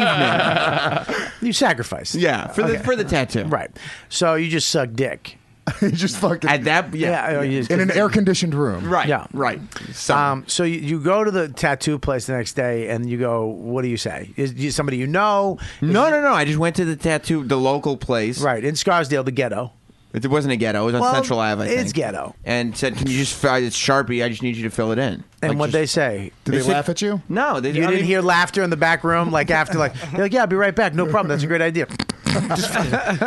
you sacrificed. yeah, for the Okay. for the tattoo. Right. So you just suck dick. you just fucking At that. Yeah. Yeah. oh, you just- in an air conditioned room. Right. Yeah. Right. So, Um, so you, you go to the tattoo place the next day and you go, what do you say? Is you somebody you know? Is no, it- no, no. I just went to the tattoo, the local place. Right in Scarsdale, the ghetto. It wasn't a ghetto. It was on Well, Central Ave. I it's think. ghetto. And said, "Can you just fill it's Sharpie? I just need you to fill it in." And Like, what just- they say? Did they, said- laugh at you? No, they You I didn't mean, hear laughter in the back room, like after, like they're like, yeah, I'll be right back. No problem. That's a great idea.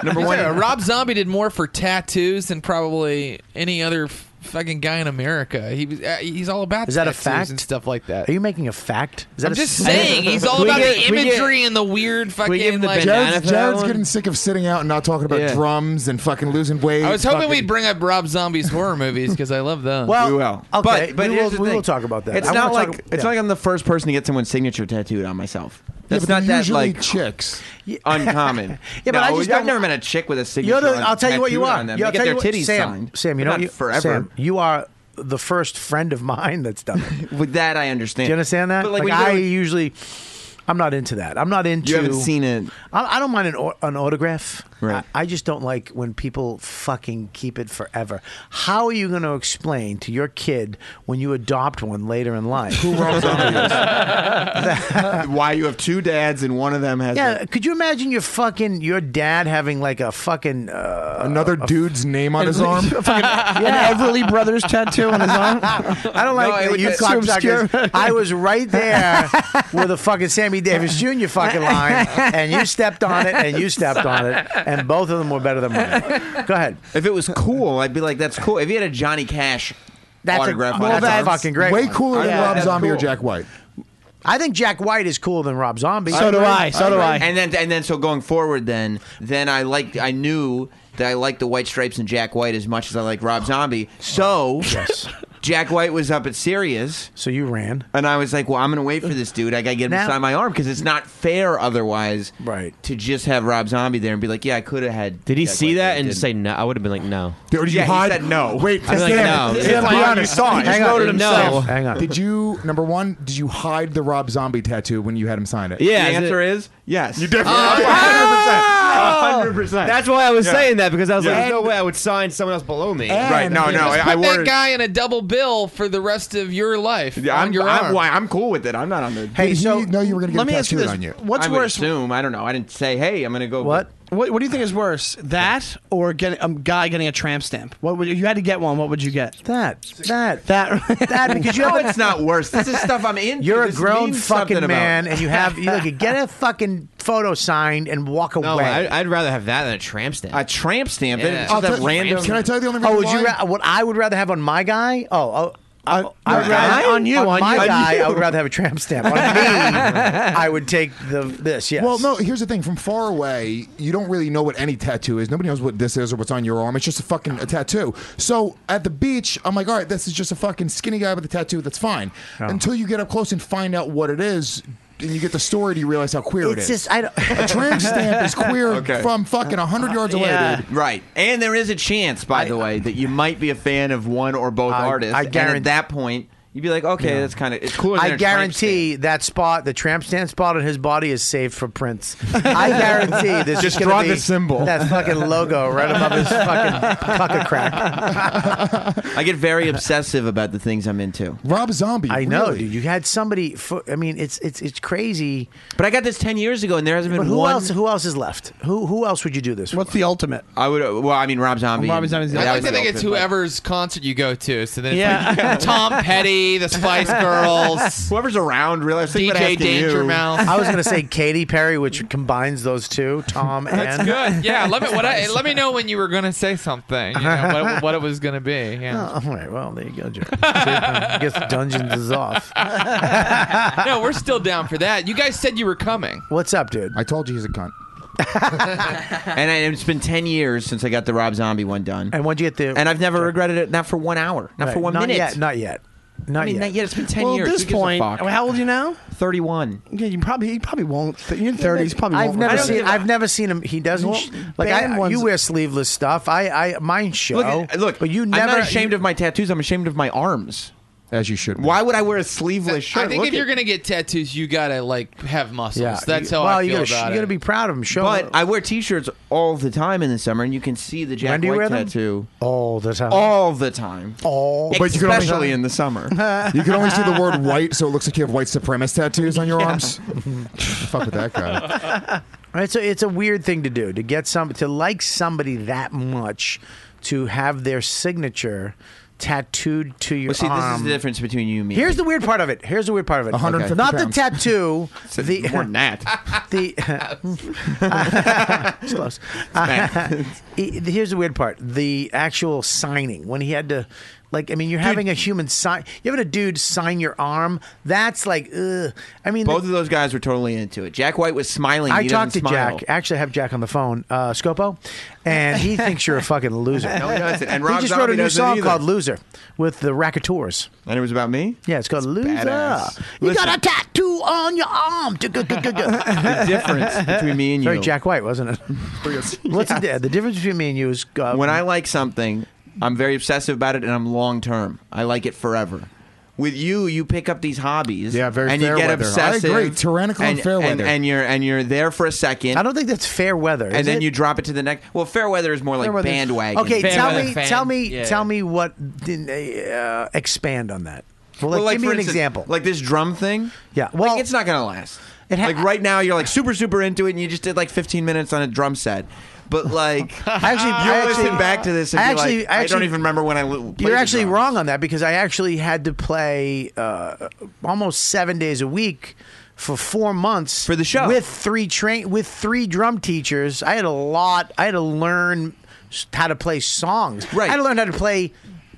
number one. Yeah, Rob Zombie did more for tattoos than probably any other f- fucking guy in America. He was uh, he's all about Is that a tattoos fact? and stuff like that. Are you making a fact? Is that I'm a just s- saying he's all We about get- the we get- imagery and the weird fucking give him the like. benefit. Jared's, Banana for that Jared's one? getting sick of sitting out and not talking about Yeah. drums and fucking losing weight. I was hoping fucking- we'd bring up Rob Zombie's horror movies because I love them. Well, We will. Okay, but but we, here's will, the we thing. will talk about that. It's I not wanna like talk- it's yeah. not like I'm the first person to get someone's signature tattooed on myself. Yeah, That's but not they're that usually like chicks. uncommon. Yeah, but I No, just I've don't- never met a chick with a signature. You're the, on- I'll tell you what you tattooed are. on them. Yeah, I'll They get tell their you what- titties Sam, signed. Sam, you But know not you- forever. Sam, you are the first friend of mine that's done it. With that, I understand. Do you understand that? But like when you I go- usually, I'm not into that. I'm not into. you haven't seen it. I, I don't mind an, au- an autograph. Right. I, I just don't like when people fucking keep it forever. How are you going to explain to your kid when you adopt one later in life? Why you have two dads and one of them has yeah, could you imagine your fucking your dad having like a fucking uh, Another dude's name on his arm. An Everly Brothers tattoo on his arm. I don't like that it you was too obscure. cocksuckers. I was right there with a fucking Sammy Davis Jr. fucking line, and you stepped on it, and you stepped on it, and both of them were better than mine. Go ahead. If it was cool, I'd be like, "That's cool." If you had a Johnny Cash That's a- autograph, well, on his that's arm- fucking great. Way one. cooler than Yeah, Rob that's Zombie or cool. Jack White. I think Jack White is cooler than Rob Zombie. So do I. So do I. And then and then so going forward, then then I liked I knew that I liked the White Stripes and Jack White as much as I like Rob Zombie. So Yes. Jack White was up at Sirius. So you ran. And I was like, "Well, I'm going to wait for this dude. I got to get him Now- to sign my arm because it's not fair otherwise, Right. To just have Rob Zombie there and be like, "Yeah, I could have had." Did he Jack see White, but I that and didn't." say no? I would have been like, no. Or did you Yeah, he hide? said no. Wait, I was like, Sam, no. Sam, be honest. saw it. Hang on. No. Hang on. Did you number one? Did you hide the Rob Zombie tattoo when you had him sign it? Yeah. The is it- answer is yes. You Oh! 100%. That's why I was saying that because I was like, Yeah. "There's no way I would sign someone else below me." And- Right? No, no. I, I Put that wore. guy in a double bill for the rest of your life Yeah, on I'm, your I'm, arm. why, I'm cool with it. I'm not on the. Did Hey, he so know you were going to Let get me a ask you tattoo this: on you? What's I would worse? assume. I don't know. I didn't say, "Hey, I'm going to go." What? What, what do you think is worse, that or getting a guy getting a tramp stamp? What would, if you had to get one? What would you get? That. That. That That. Because you No, have it's not worse. This is stuff I'm into. You're a This grown means something fucking about- man, and you have you like get a fucking photo signed and walk away. No, I, I'd rather have that than a tramp stamp. A tramp stamp. Yeah. It's I'll just a tell you- random. Can I tell you Oh, the only reason Oh, would why? you? Ra- what I would rather have on my guy? Oh, oh I, I would your rather, guy? on you, on, On my you. guy, I would rather have a tramp stamp. On me, I would take the this. Yes. Well, no. Here's the thing: from far away, you don't really know what any tattoo is. Nobody knows what this is or what's on your arm. It's just a fucking a tattoo. So at the beach, I'm like, all right, this is just a fucking skinny guy with a tattoo. That's fine. Oh. Until you get up close and find out what it is, and you get the story, do you realize how queer it's it is? just I don't. a tramp stamp is queer Okay. from fucking hundred yards Uh, away, Yeah. dude. Right, and there is a chance, by the way, that you might be a fan of one or both I- artists. I guarantee- And at that point, you'd be like, "Okay, that's kind of it's cooler." Than I a tramp stamp. guarantee that spot, the tramp stand spot on his body, is saved for Prince. I guarantee this is Just gonna draw be the symbol. That fucking logo right above his fucking cock a crack. I get very obsessive about the things I'm into. Rob Zombie. I know, really. dude. You had somebody. For, I mean, it's it's it's crazy. But I got this ten years ago, and there hasn't been But who one. else? Who else is left? Who who else would you do this? what's for? the ultimate? I would. Well, I mean, Rob Zombie. Rob and- Zombie's the that other I was like to think it's open, but- whoever's concert you go to. So then it's Yeah. like Tom Petty, the Spice Girls, Whoever's around, realize DJ Danger Mouse. I was gonna say Katy Perry, which combines those two, Tom and. Good. Yeah, let me what I, let me know when you were gonna say something. You know, what, what it was gonna be. Yeah. All right, Oh, well there you go, Joe. See, I guess Dungeons is off. No, we're still down for that. You guys said you were coming. What's up, dude? I told you he's a cunt. And I, it's been ten years since I got the Rob Zombie one done, And when'd you get the? and I've never regretted it. Not for one hour. Not Right, for one not minute. Yet, not yet. Not I mean, yet. Not yet. It's been ten Well, years. at this Who gives a point, fuck? how old are you now? thirty-one. Yeah, you probably he probably won't. Th- you're in thirties, probably. I've won't never remember. seen. I've never seen him. He doesn't. Well, sh- like I, band ones- you wear sleeveless stuff. I, I mine show. Look, uh, look. but you I'm never. not ashamed of my tattoos. I'm ashamed of my arms. as you should. be. Why would I wear a sleeveless shirt? I think Look if you're at- gonna get tattoos, you gotta like have muscles. Yeah, That's you- how well, I you feel gotta, sh- about You it. gotta be proud of him. Show. But I wear t-shirts all the time in the summer, and you can see the Jack when do you White wear them? tattoo All the time. all the time, all But you can only- especially in the summer. You can only see the word white, so it looks like you have white supremacist tattoos on your arms. Fuck with that guy. It's a, it's a weird thing to do to get some to like somebody that much to have their signature tattooed to your Well, see, this is arm. the difference between you and me. Um, Here's the weird part of it. Here's the weird part of it. 150 Not the pounds. tattoo. the more than that. the it's close. Uh, he- here's the weird part: the actual signing when he had to, like, I mean, you're having a human sign. You're having a dude sign your arm. That's like, ugh. I mean, Both the- of those guys were totally into it. Jack White was smiling. I He talked to doesn't smile. Jack. Actually, I have Jack on the phone, uh, Scopo, and he thinks you're a fucking loser. No, he doesn't. And he Rob just Zombie wrote a new doesn't song either. called "Loser" with the Racketeurs. And it was about me. Yeah, it's called "Loser." badass. You Listen. got a tattoo on your arm. The difference between me and you. Very Jack White, wasn't it? What's the, di- the difference between me and you is uh, When I like something, I'm very obsessive about it, and I'm long term. I like it forever. With you, you pick up these hobbies, Yeah, very and you fair get weather. I obsessive. agree. Tyrannical and fair and, weather. and you're and you're there for a second, I don't think that's fair weather. and is then it? you drop it to the next. Well, fair weather is more like Fairweather's- bandwagon. Okay, Fan tell weather. me, Fan. tell me, Yeah. tell me what. Uh, expand on that. Well, like, Well, like, give me for an instance, example. Like this drum thing. Yeah, Well, well- like, it's not gonna last. It ha- like right now, you're like super super into it, and you just did like 15 minutes on a drum set. But like, I actually, you'll I actually, listen back to this. And I be actually, like, I I, actually- don't even remember when I. l- played You're the actually drums." wrong on that because I actually had to play uh, almost seven days a week for four months For the show. with three train with three drum teachers. I had a lot. I had to learn s- how to play songs. Right. I had to learn how to play.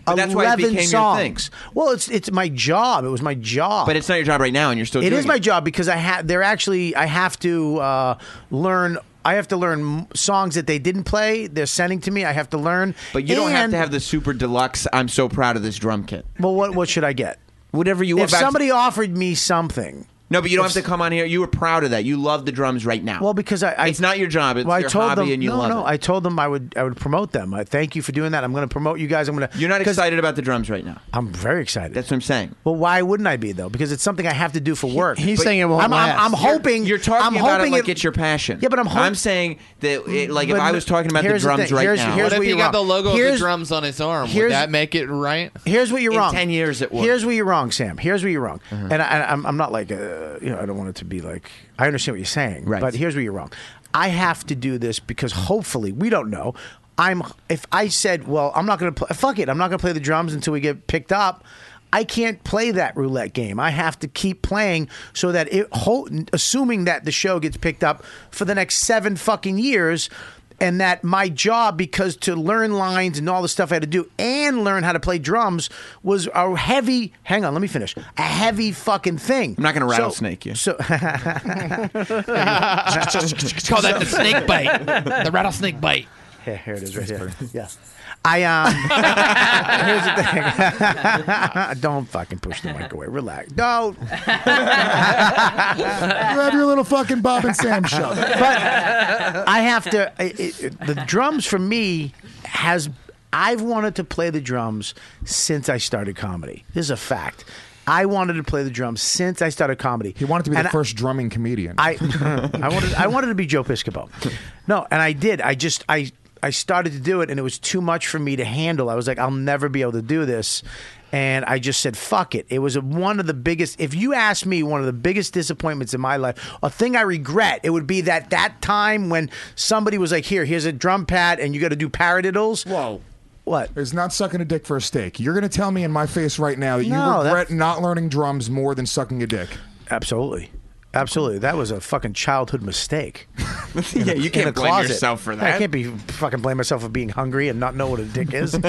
But that's why it 11 became your songs. thing. Well, it's it's my job. It was my job. But it's not your job right now, and you're still. It doing is my job because I had. They're actually. I have to uh, learn. I have to learn m- songs that they didn't play. They're sending to me. I have to learn. But you don't have And- to have the super deluxe. I'm so proud of this drum kit. Well, what what should I get? Whatever you If want. somebody offered me something, no, but you don't have to come on here. You were proud of that. You love the drums right now. well, because I, I it's not your job. It's well, your I told hobby, them, and you no, love no. it. I told them I would I would promote them. I thank you for doing that. I'm going to promote you guys. I'm going to. you're not 'cause excited about the drums right now. I'm very excited. That's what I'm saying. well, why wouldn't I be though? Because it's something I have to do for work. he's But saying it won't I'm, last. I'm, I'm hoping You're talking I'm about hoping it like it's your passion. Yeah, but I'm hop- I'm saying that, it, like, if But I was talking about the here's the drums thing. right Here's- now, here's what if where he you're got the wrong. logo of Here's- the drums on his arm? Would here's- that make it right? Here's where you're In wrong. 10 years it Uh-huh. would. Here's where you're wrong, Sam. Here's where you're wrong. And I, I, I'm, I'm not like, uh, you know, I don't want it to be like, I understand what you're saying, Right. but here's where you're wrong. I have to do this because hopefully, we don't know. I'm, if I said, well, I'm not going to play, fuck it, I'm not going to play the drums until we get picked up. I can't play that roulette game. I have to keep playing so that it, ho- assuming that the show gets picked up for the next seven fucking years, and that my job because to learn lines and all the stuff I had to do and learn how to play drums was a heavy hang on let me finish a heavy fucking thing I'm not going to So- rattlesnake you. so Oh, Call that the snake bite, the rattlesnake bite. here, here it is right here yeah I um here's the thing don't fucking push the mic away relax don't You have your little fucking Bob and Sam show. I have to. I- It, it, the drums for me has. I've wanted to play the drums since I started comedy. This is a fact. I wanted to play the drums since I started comedy. He wanted to be And the I- first drumming comedian. I I wanted I wanted to be Joe Piscopo. No, and I did. I just I I started to do it and it was too much for me to handle. I was like I'll never be able to do this. And I just said, fuck it. It was one of the biggest, if you ask me, one of the biggest disappointments in my life, a thing I regret, it would be that that time when somebody was like, here, here's a drum pad and you got to do paradiddles. Whoa. What? is not sucking a dick for a steak. You're going to tell me in my face right now that No, you that- regret not learning drums more than sucking a dick. Absolutely. Absolutely. That was a fucking childhood mistake. yeah, you in can't a blame closet. yourself for I that. can't be fucking blame myself for being hungry and not know what a dick is. so,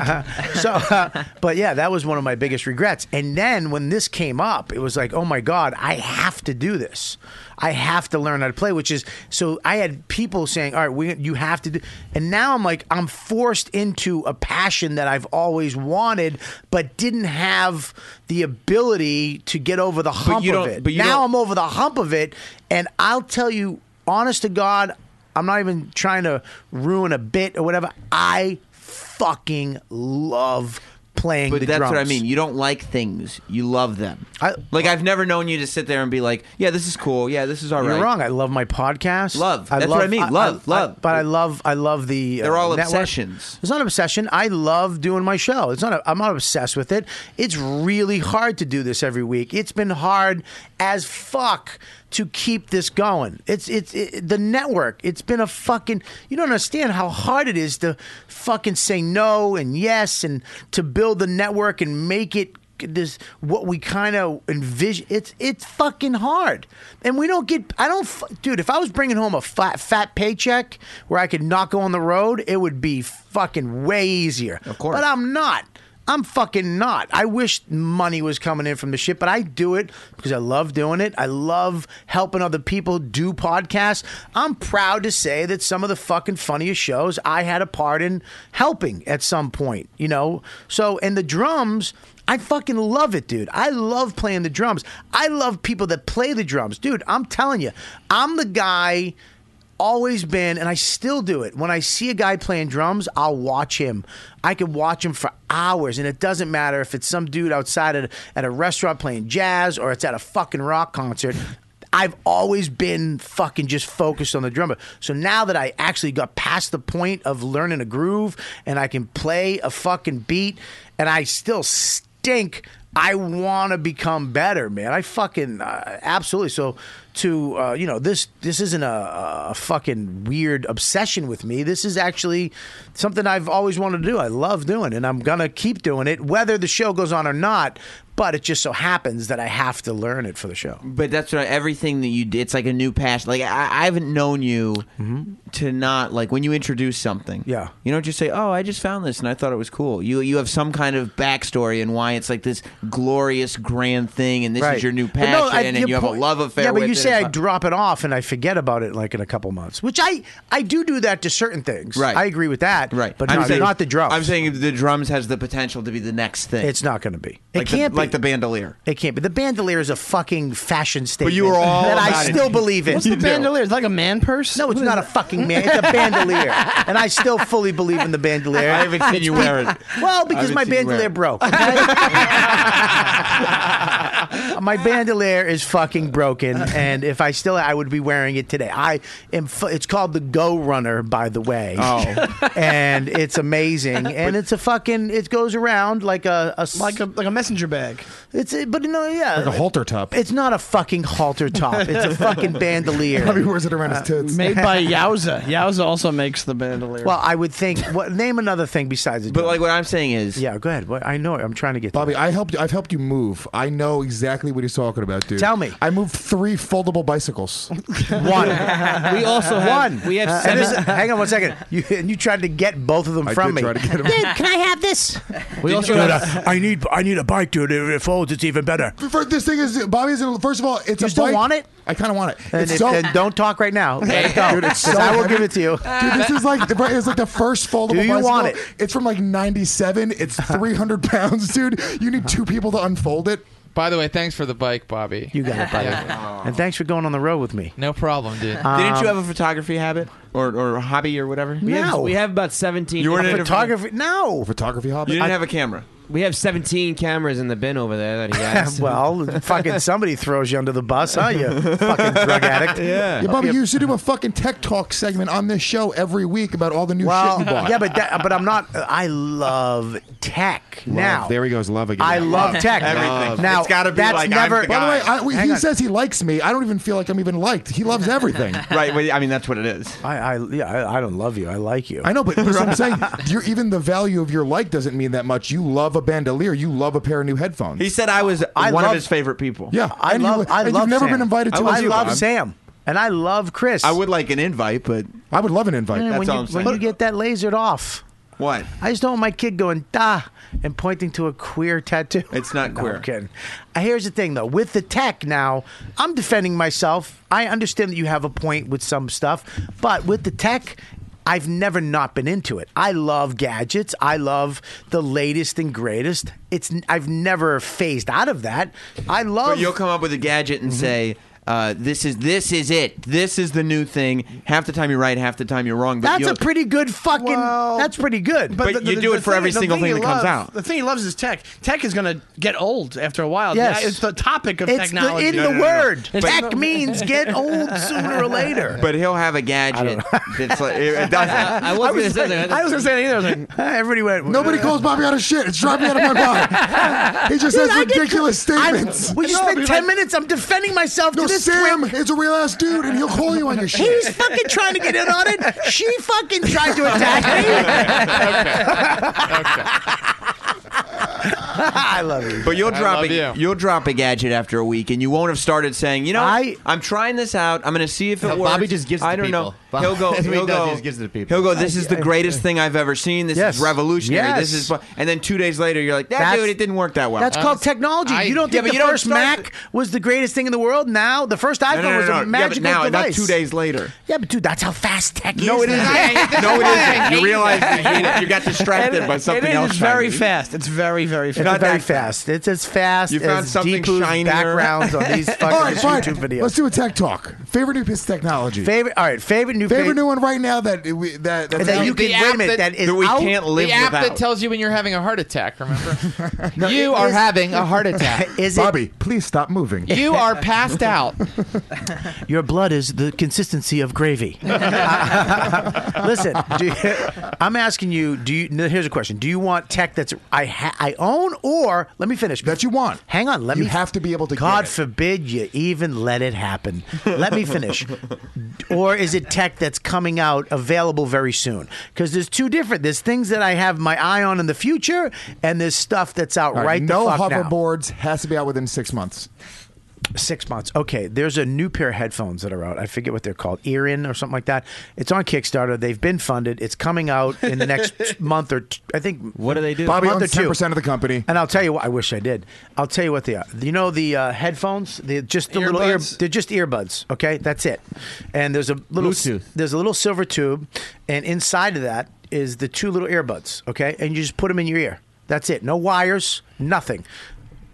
uh, but yeah, that was one of my biggest regrets. And then when this came up, it was like, oh my god, I have to do this. I have to learn how to play, which is so. I had people saying, "All right, we, you have to do," and now I'm like, I'm forced into a passion that I've always wanted, but didn't have the ability to get over the hump you of don't- it. but you now don't- I'm over the hump of it, and I'll tell you, honest to God, I'm not even trying to ruin a bit or whatever. I fucking love playing But the that's what I drums. mean. You don't like things; you love them. I- like I've never known you to sit there and be like, "Yeah, this is cool. Yeah, this is all You're right." wrong. I love my podcast. Love. That's what I mean. Love, love. but I love. I love the. uh, They're all network. obsessions. It's not an obsession. I love doing my show. It's not. A, I'm not obsessed with it. It's really hard to do this every week. It's been hard as fuck to keep this going. It's it's it, the network. It's been a fucking. You don't understand how hard it is to fucking say no and yes and to build the network and make it this what we kind of envision it's it's fucking hard and we don't get i don't f- dude if i was bringing home a fat fat paycheck where i could not go on the road it would be fucking way easier of course. but i'm not i'm fucking not i wish money was coming in from the shit but i do it because i love doing it i love helping other people do podcasts i'm proud to say that some of the fucking funniest shows i had a part in helping at some point you know so and the drums I fucking love it, dude. I love playing the drums. I love people that play the drums. Dude, I'm telling you, I'm the guy always been and I still do it. When I see a guy playing drums, I'll watch him. I can watch him for hours and it doesn't matter if it's some dude outside at, at a restaurant playing jazz or it's at a fucking rock concert. I've always been fucking just focused on the drummer. So now that I actually got past the point of learning a groove and I can play a fucking beat and I still stink, I want to become better, man. I fucking uh, absolutely. So to uh, you know this this isn't a, a fucking weird obsession with me. This is actually something I've always wanted to do. I love doing, and I'm gonna keep doing it, whether the show goes on or not. But it just so happens that I have to learn it for the show. But that's what I, everything that you did. It's like a new passion. Like I, I haven't known you to not like when you introduce something. Mm-hmm. Yeah. you don't just say, "Oh, I just found this and I thought it was cool." You you have some kind of backstory and why it's like this glorious grand thing, and this Right. is your new But passion, no, I- and your you have a point- love affair. Yeah, but with you it. say It's I not- drop it off and I forget about it like in a couple months, which I I do do that to certain things. Right. I agree with that. right, but not, not the drums. I'm saying the drums has the potential to be the next thing. it's not going to be. like it can't the, be like the bandolier. It can't be. The bandolier is a fucking fashion statement you were all that I about it. still believe in. What's the bandolier? It's like a man purse. No, it's not a fucking man. It's a bandolier, and I still fully believe in the bandolier. I haven't seen you wear it. Well, because haven't my seen you wear bandolier it. broke. okay? my bandolier is fucking broken, and if I still, I would be wearing it today. I am. F- it's called the Go Runner, by the way. Oh, and it's amazing, and it's a fucking. It goes around like a, a s- like a like a messenger bag. It's a, but no, yeah, Like a halter top. It's not a fucking halter top. It's a fucking bandolier. Probably wears it around Uh, his tits. Made by Yowza. Yowza also makes the bandolier. Well, I would think. What name another thing besides? A But drum. like what I'm saying is, yeah, go ahead. What, I know. I'm trying to get. to Bobby, it. I helped. I've helped you move. I know exactly what he's talking about, dude. Tell me. I moved three foldable bicycles. one. We also have, One. Uh, We have And this- hang on one second. You and you tried to get both of them I from did me. try to get 'em. Dude, can I have this? we also have, I need I need a bike, dude. If it folds, it's even better. First, this thing is Bobby is first of all, it's You a still bike. want it? I kind of want it. And, it's if, so, and don't talk right now. Let it go. Dude, it's 'Cause so I will heavy. give it to you. dude, this is like the it's like the first foldable. Do you bicycle. want it? It's from like '97. It's 300 pounds, dude. You need two people to unfold it. By the way, thanks for the bike, Bobby. You got it, buddy. And thanks for going on the road with me. No problem, dude. didn't Um, you have a photography habit or or hobby or whatever? we have No. we have about seventeen. You were in a different- Photography? No. Photography hobby. You didn't have a camera. we have seventeen cameras in the bin over there that he has. Well, fucking somebody throws you under the bus, huh? You fucking drug addict. Yeah, Bobby, you should do a fucking tech talk segment on this show every week about all the new Well, shit you bought. yeah, but that, but I'm not. I love tech now. there he goes, love again. I love tech. Everything. Now It's gotta be that's like, I'm never. the By the way, guy. I, we- Hang he on. says he likes me. I don't even feel like I'm even liked. He loves everything. Right. Well, I mean, that's what it is. I, I yeah, I, I don't love you. I like you. I know, but that's what I'm saying. You're, even the value of your like doesn't mean that much. You love a bandolier. You love a pair of new headphones. He said I was I one love- of his favorite people. yeah, I and love. You, I and love. you've never Sam. been invited to. I a- love Sam. And I love Chris. I would like an invite, but I would love an invite. Man, that's when all you, I'm saying. When you get that lasered off, what? I just don't want my kid going da and pointing to a queer tattoo. It's not No, queer. I'm kidding. Uh, Here's the thing though, with the tech now, I'm defending myself. I understand that you have a point with some stuff, but with the tech. I've never not been into it. I love gadgets. I love the latest and greatest. It's I've never phased out of that. I love But you'll come up with a gadget and say, uh, "This is this is it. This is the new thing." Half the time you're right, half the time you're wrong. But That's you'll- a pretty good fucking Well, That's pretty good. But you do it for every single thing he that comes loves- out. Uh, The thing he loves is tech. Tech is going to get old after a while. Yes. Yeah, it's the topic of It's the, technology. in the word. Tech means get old sooner or later. But he'll have a gadget that's like it, it doesn't. I wasn't going to say that. I was going to say that either. I was like, Everybody went. Nobody calls Bobby out of shit. It's driving me out of my mind. He just says ridiculous statements. I, we just No, spent dude, ten I- minutes. I'm defending myself No, to this Sam twink. is a real ass dude, and he'll call you on your shit. He's fucking trying to get in on it. She fucking tried to attack me. I love you. But you'll drop love a, you. you. will drop a gadget after a week, and you won't have started saying, "You know, I- I, I'm trying this out. I'm going to see if it Bobby works." just gives it I to don't know. people. He'll go. That's what he He'll does, go. he just gives it to people. He'll go. This is the greatest thing I've ever seen. This Yes. is revolutionary. Yes. This is. fu-" And then two days later, you're like, "Yeah, That's- dude, it didn't work that well." That's called technology. I- you don't Yeah, think but the you don't first start- Mac was the greatest thing in the world? Now the first iPhone no, no, no, was no. a magical yeah, but now, device. Not two days later. Yeah, but dude, that's how fast tech is. No, it now. isn't. no, it isn't. You realize you, hate it. you got distracted by it something is else. it's very shiny. fast. It's very, very fast. Not very that- fast. It's as fast You found as something Deepu's shinier. backgrounds on these fucking All right, fine. YouTube videos. Let's do a tech talk. Favorite new piece of technology. favorite. All right, favorite new Favorite fa- new one right now that we, that that's that out- you The can wait a app minute. that- That is that we out- can't live The app without. that tells you when you're having a heart attack, remember? you are having a heart attack. Is it Bobby, please stop moving. You are passed out. Your blood is the consistency of gravy. Listen, do you- I'm asking you. Do you? no, Here's a question. Do you want tech that's I ha- I own, or let me finish That you want. Hang on. Let You me. have to be able to God get it. forbid you even let it happen. Let me finish. or is it tech that's coming out available very soon? Because there's two different. There's things that I have my eye on in the future, and there's stuff that's out All right, the no fuck now. hoverboards has to be out within six months. six months. Okay, there's a new pair of headphones that are out. I forget what they're called, ear in or something like that. It's on Kickstarter. They've been funded. It's coming out in the next month or t- I think. What do they do? Bobby month owns or two. ten percent of the company. And I'll tell you what. I wish I did. I'll tell you what they are. You know the uh, headphones. They're just the little ear. Earbuds? They're just earbuds. Okay, that's it. And there's a little Bluetooth. There's a little silver tube, and inside of that is the two little earbuds. Okay, and you just put them in your ear. That's it. No wires. Nothing.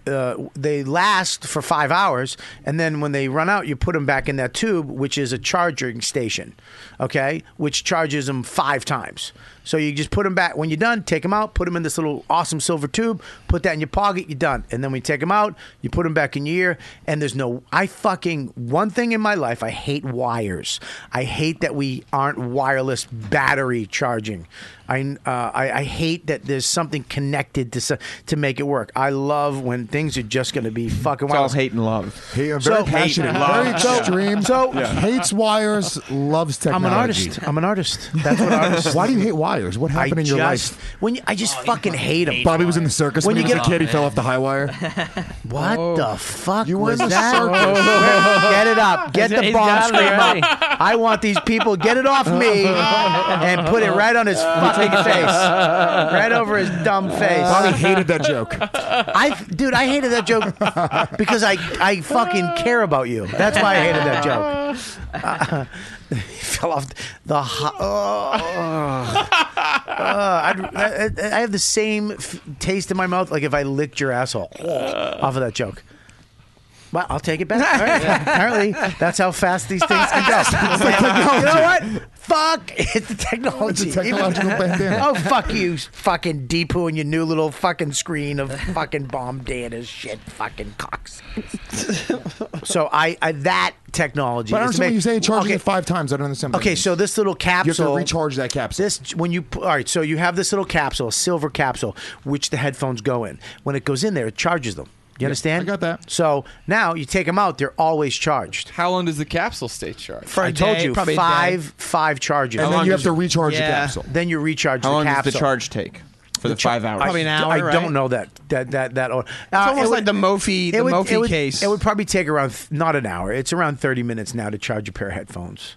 Uh, they last for five hours, and then when they run out, you put them back in that tube, which is a charging station, okay, which charges them five times. So you just put them back when you're done. Take them out, put them in this little awesome silver tube, put that in your pocket, you're done. And then we take them out, you put them back in your ear, and there's no. I fucking one thing in my life, I hate wires. I hate that we aren't wireless battery charging. I, uh, I I hate that there's something connected to so- to make it work. I love when things are just going to be fucking It's all wireless. hate and love. He, very So- passionate, Hate, love. very extreme. So- hates wires, loves I'm technology. an artist. I'm an artist. That's what artists. Why do you hate wires? What I happened in just your life? when you, I just fucking hate them. Bobby was in the circus When when, you he was get- a kid. He fell off the high wire. What the fuck Oh. You were was in the that? circus. get it up. Get the He's bomb got it scream already. up. I want these people. Get it off me and put it right on his fucking face, right over his dumb face. Bobby hated that joke. I, dude, I hated that joke because I, I fucking care about you. That's why I hated that joke. Uh, he fell off the. Ho- oh. Uh, I'd- I, I, I have the same f- taste in my mouth like if I licked your asshole off of that joke. Well, I'll take it back. All right. Apparently, that's how fast these things can go. You know what? Fuck! It's the It's technology. a technological Even- bandana. Oh fuck you, fucking Deepu and your new little fucking screen of fucking bomb data shit, fucking cocks. so I, I that technology. But I is don't to make- understand when you say charging okay, it five times. I don't understand. what that Okay, means. so this little you have capsule. to recharge that capsule. This when you all right, so you have this little capsule, a silver capsule, which the headphones go in. When it goes in there, it charges them. You understand? I got that. So now you take them out; they're always charged. How long does the capsule stay charged? I a told day, you probably a day. five five charges. and then you have to recharge Yeah. the capsule. Then you recharge How the long does capsule. the charge take? for the, five hours. Probably an hour, I right? don't know that that that that. It's almost like the Mophie- the Mophie Uh, it would, case. It would probably take around th- not an hour. It's around thirty minutes now to charge a pair of headphones.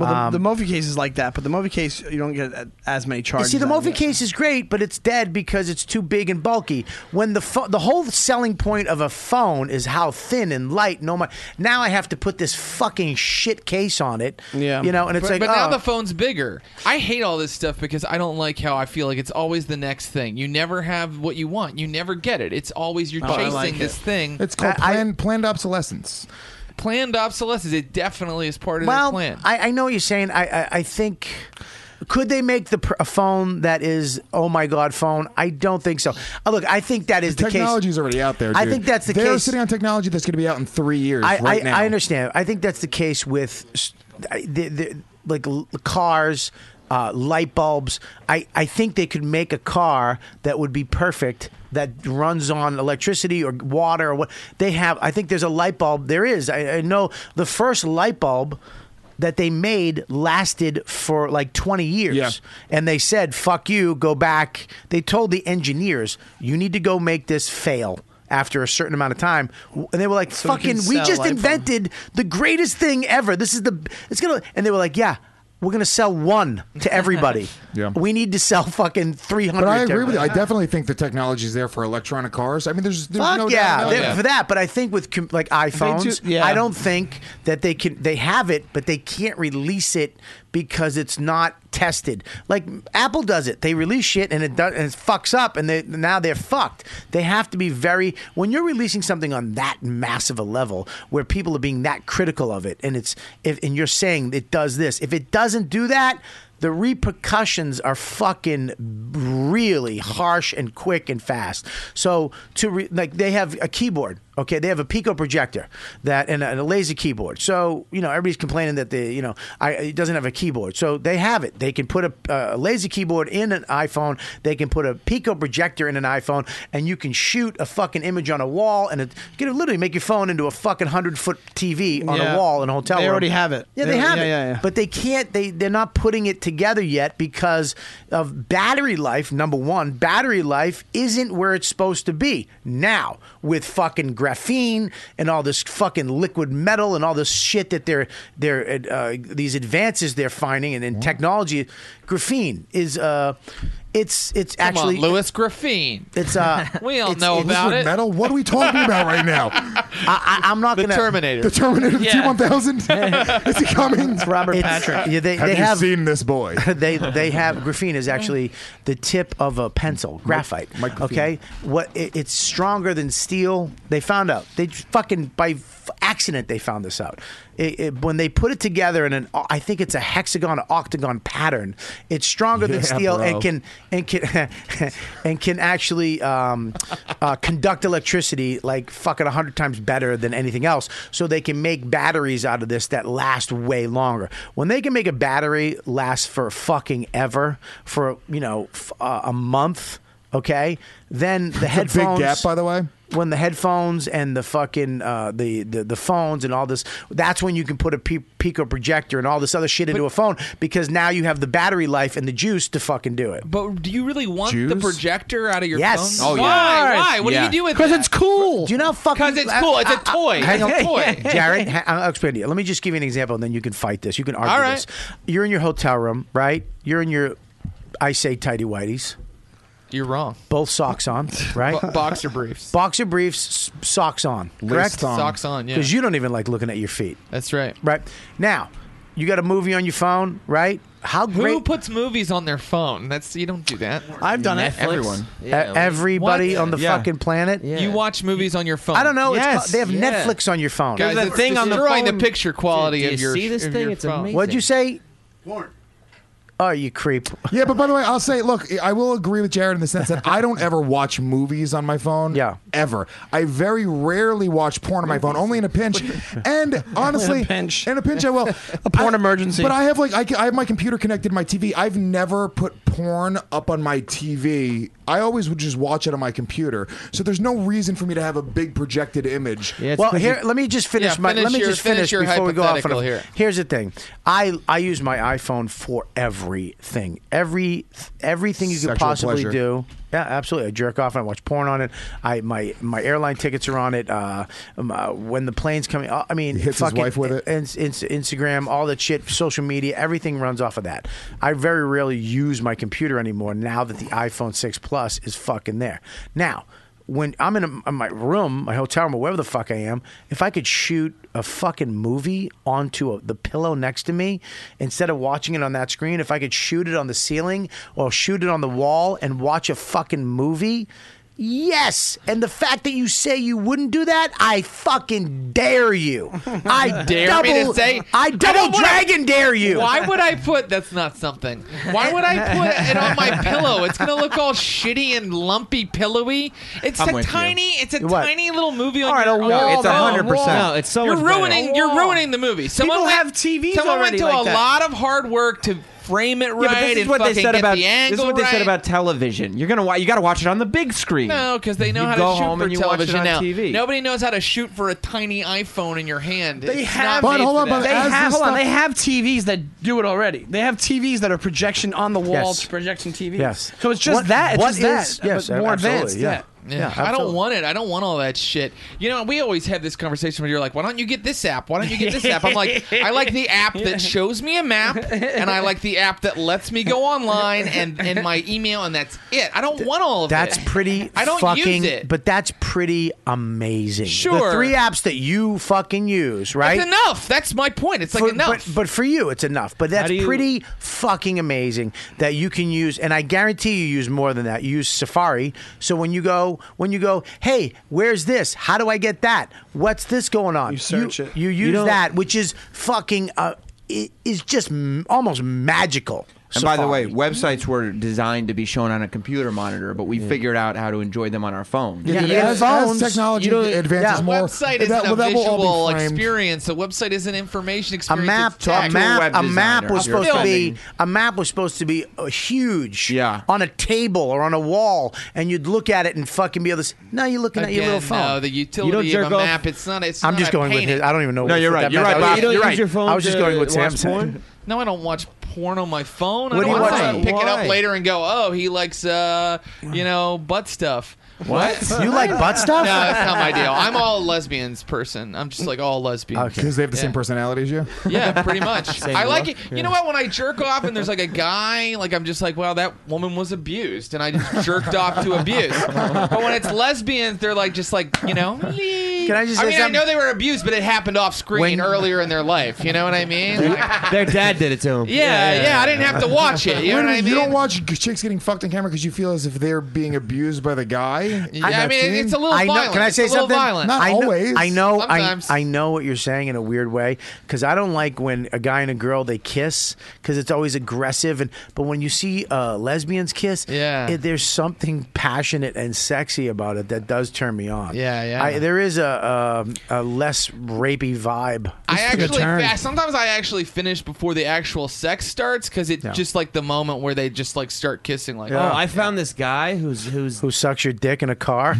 Um, Well, the, the Mophie case is like that, but the Mophie case you don't get a- as many You charges. see, the out of Mophie it. case is great, but it's dead because it's too big and bulky. When the pho- the whole selling point of a phone is how thin and light. No, my now I have to put this fucking shit case on it. Yeah. you know, and it's like But, but now oh. the phone's bigger. I hate all this stuff because I don't like how I feel like it's always the next thing. You never have what you want. You never get it. It's always you're Oh, I chasing like this it. thing. It's called I- I- planned, planned obsolescence. planned obsolescence. It definitely is part of well, the plan. I, I know what you're saying. I, I, I think. Could they make the pr- a phone that is oh my god phone? I don't think so. Uh, look, I think that is the, case. Technology's already out there. I dude. think that's the They're case- sitting on technology that's going to be out in three years. I, right I, now, I understand. I think that's the case with s- I- the, the, like l- cars, uh, light bulbs. I, I think they could make a car that would be perfect that runs on electricity or water or what they have. I think there's a light bulb. There is. I, I know the first light bulb that they made lasted for like 20 years Yeah. and they said fuck you go back they told the engineers you need to go make this fail after a certain amount of time and they were like we can fucking we sell just iPhone. invented the greatest thing ever this is the it's gonna and they were like yeah we're gonna sell one to everybody Yeah. we need to sell fucking 300 But I to agree with you. I everybody. definitely think the technology's there for electronic cars. I mean, there's, there's Fuck no yeah, doubt. they- about it. for that. But I think with com- like iPhones, yeah. I don't think that they can. They have it, but they can't release it because it's not tested. Like Apple does it; they release shit and it does, and it fucks up, and they now they're fucked. They have to be very when you're releasing something on that massive a level where people are being that critical of it, and it's if and you're saying it does this. If it doesn't do that. The repercussions are fucking really harsh and quick and fast. So to re- like they have a keyboard, okay? They have a Pico projector that and a, and a laser keyboard. So you know everybody's complaining that the you know I, it doesn't have a keyboard. So they have it. They can put a, a laser keyboard in an iPhone. They can put a Pico projector in an iPhone, and you can shoot a fucking image on a wall, and it you can literally make your phone into a fucking hundred foot TV on Yeah. a wall in a hotel. They room. already have it. Yeah, they, They- have yeah, it. yeah, yeah. But but they can't they they're not putting it together yet because of battery life number 1 battery life isn't where it's supposed to be now with fucking graphene and all this fucking liquid metal and all this shit that they're they're uh, these advances they're finding and in technology graphene is uh it's it's Come actually on, Louis Graphene. it's uh We all it's- know it's- about Liquid it. metal. What are we talking about right now? I, I, I'm not The gonna Terminator. The Terminator T one thousand. Is he coming? Robert it's- Patrick. yeah, they, Have they you have seen this boy? they they have graphene is actually the tip of a pencil, graphite. mic graphene. okay, what it, it's stronger than steel. They found out. They just fucking by f- accident they found this out. It, it, when they put it together in an, o- I think it's a hexagon octagon pattern. It's stronger than Yeah, steel bro. and can and can and can actually um, uh, conduct electricity like fucking hundred times better than anything else. So they can make batteries out of this that last way longer. When they can make a battery last for fucking ever for you know f- uh, a month, okay, then the It's a big headphones gap, by the way. when the headphones and the fucking uh, the, the the phones and all this that's when you can put a P- pico projector and all this other shit into a phone because now you have the battery life and the juice to fucking do it But do you really want the Jews? projector out of your Yes. phone? Oh, yeah. Why? Why? What Yeah. do you do with Because it's cool. do you know how fucking Because it's cool. It's a toy. hang It's a on toy. Jared ha- I'll explain to you let me just give you an example and then you can fight this you can argue All right. this you're in your hotel room right you're in your I say tidy whities You're wrong. both socks on right Bo- boxer briefs. boxer briefs s- socks on correct Laced on. Socks on. Yeah. because you don't even like looking at your feet That's right. Right. Now, you got a movie on your phone, right? How Who great puts movies on their phone? That's you don't do that. I've done it. Everyone. E- Yeah, everybody What? on the Yeah. fucking planet. You watch movies on your phone. I don't know. It's Yes. called- they have Yeah. Netflix on your phone. Guys, There's a it's thing on the destroying phone. the picture quality Dude, do of you your. see this of thing? your It's phone. amazing. What'd you say? Oh, you creep. Yeah, but by the way, I'll say, look, I will agree with Jared in the sense that I don't ever watch movies on my phone. Yeah. Ever. I very rarely watch porn on my phone, only in a pinch. And honestly, pinch. In a pinch, I will. A porn I- emergency. But I have like, I, ca- I have my computer connected to my TV. I've never put porn up on my TV. I always would just watch it on my computer. So there's no reason for me to have a big projected image. Yeah, it's well, 'cause here, you- let me just finish Yeah, my. finish let me your- just finish finish, your before we go off. On hypothetical a, here. Here's the thing. I I use my iPhone for everything. Every everything you could Sexual possibly pleasure. do. Yeah, absolutely. I jerk off and I watch porn on it. I my my airline tickets are on it. Uh, um, uh, when the plane's coming, uh, I mean, He hits his fucking wife with it. ins- ins- Instagram, all that shit, social media, everything runs off of that. I very rarely use my computer anymore now that the iPhone six plus is fucking there. Now. When I'm in, a, in my room, my hotel room, or wherever the fuck I am, if I could shoot a fucking movie onto a, the pillow next to me instead of watching it on that screen, if I could shoot it on the ceiling or shoot it on the wall and watch a fucking movie, Yes, and the fact that you say you wouldn't do that, I fucking dare you. I Dare double, me to say I double don't wanna- dragon dare you. Why would I put that's not something? Why would I put it on my pillow? It's gonna look all shitty and lumpy, pillowy. It's I'm a with you. tiny, it's a What? tiny little movie on All right, your a wall, on it's your 100%. wall. No, it's so you're much better. ruining A you're wall. ruining the movie. Someone People went- have TVs Someone went already to like a that. lot of hard work to frame it right Yeah, but this is and what they fucking said get about the this angle is what they said right. about television. You're gonna wa- you got to watch it on the big screen. No, because they know You how go to shoot home for and you watch it television on now. TV. Nobody knows how to shoot for a tiny iPhone in your hand. They It's have- not But made hold for on, but that. They As the have, hold on, stuff- they have TVs that do it already. They have TVs that are projection on the wall, Yes. to projection TVs. Yes. So it's just What- that. It's what just is- that. yes, but more absolutely, advanced. yeah. Yeah. Yeah, I don't want it. I don't want all that shit. You know, we always have this conversation where you're like, "Why don't you get this app? Why don't you get this app?" I'm like, "I like the app that shows me a map, and I like the app that lets me go online and and my email, and that's it. I don't want all of That's it. pretty I don't fucking use it, but that's pretty amazing. The Sure. three apps that you fucking use, right? it's enough. That's my point. It's like For- enough. But, but for you, it's enough. But that's pretty fucking amazing that you can use, and I guarantee you use more than that. You use Safari. So when you go, when you go, hey, where's this? How do I get that? What's this going on? You search you, it. You use don't- that, which is fucking, uh, i- is just m- almost magical. And by the way, Mm-hmm. websites were designed to be shown on a computer monitor, but we figured out how to enjoy them on our phone. Yeah, yeah, as, phones, as technology you don't- advances yeah. more, website isn't that, a well, that will all visual be framed. experience. A website is an information a experience. map, It's a text. map, web a map designer. was You're supposed to be filming. a map was supposed to be uh, huge, Yeah. on a table or on a wall, and you'd look at it and fucking be able to. s- Now you're looking at your Again, little phone. No, the utility jerk of a off- map. It's not. It's. I'm not just a going with painting. his. I don't even know. No, what you're that right. You're meant. right, I was- Bob. You're use right. your phone I was just to going with watch Sam's. porn? No, I don't watch porn on my phone. What I do don't you want watch? to pick it Why? up later and go, oh, he likes, uh, you know, butt stuff. What? You like butt no, stuff? that's not my deal. I'm all lesbians person. I'm just like all Uh, lesbians. Because they have the same Yeah. personality as you. Yeah, pretty much. I like it. You know what? When I jerk off and there's like a guy, like I'm just like, wow, that woman was abused, and I just jerked off to abuse. But when it's lesbians, they're like, just like, you know. Can I just I say mean, something? I know they were abused, but it happened off screen When- earlier in their life. You know what I mean? Like, Their dad did it to him. yeah, yeah, I didn't have to watch it. You know Wait what a I minute, mean? you don't watch g- chicks getting fucked on camera because you feel as if they're being abused by the guy. in Yeah, I that mean, scene? it's a little I know. violent. Can I It's say a little something? Violent. Not I know, always. I know. I, Sometimes. I know what you're saying in a weird way because I don't like when a guy and a girl they kiss because it's always aggressive. And but when you see uh, lesbians kiss, Yeah. it- there's something passionate and sexy about it that does turn me on. Yeah, yeah. I, there is a, um, a a less rapey vibe. I actually fa- sometimes I actually finish before the actual sex starts because it's just like the moment where they just like start kissing. Like, Oh, I found this guy who's who's Who sucks your dick in a car?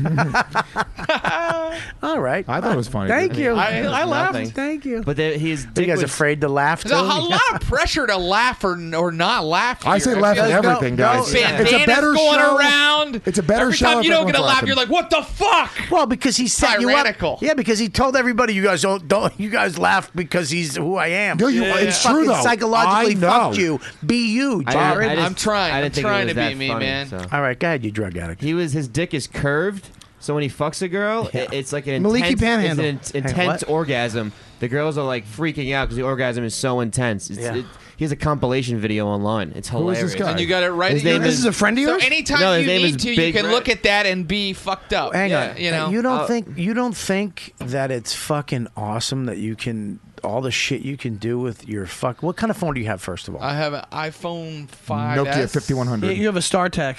All right. I thought it was funny. Thank you. I- I laughed. nothing. Thank you. but the, his Are dick you guys was, afraid to laugh? there's a, too? ho- lot of pressure to laugh or or not laugh. I here. say laugh at Let's go. everything, No, guys. Bandanas It's a better going show. around. It's a better Every show time if you don't get a everyone's laugh, laughing. you're like, "What the fuck?" Well, because he set you Tyrannical. up. Yeah, because he told everybody, you guys don't, don't, you guys laugh because he's who I am. No, you- He it's fucking true, though. Psychologically, I know. fucked you. Be you, I didn't- I Jared. just- I'm trying. I I'm didn't think trying it was to be that me, funny, man. so. All right, go ahead, you drug addict. He was his dick is curved, so when he fucks a girl, it, it's like an Maliki intense, Panhandle. it's an Hey, intense what? orgasm. The girls are like freaking out because the orgasm is so intense. It's, Yeah. it, he has a compilation video online. It's is hilarious. this guy? And you got it right. His in your- name This is a friend of so yours. anytime No, his you name is need to, you Big can Red. look at that and be fucked up. Hang Yeah, on. you know. you don't Uh, think you don't think that it's fucking awesome that you can all the shit you can do with your fuck. What kind of phone do you have? First of all, I have an iPhone 5. Nokia 5100. You have a StarTech.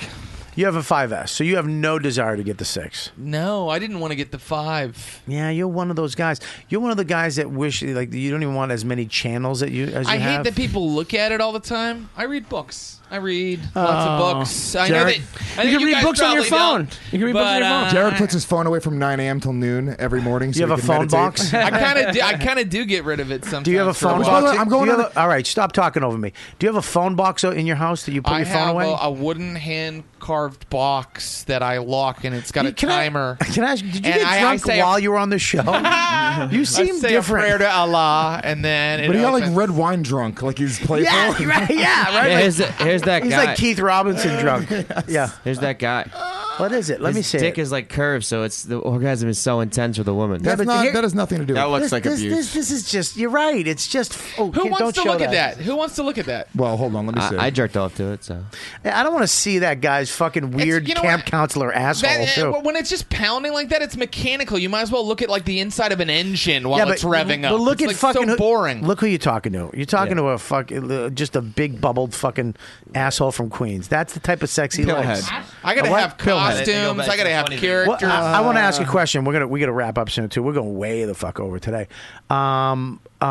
you have a 5S, so you have no desire to get the six. No, I didn't want to get the five. Yeah, you're one of those guys. You're one of the guys that wish like you don't even want as many channels that you as you I hate have. that people look at it all the time. I read books. I read Oh, lots of books. I know that. Jared. I You know can read guys books on your probably phone. don't, You can read books on but, your phone. uh, Jared puts his phone away from 9 a.m. till noon every morning. So you he have a can phone meditate. box. I kind of, do, I kind of do get rid of it sometimes. Do you have a for phone box? while. Hold on, Do I'm you going have on a- all right, stop talking over me. Do you have a phone box o- in your house that you put I your phone have away? A, a wooden hand carved box that I lock, and it's got a Can I- timer. Can I ask? Did you And get I- I drunk say a- while you were on the show? you I seem say different. A prayer to Allah, and then it But he got like opens. red wine drunk, like he's playful. yeah, right, yeah, right. Yeah, Like- here's, the- here's that he's guy. like Keith Robinson drunk. Yeah. Here's that guy. What is it? Let His me see. Dick it. is like curved, so it's the orgasm is so intense with a woman. That's but not, here- that has nothing to do with That it. looks this, like this, abuse. This, this is just. You're right. It's just. Oh, Who kid, wants don't to show look at that? Who wants to look at that? Well, hold on, let me see. I, I jerked off to it, so Yeah, I don't want to see that guy's fucking weird you know camp what? counselor asshole That- eh, too. when it's just pounding like that, it's mechanical. You might as well look at like the inside of an engine while it's revving up. But look it's at like fucking so who- boring. Look who you're talking to. You're talking to a fucking uh, just a big bubbled fucking asshole from Queens. That's the type of sex he likes. I gotta What? have Pillhead. costumes. I gotta have Well, characters. I, want to ask a question. We're gonna we gotta wrap up soon too. We're going way the fuck over today. Um, uh,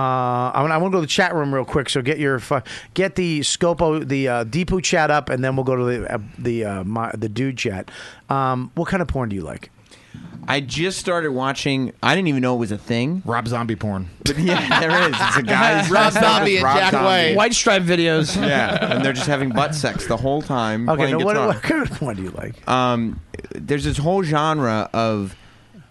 I want I want to go to the chat room real quick. So get your fu- get the Scopo the uh, Deepu chat up, and then we'll go to the uh, the uh, my, the dude chat. Um, what kind of porn do you like? I just started watching. I didn't even know it was a thing. Rob Zombie porn. But yeah, there is. It's a guy's Rob uh, Zombie and Rob Jack Zombie. White. White stripe videos. Yeah, and they're just having butt sex the whole time Okay, playing now what, guitar. what kind of porn do you like? um, there's this whole genre of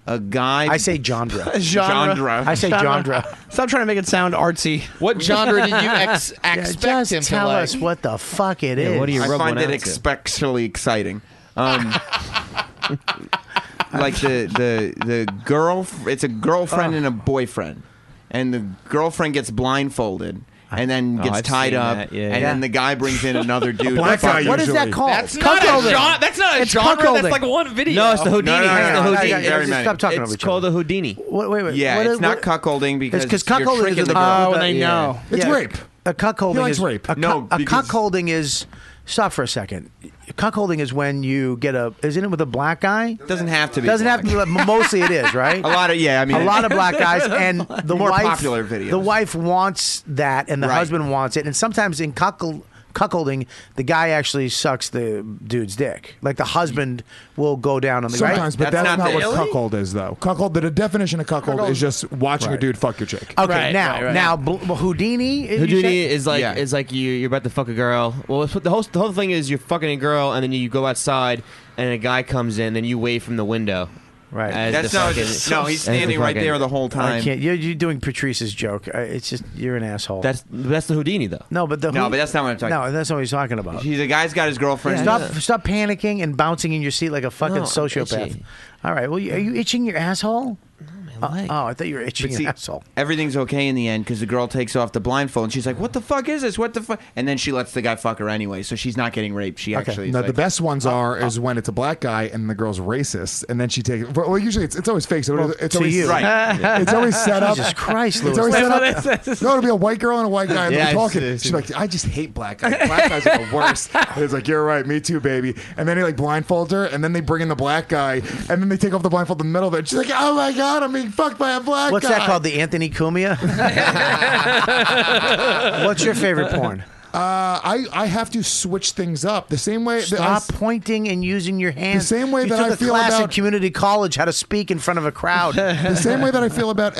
a guy. I say genre. Genre. I say genre. Stop trying to make it sound artsy. What genre did you ex- expect Just him to tell like? us what the fuck it is. Yeah, what do you I rub find one it out to? especially exciting. Um, like the the the girl, it's a girlfriend and a boyfriend, and the girlfriend gets blindfolded and then Oh, gets I've tied seen up, that, yeah. and Yeah. then the guy brings in another dude. black to fuck guy him. What is that Usually. called? That's not a Cuckolding. genre. That's not a It's genre. That's cuckolding. like one video. No, it's the Houdini. No, no, no, It's the no, no, Houdini. no, no, Very no, many. Stop talking it's over each called other. the Houdini. Wait, wait, wait. Yeah, What it's is- not what- cuckolding because It's 'cause you're cuckolding tricking is the a- girl. Oh, they yeah. know. It's Yeah, rape. A cuckolding He likes is rape. A, No, cuck- a because- cuckolding is. Stop for a second. Cuckolding is when you get a. Isn't it with a black guy? Doesn't have to be. Oh. Doesn't black. have to. be but Mostly it is right. A lot of yeah, I mean a lot of black guys and the More wife, popular videos. The wife wants that, and the Right. husband wants it, and sometimes in cuckold. Cuckolding, the guy actually sucks the dude's dick. Like the husband will go down on the guy. Sometimes, but That's that's, not not, the- what Really? cuckold is, though. Cuckold, the definition of cuckold, is just watching a dude fuck your chick. Okay, Right, now, right, right. now Bl- Houdini. you said? Houdini is like Yeah. is like you you're about to fuck a girl. Well, it's, the whole the whole thing is you're fucking a girl and then you go outside and a guy comes in and you wave from the window. Right. as That's the not. fucking- no, he's as the standing right fucking- there the whole time. I can't. You're, you're doing Patrice's joke. I, it's just you're an asshole. That's that's the Houdini though. no, but the No, Houd- but that's not what I'm talking No, that's not what he's talking about. He's a guy's got his girlfriend. Stop! Stop panicking and bouncing in your seat like a fucking No, I'm sociopath. itchy. All right. Well, you, are you itching your asshole? My leg. Oh, I thought you were itching But your see, asshole. everything's okay in the end because the girl takes off the blindfold and she's like, "What the fuck is this? What the fuck?" And then she lets the guy fuck her anyway, so she's not getting raped. She actually. is Now, the like- best ones uh, are is when it's a black guy and the girl's racist, and then she takes. Well, usually it's, it's always fake. So it's- it's to always you. Right. It's always set up. Jesus Christ, It's Louis. That's always set what up. it says. No, it'll be a white girl and a white guy, and Yeah, they're I've talking. seen it, She's like, "I just hate black guys. Black guys are the worst." And He's like, "You're right, me too, baby." And then he like blindfolds her, and then they bring in the black guy, and then they take off the blindfold in the middle of it. She's like, "Oh my god, I'm being fucked by a black What's guy." that called? The Anthony Cumia? What's your favorite porn? Uh, I I have to switch things up the same way. that I Stop s- pointing and using your hands. same way you that took I a feel class at about- community college how to speak in front of a crowd. the same way that I feel about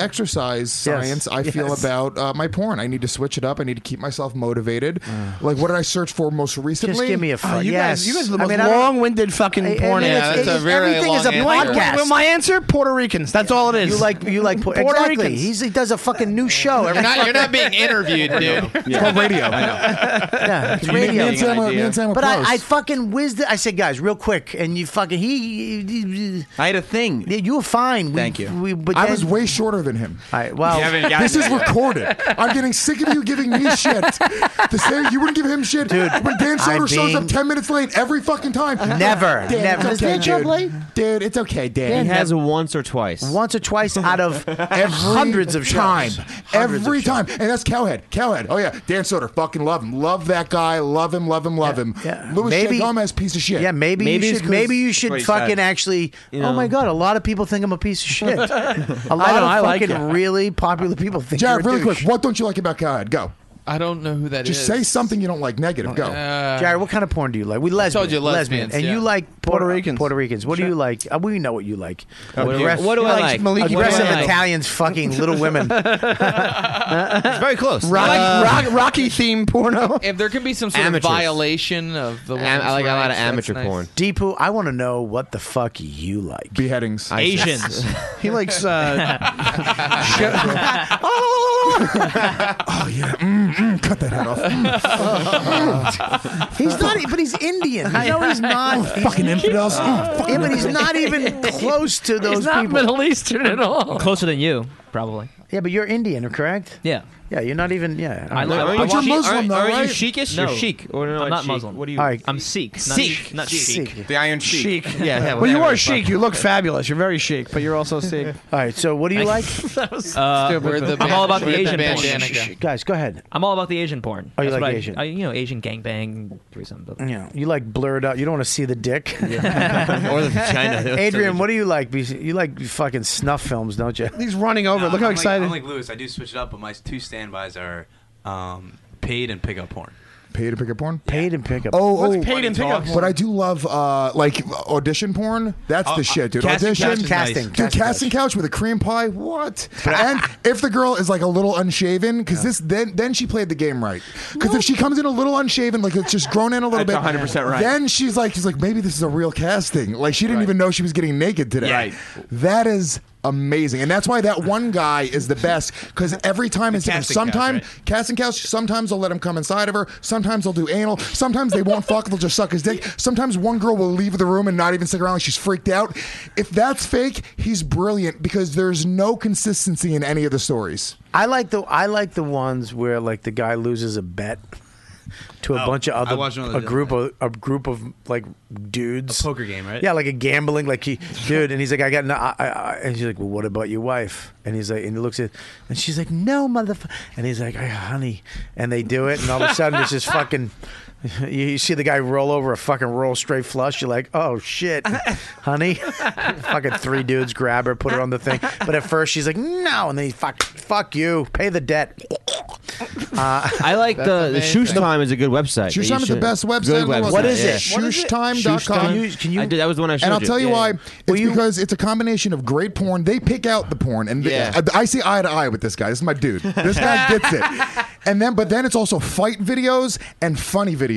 Yes. exercise science, I feel Yes. about uh, my porn. I need to switch it up. I need to keep myself motivated. like, what did I search for most recently? Uh. Uh, Just give me a fuck. you yes. guys, you guys are the I most mean, I don't- long-winded fucking I- I porn. mean, Yeah, it's- that's a it's- very everything is a long You want- podcast. well, my answer? Puerto Ricans. That's all it is. You like you like Puerto Puerto exactly. Ricans. He's, he does a fucking new show every You're not, you're not being interviewed, dude. It's called radio. yeah, it's Me, radio. and Sam are, me and Sam are But close. I, I fucking whizzed. it. I said, guys, real quick, and you fucking he. I had a thing. Yeah, you were fine. We, Thank you. We, but I then- was way shorter than him. All right, well, This is recorded. I'm getting sick of you giving me shit. The same, you wouldn't give him shit. Dude, when Dan Soder I'm shows being- up 10 minutes late every fucking time. Never, Dan, never. Does It's okay, Dan show up dude. late? Dude, it's okay, Dan. He has once or twice. once or twice out of hundreds of time, shows. Hundreds of every shows. time, and that's Cowhead. Cowhead. Oh yeah, Dan Soder. Fucking love him. Love that guy. Love him. Love him. Love him. yeah. Louis Maybe- J. Gomez, piece of shit. Yeah, maybe, Maybe you it's should. 'cause- Maybe you what should he said. fucking actually. Oh know. my god, a lot of people think I'm a piece of shit. a lot I of like fucking it. really popular people think. Jared, you're a really douche. quick. What don't you like about Cowhead? Go. I don't know who that is. Just say something you don't like Oh, negative. Go. Jared, what kind of porn do you like? We lesbian. told you lesbians, and yeah. you like Puerto Puerto Ricans. Ricans. Puerto Ricans. What do you like? Uh, we know what you like. what do I- what do you I like? Maliki What do I aggressive like? Italians fucking little women. It's very close. Rocky, rock, Rocky theme porno. if there can be some sort Amateurs. of violation of the, Am- women's I like a lot of rights, that's amateur nice. porn. Deepu, I want to know what the fuck you like. Beheadings. Asians. He likes. Uh, oh yeah. Mm, mm, cut that head off. Mm, He's not, e-, but he's Indian. No, he's not. He's- fucking infidels. Mm, fucking yeah, but he's not even close to those people. Eastern at all. Closer than you, probably. Yeah, but you're Indian, correct? Yeah. Yeah, you're not even. Yeah. I Are- love- are I you watch- But you're Muslim, aren't- though, aren't right? you sheekish? No. You're chic. Or no, I'm not sheik. Muslim. What do you? All right. I'm Sikh. Not Sikh. Not Sikh. Sheik. The Iron Sheik. Sheik. Yeah. yeah well, you whatever are the chic. fuck. You look fabulous. You're very chic, but you're also sick. All right. So, what do you like, Uh, Where the I'm all about the where Asian bandana porn. go? guys? Go ahead. I'm all about the Asian porn. Oh, you That's like what I- Asian. I, you know, Asian gangbang threesome. Blah, blah. Yeah, you like blurred out. You don't want to see the dick. or the vagina. Adrian, what do you like? You like fucking snuff films, don't you? He's running over. look how excited. I'm like Lewis. I do switch it up, but my two standbys are um, paid and pickup porn. Pay to pick up porn. Paid and pickup. Oh, What's oh, paid in pickup? But I do love uh, like audition porn. That's Uh, the shit, dude. casting audition couch is nice. casting. Dude, casting couch with a cream pie. What? And if the girl is like a little unshaven, because this then then she played the game right. Because if she comes in a little unshaven, like it's just grown in a little That's bit, 100% right. Then she's like, she's like, maybe this is a real casting. Like she didn't even know she was getting naked today. Right. That is. Amazing, and that's why that one guy is the best because every time it's different. casting couch, Sometimes right? casting couch, sometimes they'll let him come inside of her, sometimes they'll do anal, sometimes they won't fuck, they'll just suck his dick. Sometimes one girl will leave the room and not even stick around, like she's freaked out. If that's fake, he's brilliant because there's no consistency in any of the stories. I like the I like the ones where like the guy loses a bet to a Oh, bunch of I other watched one of a those group of a group of like dudes A poker game, right? Yeah, like a gambling like he dude, and he's like I got no, I, I, I- and she's like, well, what about your wife? And he's like, and he looks at, and she's like, no, motherfucker, and he's like, "Ah, honey, and they do it, and all of a sudden it's just fucking. You, you see the guy roll over a fucking roll straight flush. You're like, oh shit, honey. fucking three dudes grab her, put her on the thing. But at first she's like, no, and then he fuck, fuck you, pay the debt. I like the the amazing. Shoes Time is a good website. Shoe You Time is the should- best website Good in the world. website. What is yeah. it? What is it? Shoechtime.com. Can you can you I did, that was the one I showed And I'll tell you Yeah, why. yeah. It's because it's a combination of great porn. They pick out the porn, and they- Yeah. I, I see eye to eye with this guy. This is my dude. This guy gets it. And then, but then it's also fight videos and funny videos.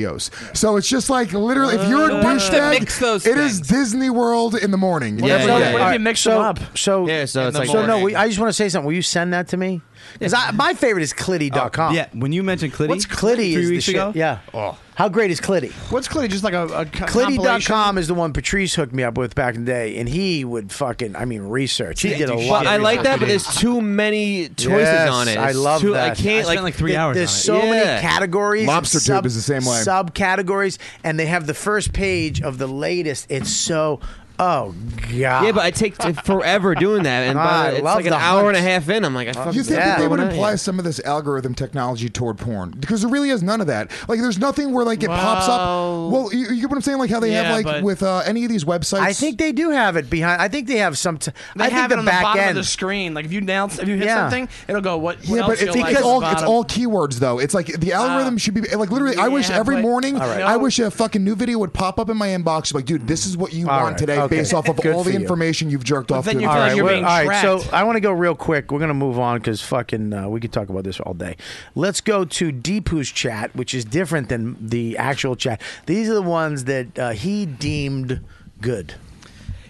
So it's just like literally, if you're a What's the douchebag, mix those it is things? Disney World in the morning. Yeah, every yeah, day. yeah. What if you mix so, them up? So Yeah, so In it's the like So no, morning. we, I just want to say something. Will you send that to me? Because my favorite is Oh, Clitty.com. Yeah, when you mentioned Clitty, What's Clitty? Three is weeks the shit. ago. Yeah. Oh. How great is Clitty? What's Clitty? Just like a, a co- compilation? Clitty.com is the one Patrice hooked me up with back in the day, and he would fucking, I mean, research. He did a dude, lot. But I of like research. that, but there's too many choices Yes, on it. I It's love too, I that. I can't spent like. like three hours. There's on it. so Yeah. many categories. and Lobster tube sub- is the same way. Subcategories, and they have the first page of the latest. It's so, oh god. yeah, but I take t- forever doing that, and Ah, I by, the- it's love like an the hour and a hunch. half in. I'm like, I fucking You think Yeah. that they would Why not? apply some of this algorithm technology toward porn? Because there really is none of that. Like, there's nothing where like it pops up. Well- Well, you, you get what I'm saying? Like how they Yeah, have like but- with uh, any of these websites. I think they do have it behind. I think they have some. T- They I think have the it on back the bottom end. of the screen. Like if you announce, if you hit Yeah. something, it'll go what? what Yeah, else but you it's, like it's at the all it's bottom? all keywords though. It's like the algorithm should be like literally. I wish yeah, every but- morning All right. I wish a fucking new video would pop up in my inbox. Like, dude, this is what you All want right, today okay. based off of Good all the for you. information you've jerked off. then to you in the feel like past you're week. being all right. So tracked. I want to go real quick. We're gonna move on because fucking uh, we could talk about this all day. Let's go to Deepu's chat, which is different than the actual chat. These are the ones that uh, he deemed good.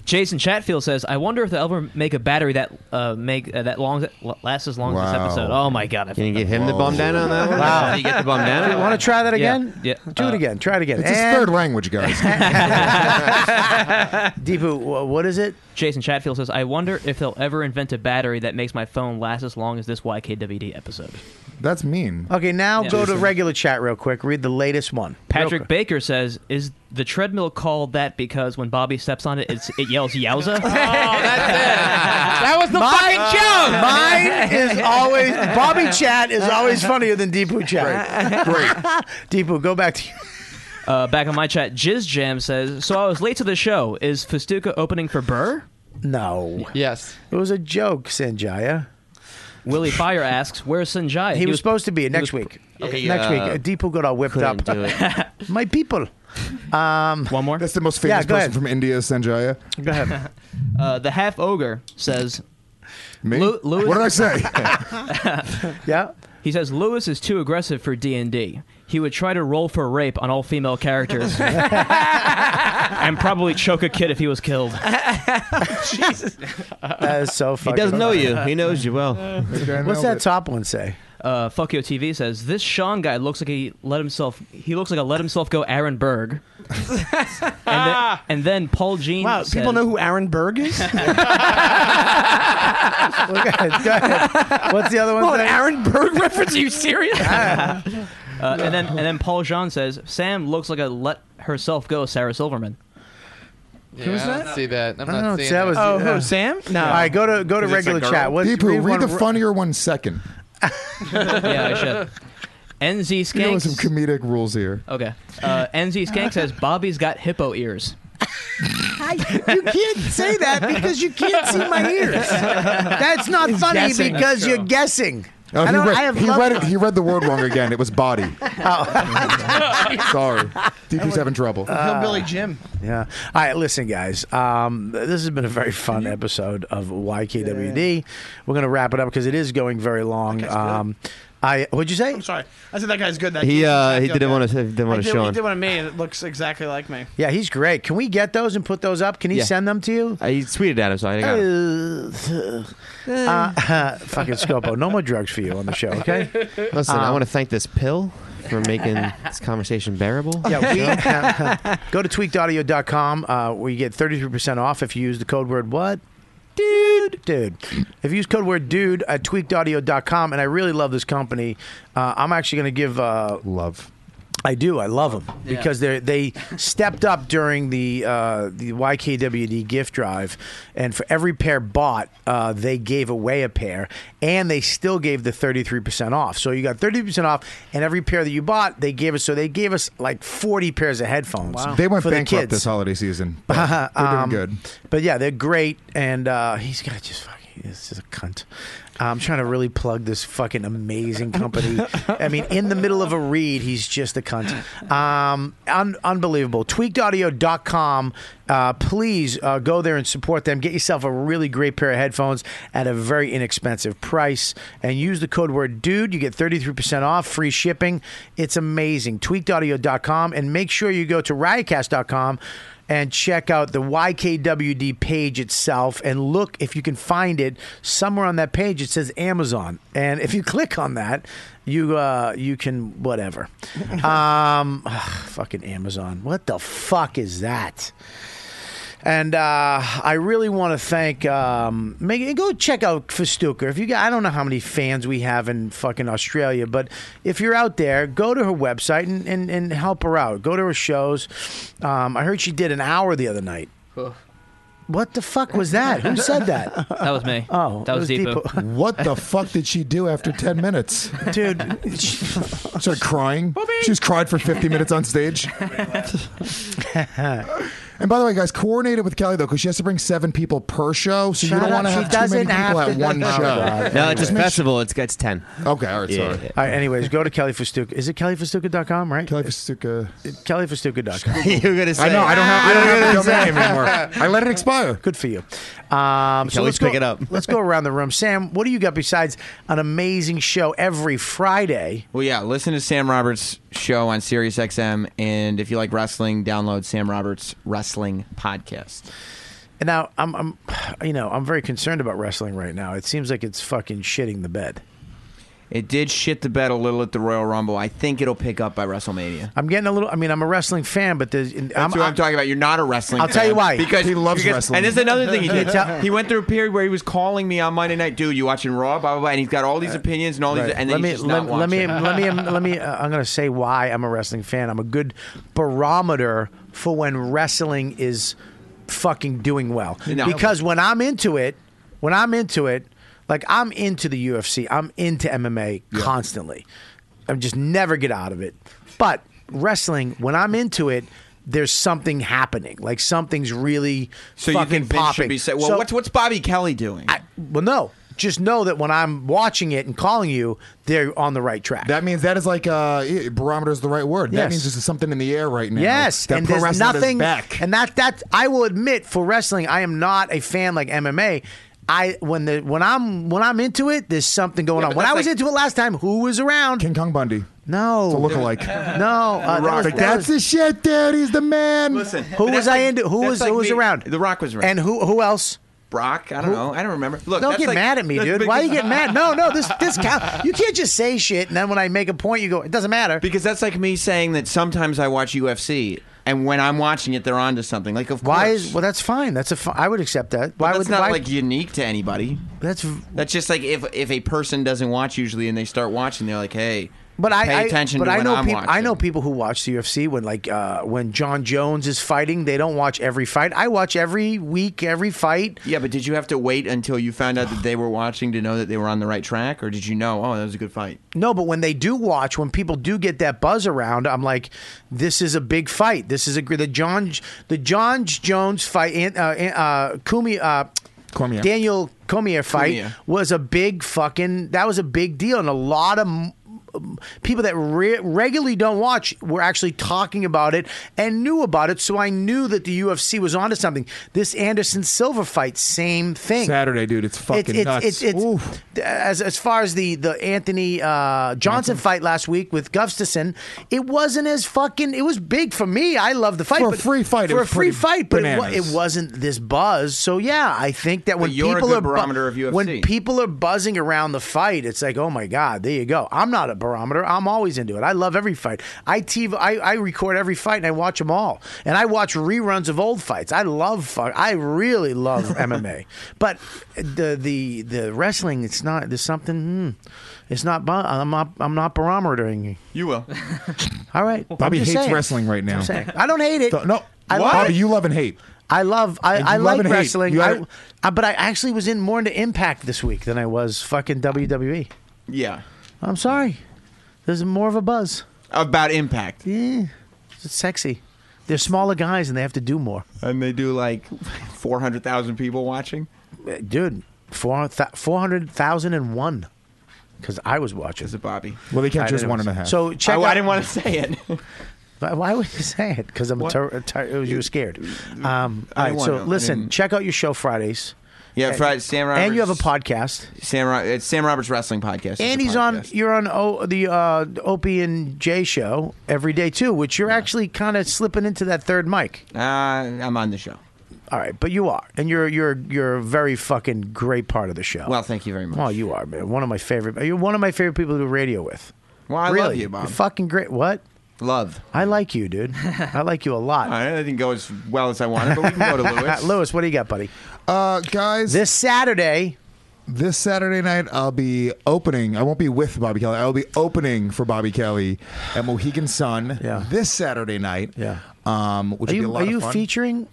Jason Chatfield says, "I wonder if they'll ever make a battery that uh, make uh, that long that lasts as long as this Wow. episode." Oh my god! I Can you get him the bum down on that one? Wow. you get the bum down. You want to try that Yeah, again? yeah. Do it Uh, again. Try it again. It's his And third language, guys. Deepu, wh- what is it? Jason Chatfield says, "I wonder if they'll ever invent a battery that makes my phone last as long as this YKWd episode." That's mean. Okay, now Yeah. go to regular chat real quick. Read the latest one. Patrick Real quick. Baker says, "Is the treadmill called that because when Bobby steps on it, it's, it yells yowza?" Oh, that was the uh, Mine fucking joke. is always Bobby Chat is always funnier than Deepu Chat. Great. Deepu, go back to you. uh, back on my chat, Jizz Jam says, "So I was late to the show. Is Festuca opening for Burr?" No. Yes. It was a joke, Sanjaya. Willie Fire asks, "Where's Sanjay?" He, was, supposed to be next week. Okay, Okay, next uh, week. Uh, Deepu got all whipped up. couldn't My people. Um, One more. That's the most Yeah, famous go person ahead. from India, Sanjaya. Go ahead. uh, the half ogre says, Me? Lu- Lewis- What did I say? yeah. He says Lewis is too aggressive for D and D. He would try to roll for rape on all female characters, and probably choke a kid if he was killed. Jesus. That is so He funny. doesn't know you. He knows you well. What's that top one say? Uh, Fuck Yo TV says this Sean guy looks like he let himself. He looks like a let himself go Aaron Berg. and, then, and then Paul Jean. Wow, people know who Aaron Berg is? What's the other one? Well, an Aaron Berg reference? Are you serious? uh, and then and then Paul Jean says Sam looks like a let herself go Sarah Silverman. Yeah, I don't see that. I'm I not don't seeing see- that was- Oh, who, yeah. Sam? No. All right, go to go to Is it regular girl? chat. What's, Deepu, read the one- funnier one second. yeah, I should. NZ Skanks. You know some comedic rules here. Okay. Uh, NZ Skank says Bobby's got hippo ears. you can't say that because you can't see my ears. That's not He's funny guessing. because That's you're guessing. Oh, I, he don't, read, I have he, love- read it, he read the word wrong again. It was body. Sorry. Deepu's having trouble. Billy Jim. Yeah. All right, listen, guys. Um, this has been a very fun episode of YKWd. We're gonna wrap it up because it is going very long. Um, I what'd you say? I'm sorry. I said that guy's good. That He dude. uh, he I did feel one bad. of he did one I of did- He Sean. did one of me, and it looks exactly like me. Yeah, he's great. Can we get those and put those up? Can he Yeah. send them to you? Uh, He tweeted at him, so I got him. Uh, uh, fucking Scopo, no more drugs for you on the show, okay? Listen, Uh-huh. I want to thank this pill for making this conversation bearable. Yeah, we, go to tweakedaudio.com uh, where you get 33% off if you use the code word what? Dude. Dude. If you use code word dude at tweakedaudio.com, and I really love this company, uh, I'm actually going to give. Uh, Love. I do. I love them because they they stepped up during the uh, the YKWd gift drive, and for every pair bought, uh, they gave away a pair, and they still gave the thirty three percent off. So you got thirty percent off, and every pair that you bought, they gave us. So they gave us like forty pairs of headphones. They went for the bankrupt kids. this holiday season. but They're doing Um, good. But yeah, they're great, and uh, he's got just fucking. This is a cunt. I'm trying to really plug this fucking amazing company. I mean, in the middle of a read, he's just a cunt. Um, un- unbelievable. Tweakedaudio.com. Uh, please uh, go there and support them. Get yourself a really great pair of headphones at a very inexpensive price and use the code word dude. You get 33% off, free shipping. It's amazing. Tweakedaudio.com. And make sure you go to riotcast.com and check out the YKWD page itself and look if you can find it somewhere on that page. It says Amazon, and if you click on that, you uh, you can whatever. Um, ugh, fucking Amazon, what the fuck is that? And uh, I really want to thank. Um, make, go check out Festuca. If you, got, I don't know how many fans we have in fucking Australia, but if you're out there, go to her website and, and, and help her out. Go to her shows. Um, I heard she did an hour the other night. What the fuck was that? Who said that? That was me. Oh, that it was, Deepu. Deepu. What the fuck did she do after 10 minutes? dude. she- Started crying. She just cried for 50 minutes on stage. and by the way, guys, coordinate it with Kelly, though, because she has to bring seven people per show, so Shut you up, don't want to she have too doesn't many people have at to- one Oh, show. God. No, it's just festival. It's it's ten. Okay, Oh, all right, Yeah. All sorry. right, anyways, go to Kelly Festuca. Is it kellyfestuca.com, right? Kelly Fasuka. kellyfestuca.com. You're gonna say I know, I don't have, I don't have the domain anymore. I let it expire. Good for you. Um, so always let's go, pick it up. let's go around the room. Sam, what do you got besides an amazing show every Friday? Well, yeah, listen to Sam Roberts' show on Sirius XM, and if you like wrestling, download Sam Roberts' Wrestling Podcast. And now I'm, I'm, you know, I'm very concerned about wrestling right now. It seems like it's fucking shitting the bed. It did shit the bed a little at the Royal Rumble. I think it'll pick up by WrestleMania. I'm getting a little. I mean, I'm a wrestling fan, but there's. I'm, That's what I'm talking about. You're not a wrestling. I'll tell fan. you why. Because He loves because- wrestling. And this is another thing he did. Tell- he went through a period where he was calling me on Monday night, dude. You watching Raw? Blah blah blah. And he's got all these opinions and all Right. these. And let then me he's just let, not let me watching. let me let me. Uh, I'm gonna say why I'm a wrestling fan. I'm a good barometer for when wrestling is fucking doing well. No. Because when I'm into it, when I'm into it, like I'm into the UFC, I'm into MMA constantly. I'm just never get out of it. But wrestling, when I'm into it. There's something happening, like something's really So you fucking think Vince popping. should be saying, "Well, So- what's what's Bobby Kelly doing?" I, well, no. Just know that when I'm watching it and calling you, they're on the right track. That means that is like uh, barometer is the right word. That Yes. means there's something in the air right now. Yes, that and pro there's wrestling is nothing back. And that that I will admit for wrestling, I am not a fan like MMA. I when the when I'm when I'm into it, there's something going Yeah, on. but When that's I was like- into it last time, who was around? King Kong Bundy. No, It's a lookalike. No, uh, that was- like, that that's was- the shit, dude. He's the man. Listen, Who was I into? Who was who was around? The Rock was around. And who who else? Brock, I don't Who- know. I don't remember. Look, don't that's get like- mad at me, that's dude. Why you because- get mad? No, no. This this count. You can't just say shit and then when I make a point, you go. It doesn't matter. Because that's like me saying that sometimes I watch UFC, and when I'm watching it, they're onto something. Like, of Why course. is well? That's fine. That's a. fi- I would accept that. But Why that's would not why- like unique to anybody. That's that's just like if if a person doesn't watch usually and they start watching, they're like, hey, But I, pay I- attention but to I when know I'm peop- watching. I know people who watch the UFC when like uh, when John Jones is fighting, they don't watch every fight. I watch every week, every fight. Yeah, but did you have to wait until you found out that they were watching to know that they were on the right track, or did you know? Oh, that was a good fight. No, but when they do watch, when people do get that buzz around, I'm like, this is a big fight. This is a gr- the John the John Jones fight. and, Uh, and, uh, Kumi, uh, Cormier. Daniel Cormier fight Cormier. was a big fucking. That was a big deal, and a lot of. m- m- People that re- regularly don't watch were actually talking about it and knew about it, so I knew that the UFC was onto something. This Anderson Silva fight, same thing. Saturday, dude. It's fucking it's, nuts. It's, it's, as as far as the the Anthony uh, Johnson fight last week with Gustafson, it wasn't as fucking. It was big for me. I love the fight For a but- free fight, it For a was free pretty fight, but it, wa- bananas. it wasn't this buzz. So yeah, I think that when you're a people good are bu- barometer of UFC. when people are buzzing around the fight, it's like oh my god, there you go. I'm not a barometer. I'm always into it. I love every fight. I TV, I, I record every fight and I watch them all, and I watch reruns of old fights. I love fuck. I really love MMA, but the the the wrestling, it's not. There's something. Hmm, it's not. bu- I'm not. I'm not barometering you. You will. All right. I'm Bobby just hates saying. wrestling right now. That's what I'm saying. I don't hate it. Th- no. I What? love Bobby, you love and hate. I love I, And you I love like and hate. wrestling. You I, have- I- but I actually was in more into Impact this week than I was fucking WWE. Yeah, I'm sorry. There's more of a buzz. about impact. Yeah, it's sexy. They're smaller guys and they have to do more. And they do like four hundred thousand people watching. Uh, Dude, four four hundred thousand and one. Because I was watching. Is it Bobby? Well, they I kept just didn't- one and a half. So check. I, out- I didn't want to say it. Why- Why would you say it? Because I'm a What? Uh, ter- ter- you were scared. Um, all I right, wanna- I so listen, didn't- check out your show Fridays. Yeah, And- Friday, Sam Roberts. And you have a podcast. Sam. Ro- It's Sam Roberts Wrestling Podcast. It's a And he's on. podcast. You're on o, the uh, Opie and Jay show every day too, which you're actually kind of slipping into that third mic. Uh, I'm on the show. All right, but you are, and you're you're you're a very fucking great part of the show. Well, thank you very much. Well, Oh, you are, man. One of my favorite. You're one of my favorite people to do radio with. Well, I love really. you, Bob. You're fucking great. What? Love. I like you, dude. I like you a All lot. right, that didn't go as well as I wanted, but we can go to Lewis. Lewis, what do you got, buddy? Uh, guys, This Saturday, this Saturday night I'll be opening. I won't be with Bobby Kelly. I'll be opening for Bobby Kelly at Mohegan Sun Yeah. this Saturday night. Yeah. Um, are which would be a you lot are of you fun. featuring? I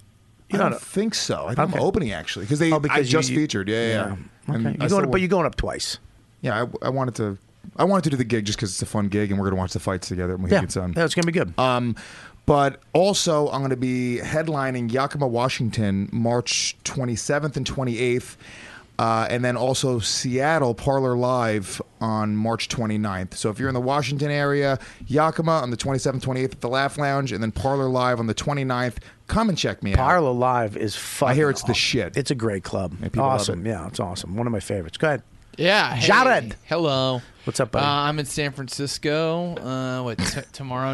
You don't know- think so. I think I'm Okay. opening actually because they Oh, I because you- just you- featured. Yeah, yeah. yeah. And Okay. I You're still going, want- but you're going up twice. yeah, I, I wanted to. I wanted to do the gig just because it's a fun gig and we're going to watch the fights together at Mohegan Yeah, Sun. that's gonna be good. Um, but also, I'm going to be headlining Yakima, Washington, March 27th and 28th. Uh, and then also Seattle Parlor Live on March 29th. So if you're in the Washington area, Yakima on the 27th, 28th at the Laugh Lounge, and then Parlor Live on the 29th, come and check me out. Parlor Live is fun. I hear it's the shit. It's a great club. people love awesome. it. Yeah, it's awesome. One of my favorites. Go ahead. Yeah. hey, Jared. Hello. What's up, buddy? Uh, I'm in San Francisco. Uh, what, t- tomorrow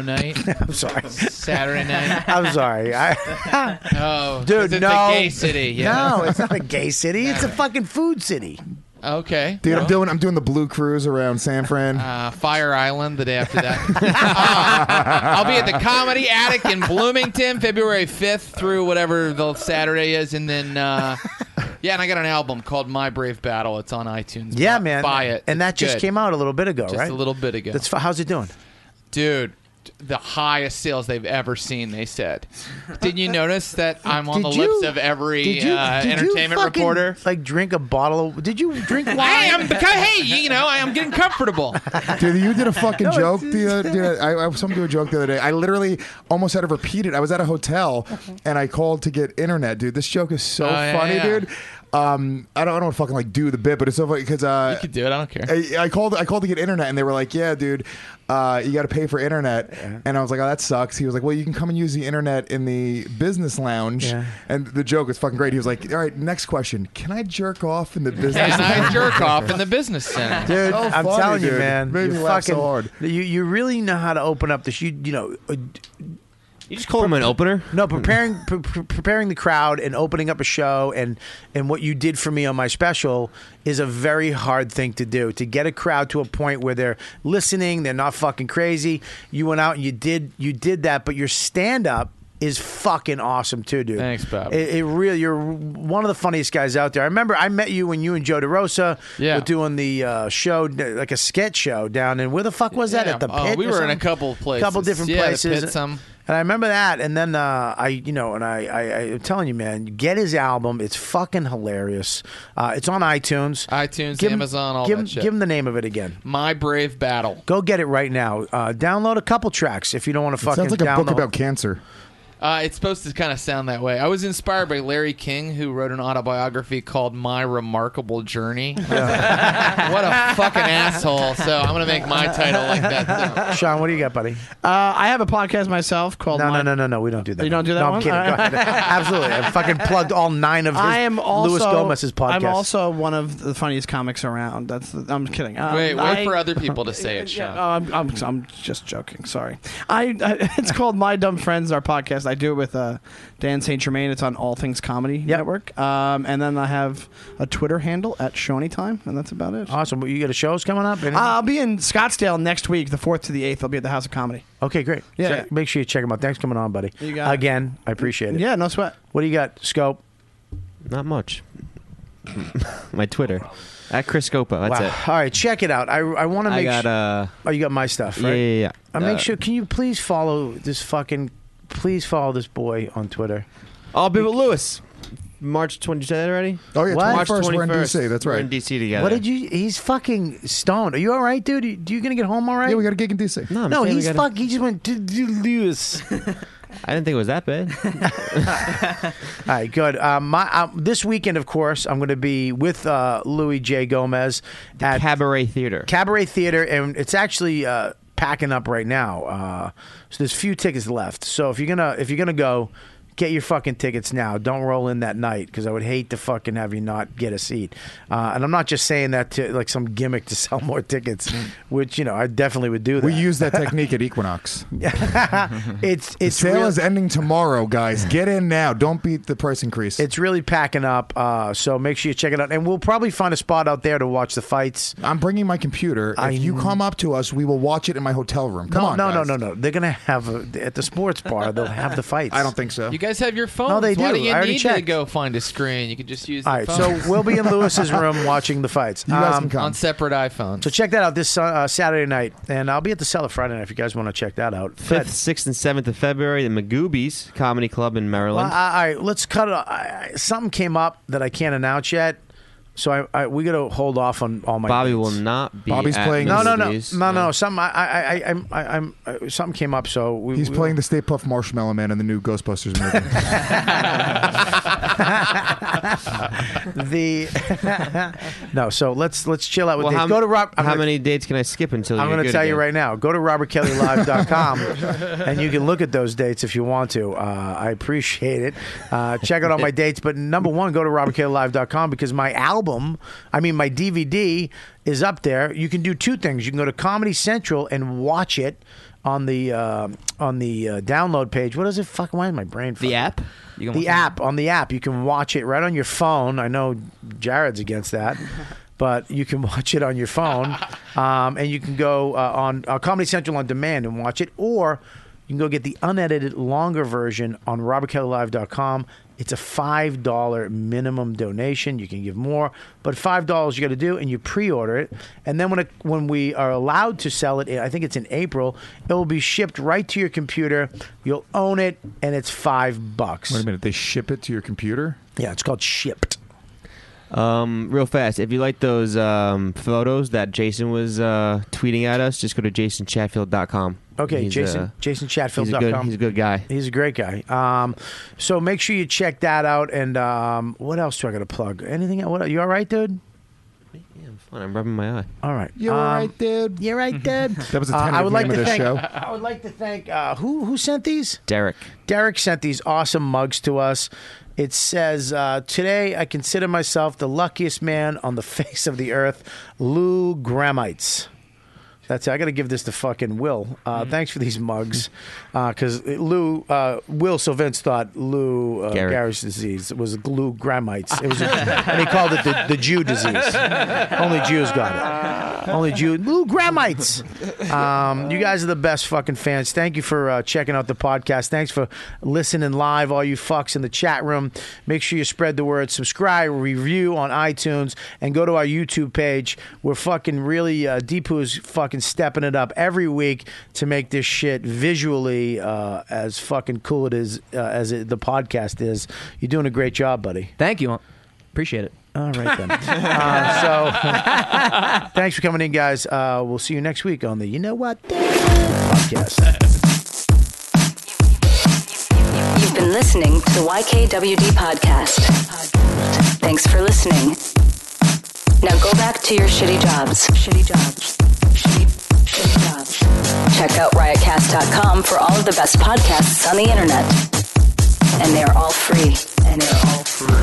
night? I'm sorry. Saturday night? I'm sorry. I, Oh, 'cause dude, it's no. a gay city. Yeah. No, it's not a gay city. It's a fucking food city. Okay. Dude, I'm well, doing I'm doing the Blue Cruise around San Fran. uh, Fire Island the day after that. Uh, I'll be at the Comedy Attic in Bloomington February 5th through whatever the Saturday is. And then, uh, yeah, and I got an album called My Brave Battle. It's on iTunes. Yeah, Bu- man. Buy it. And that It's just good. came out a little bit ago, Just right? a little bit ago. That's f- how's it doing? Dude. The highest sales they've ever seen, they said. Didn't you notice that I'm on Did the you- lips of every Did you, uh, did you entertainment fucking, reporter? Like drink a bottle of? Did you drink wine? I am because hey, you know, I am getting comfortable. Dude, you did a fucking joke the other dude, I, I someone do a joke the other day. I literally almost had to Mm-hmm. repeat it. I was at a hotel and I called to get internet, dude. This joke is so Oh, yeah, funny, yeah. dude. Um, I don't, I don't fucking like do the bit, but it's so funny because uh, You could do it. I don't care. I, I called. I called to get internet, and they were like, "Yeah, dude, uh, you got to pay for internet." And I was like, "Oh, that sucks." He was like, "Well, you can come and use the internet in the business lounge." Yeah. And the joke was fucking great. He was like, "All right, next question. Can I jerk off in the business? Can I lounge?" jerk off in the business center? Dude, Oh, I'm funny, telling you, dude. man. Made you me laugh so fucking- hard. You you really know how to open up this. You you know. uh, You just call him an opener. No, preparing pre- pre- preparing the crowd and opening up a show and and what you did for me on my special is a very hard thing to do. To get a crowd to a point where they're listening, they're not fucking crazy. You went out and you did you did that, but your stand up is fucking awesome too, dude. Thanks, Bob. It, it really, you're one of the funniest guys out there. I remember I met you when you and Joe DeRosa Yeah. were doing the uh, show, like a sketch show down in where the fuck was that Yeah. at the pit? Oh, we or were in something? a couple places. couple different Yeah, the places. pit some. And I remember that. And then uh, I, you know, and I, I, I, am telling you, man, get his album. It's fucking hilarious. Uh, it's on iTunes. iTunes, Give him- Amazon, all give that him, shit. Give him the name of it again. My Brave Battle. Go get it right now. Uh, download a couple tracks if you don't want to It fucking. sounds like a book download- about cancer. Uh, it's supposed to kind of sound that way. I was inspired by Larry King, who wrote an autobiography called My Remarkable Journey. what a fucking asshole. So I'm going to make my title like that. Sean, what do you got, buddy? Uh, I have a podcast myself called. No, My- no, no, no, no. We don't do that. You don't do that No, I'm one? kidding. Go ahead. Absolutely. I fucking plugged all nine of his. I am also Luis Gomez's podcast. I'm also one of the funniest comics around. That's the, I'm kidding. Um, Wait, wait I- for other people to say it, Sean. Oh, I'm, I'm, I'm just joking. Sorry. I, I it's called My Dumb Friends, our podcast. I do it with uh, Dan St. Germain. It's on All Things Comedy Network. Um, and then I have a Twitter handle at Shawnee Time, and that's about it. Awesome. You got a shows coming up? Anything? I'll be in Scottsdale next week, the fourth to the eighth. I'll be at the House of Comedy. Okay, great. Yeah. Check- Make sure you check him out. Thanks for coming on, buddy. You got it. Again, I appreciate it. Yeah, no sweat. What do you got, Scope? Not much. My Twitter at Chris Scopa. That's wow. it. All right, check it out. I, I want to I make got sure. uh. oh, you got my stuff, Yeah, right? yeah, yeah. I make Uh, sure. Can you please follow this fucking? Please follow this boy on Twitter. I'll be with Lewis. March 20. Is that already? Oh yeah, What? twenty first. We're in DC. That's We're right. in DC together. What did you? He's fucking stoned. Are you all right, dude? You, you gonna get home all right? Yeah, we got a gig in DC. No, I'm no, saying we he's gotta- fuck. He just went to do Lewis. all I didn't think it was that bad. right, good. Um, my um, this weekend, of course, I'm going to be with uh, Louis J. Gomez at Cabaret Theater. Cabaret Theater, and it's actually uh, packing up right now. Uh, so there's few tickets left. So if you're gonna if you're gonna go, get your fucking tickets now. Don't roll in that night because I would hate to fucking have you not get a seat. Uh, and I'm not just saying that to like some gimmick to sell more tickets, which you know I definitely would do that. We use that technique at Equinox. it's The it's sale real- is ending tomorrow, guys. Get in now. Don't beat the price increase. It's really packing up, uh, so make sure you check it out. And we'll probably find a spot out there to watch the fights. I'm bringing my computer. If I you come up to us, we will watch it in my hotel room. Come no, on, no, guys. no, no, no. They're gonna have a, at the sports bar. They'll have the fights. I don't think so. You guys have your phones. they Why do. do you I already need to checked. go find a screen? You could just use the All right, phone so we'll be in Lewis's room watching the fights. You guys Um, can come. on separate iPhones. so check that out this uh, Saturday night, and I'll be at the cellar Friday night if you guys want to check that out. Fred. Fifth, sixth, and seventh of February, the Magoobies Comedy Club in Well, I- Maryland. uh, all right, let's cut it. off. I, I, something came up that I can't announce yet, so I, I we got to hold off on all my. Bobby dates. will not be. Bobby's at playing- the No, no, no, Magoobies. no, no. Something I, I, I, I'm, I, I'm, uh, something came up, so we, He's we- playing the Stay Puft Marshmallow Man in the new Ghostbusters movie. the. no, so let's let's chill out with Well, this. how, Go to Rob. I'm how gonna- many dates can I skip until I'm going to tell you right now. Go to robertkellylive.com and you can look at those dates if you want to. Uh, I appreciate it. Uh, check out all my dates. But number one, go to robertkellylive.com because my album, I mean, my DVD is up there. You can do two things. You can go to Comedy Central and watch it on the uh, on the uh, download page. What is it? Fuck, why is my brain The fucking- app? You can watch the it. app on the app. You can watch it right on your phone. I know Jared's against that, but you can watch it on your phone, um, and you can go uh, on uh, Comedy Central on demand and watch it, or you can go get the unedited, longer version on RobertKellyLive.com. It's a five dollar minimum donation. You can give more, but five dollars you got to do, and you pre-order it. And then when it, when we are allowed to sell it, I think it's in April, it will be shipped right to your computer. You'll own it, and it's five bucks. Wait a minute. They ship it to your computer? Yeah, it's called Shipped. Um, real fast, if you like those um, photos that Jason was uh, tweeting at us, just go to jasonchatfield.com. Okay, He's, Jason. uh, Jason he's a, good, he's a good guy. He's a great guy. Um, so make sure you check that out. And um, what else do I got to plug? Anything? el- What? You all right, dude? I'm rubbing my eye. All right. You're Um, right, dude. You're right, dude. That was a Uh, tentative I would like name to of this thank. show. I would like to thank uh, who who sent these. Derek. Derek sent these awesome mugs to us. It says, uh, Today I consider myself the luckiest man on the face of the earth, Lou Gramites. That's it. I got to give this to fucking Will. Uh, Thanks for these mugs. Because Lou, uh, Will Silvince thought Lou uh, Garrett. Garrett's disease was Lou Gramites. It was, and he called it the, the Jew disease. Only Jews got it. Only Jew. Lou Gramites. Um, you guys are the best fucking fans. Thank you for uh, checking out the podcast. Thanks for listening live, all you fucks in the chat room. Make sure you spread the word, subscribe, review on iTunes, and go to our YouTube page. We're fucking really, uh, Deepu is fucking stepping it up every week to make this shit visually uh, as fucking cool it is uh, as it, the podcast is. You're doing a great job, buddy. Thank you. Appreciate it. All right, then. Uh, so thanks for coming in, guys. Uh, we'll see you next week on the You Know What Dude podcast. You've been listening to the YKWD podcast. Thanks for listening. Now go back to your shitty jobs. Shitty jobs. Shitty, shitty jobs. Check out riotcast.com for all of the best podcasts on the internet. And they're all free. And they're all free.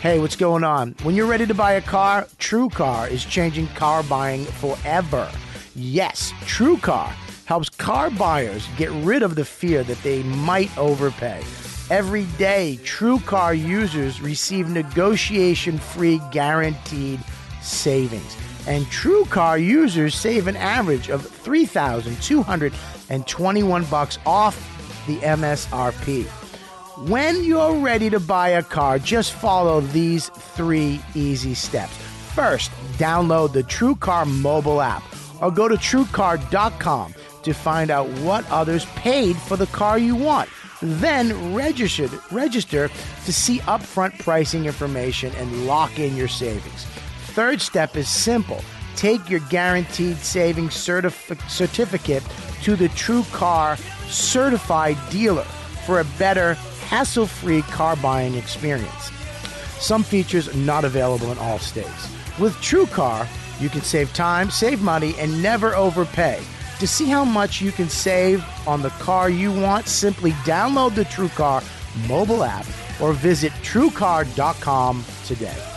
Hey, what's going on? When you're ready to buy a car, True Car is changing car buying forever. Yes, True Car helps car buyers get rid of the fear that they might overpay. Every day, True Car users receive negotiation free guaranteed savings. And True Car users save an average of 3,221 bucks off the MSRP. When you're ready to buy a car, just follow these three easy steps. First, download the TrueCar mobile app or go to truecar.com to find out what others paid for the car you want. Then register, register to see upfront pricing information and lock in your savings. Third step is simple. Take your guaranteed savings certif- certificate to the TrueCar certified dealer for a better, hassle free car buying experience. Some features not available in all states. With TrueCar, you can save time, save money, and never overpay. To see how much you can save on the car you want, simply download the TrueCar mobile app or visit truecar.com today.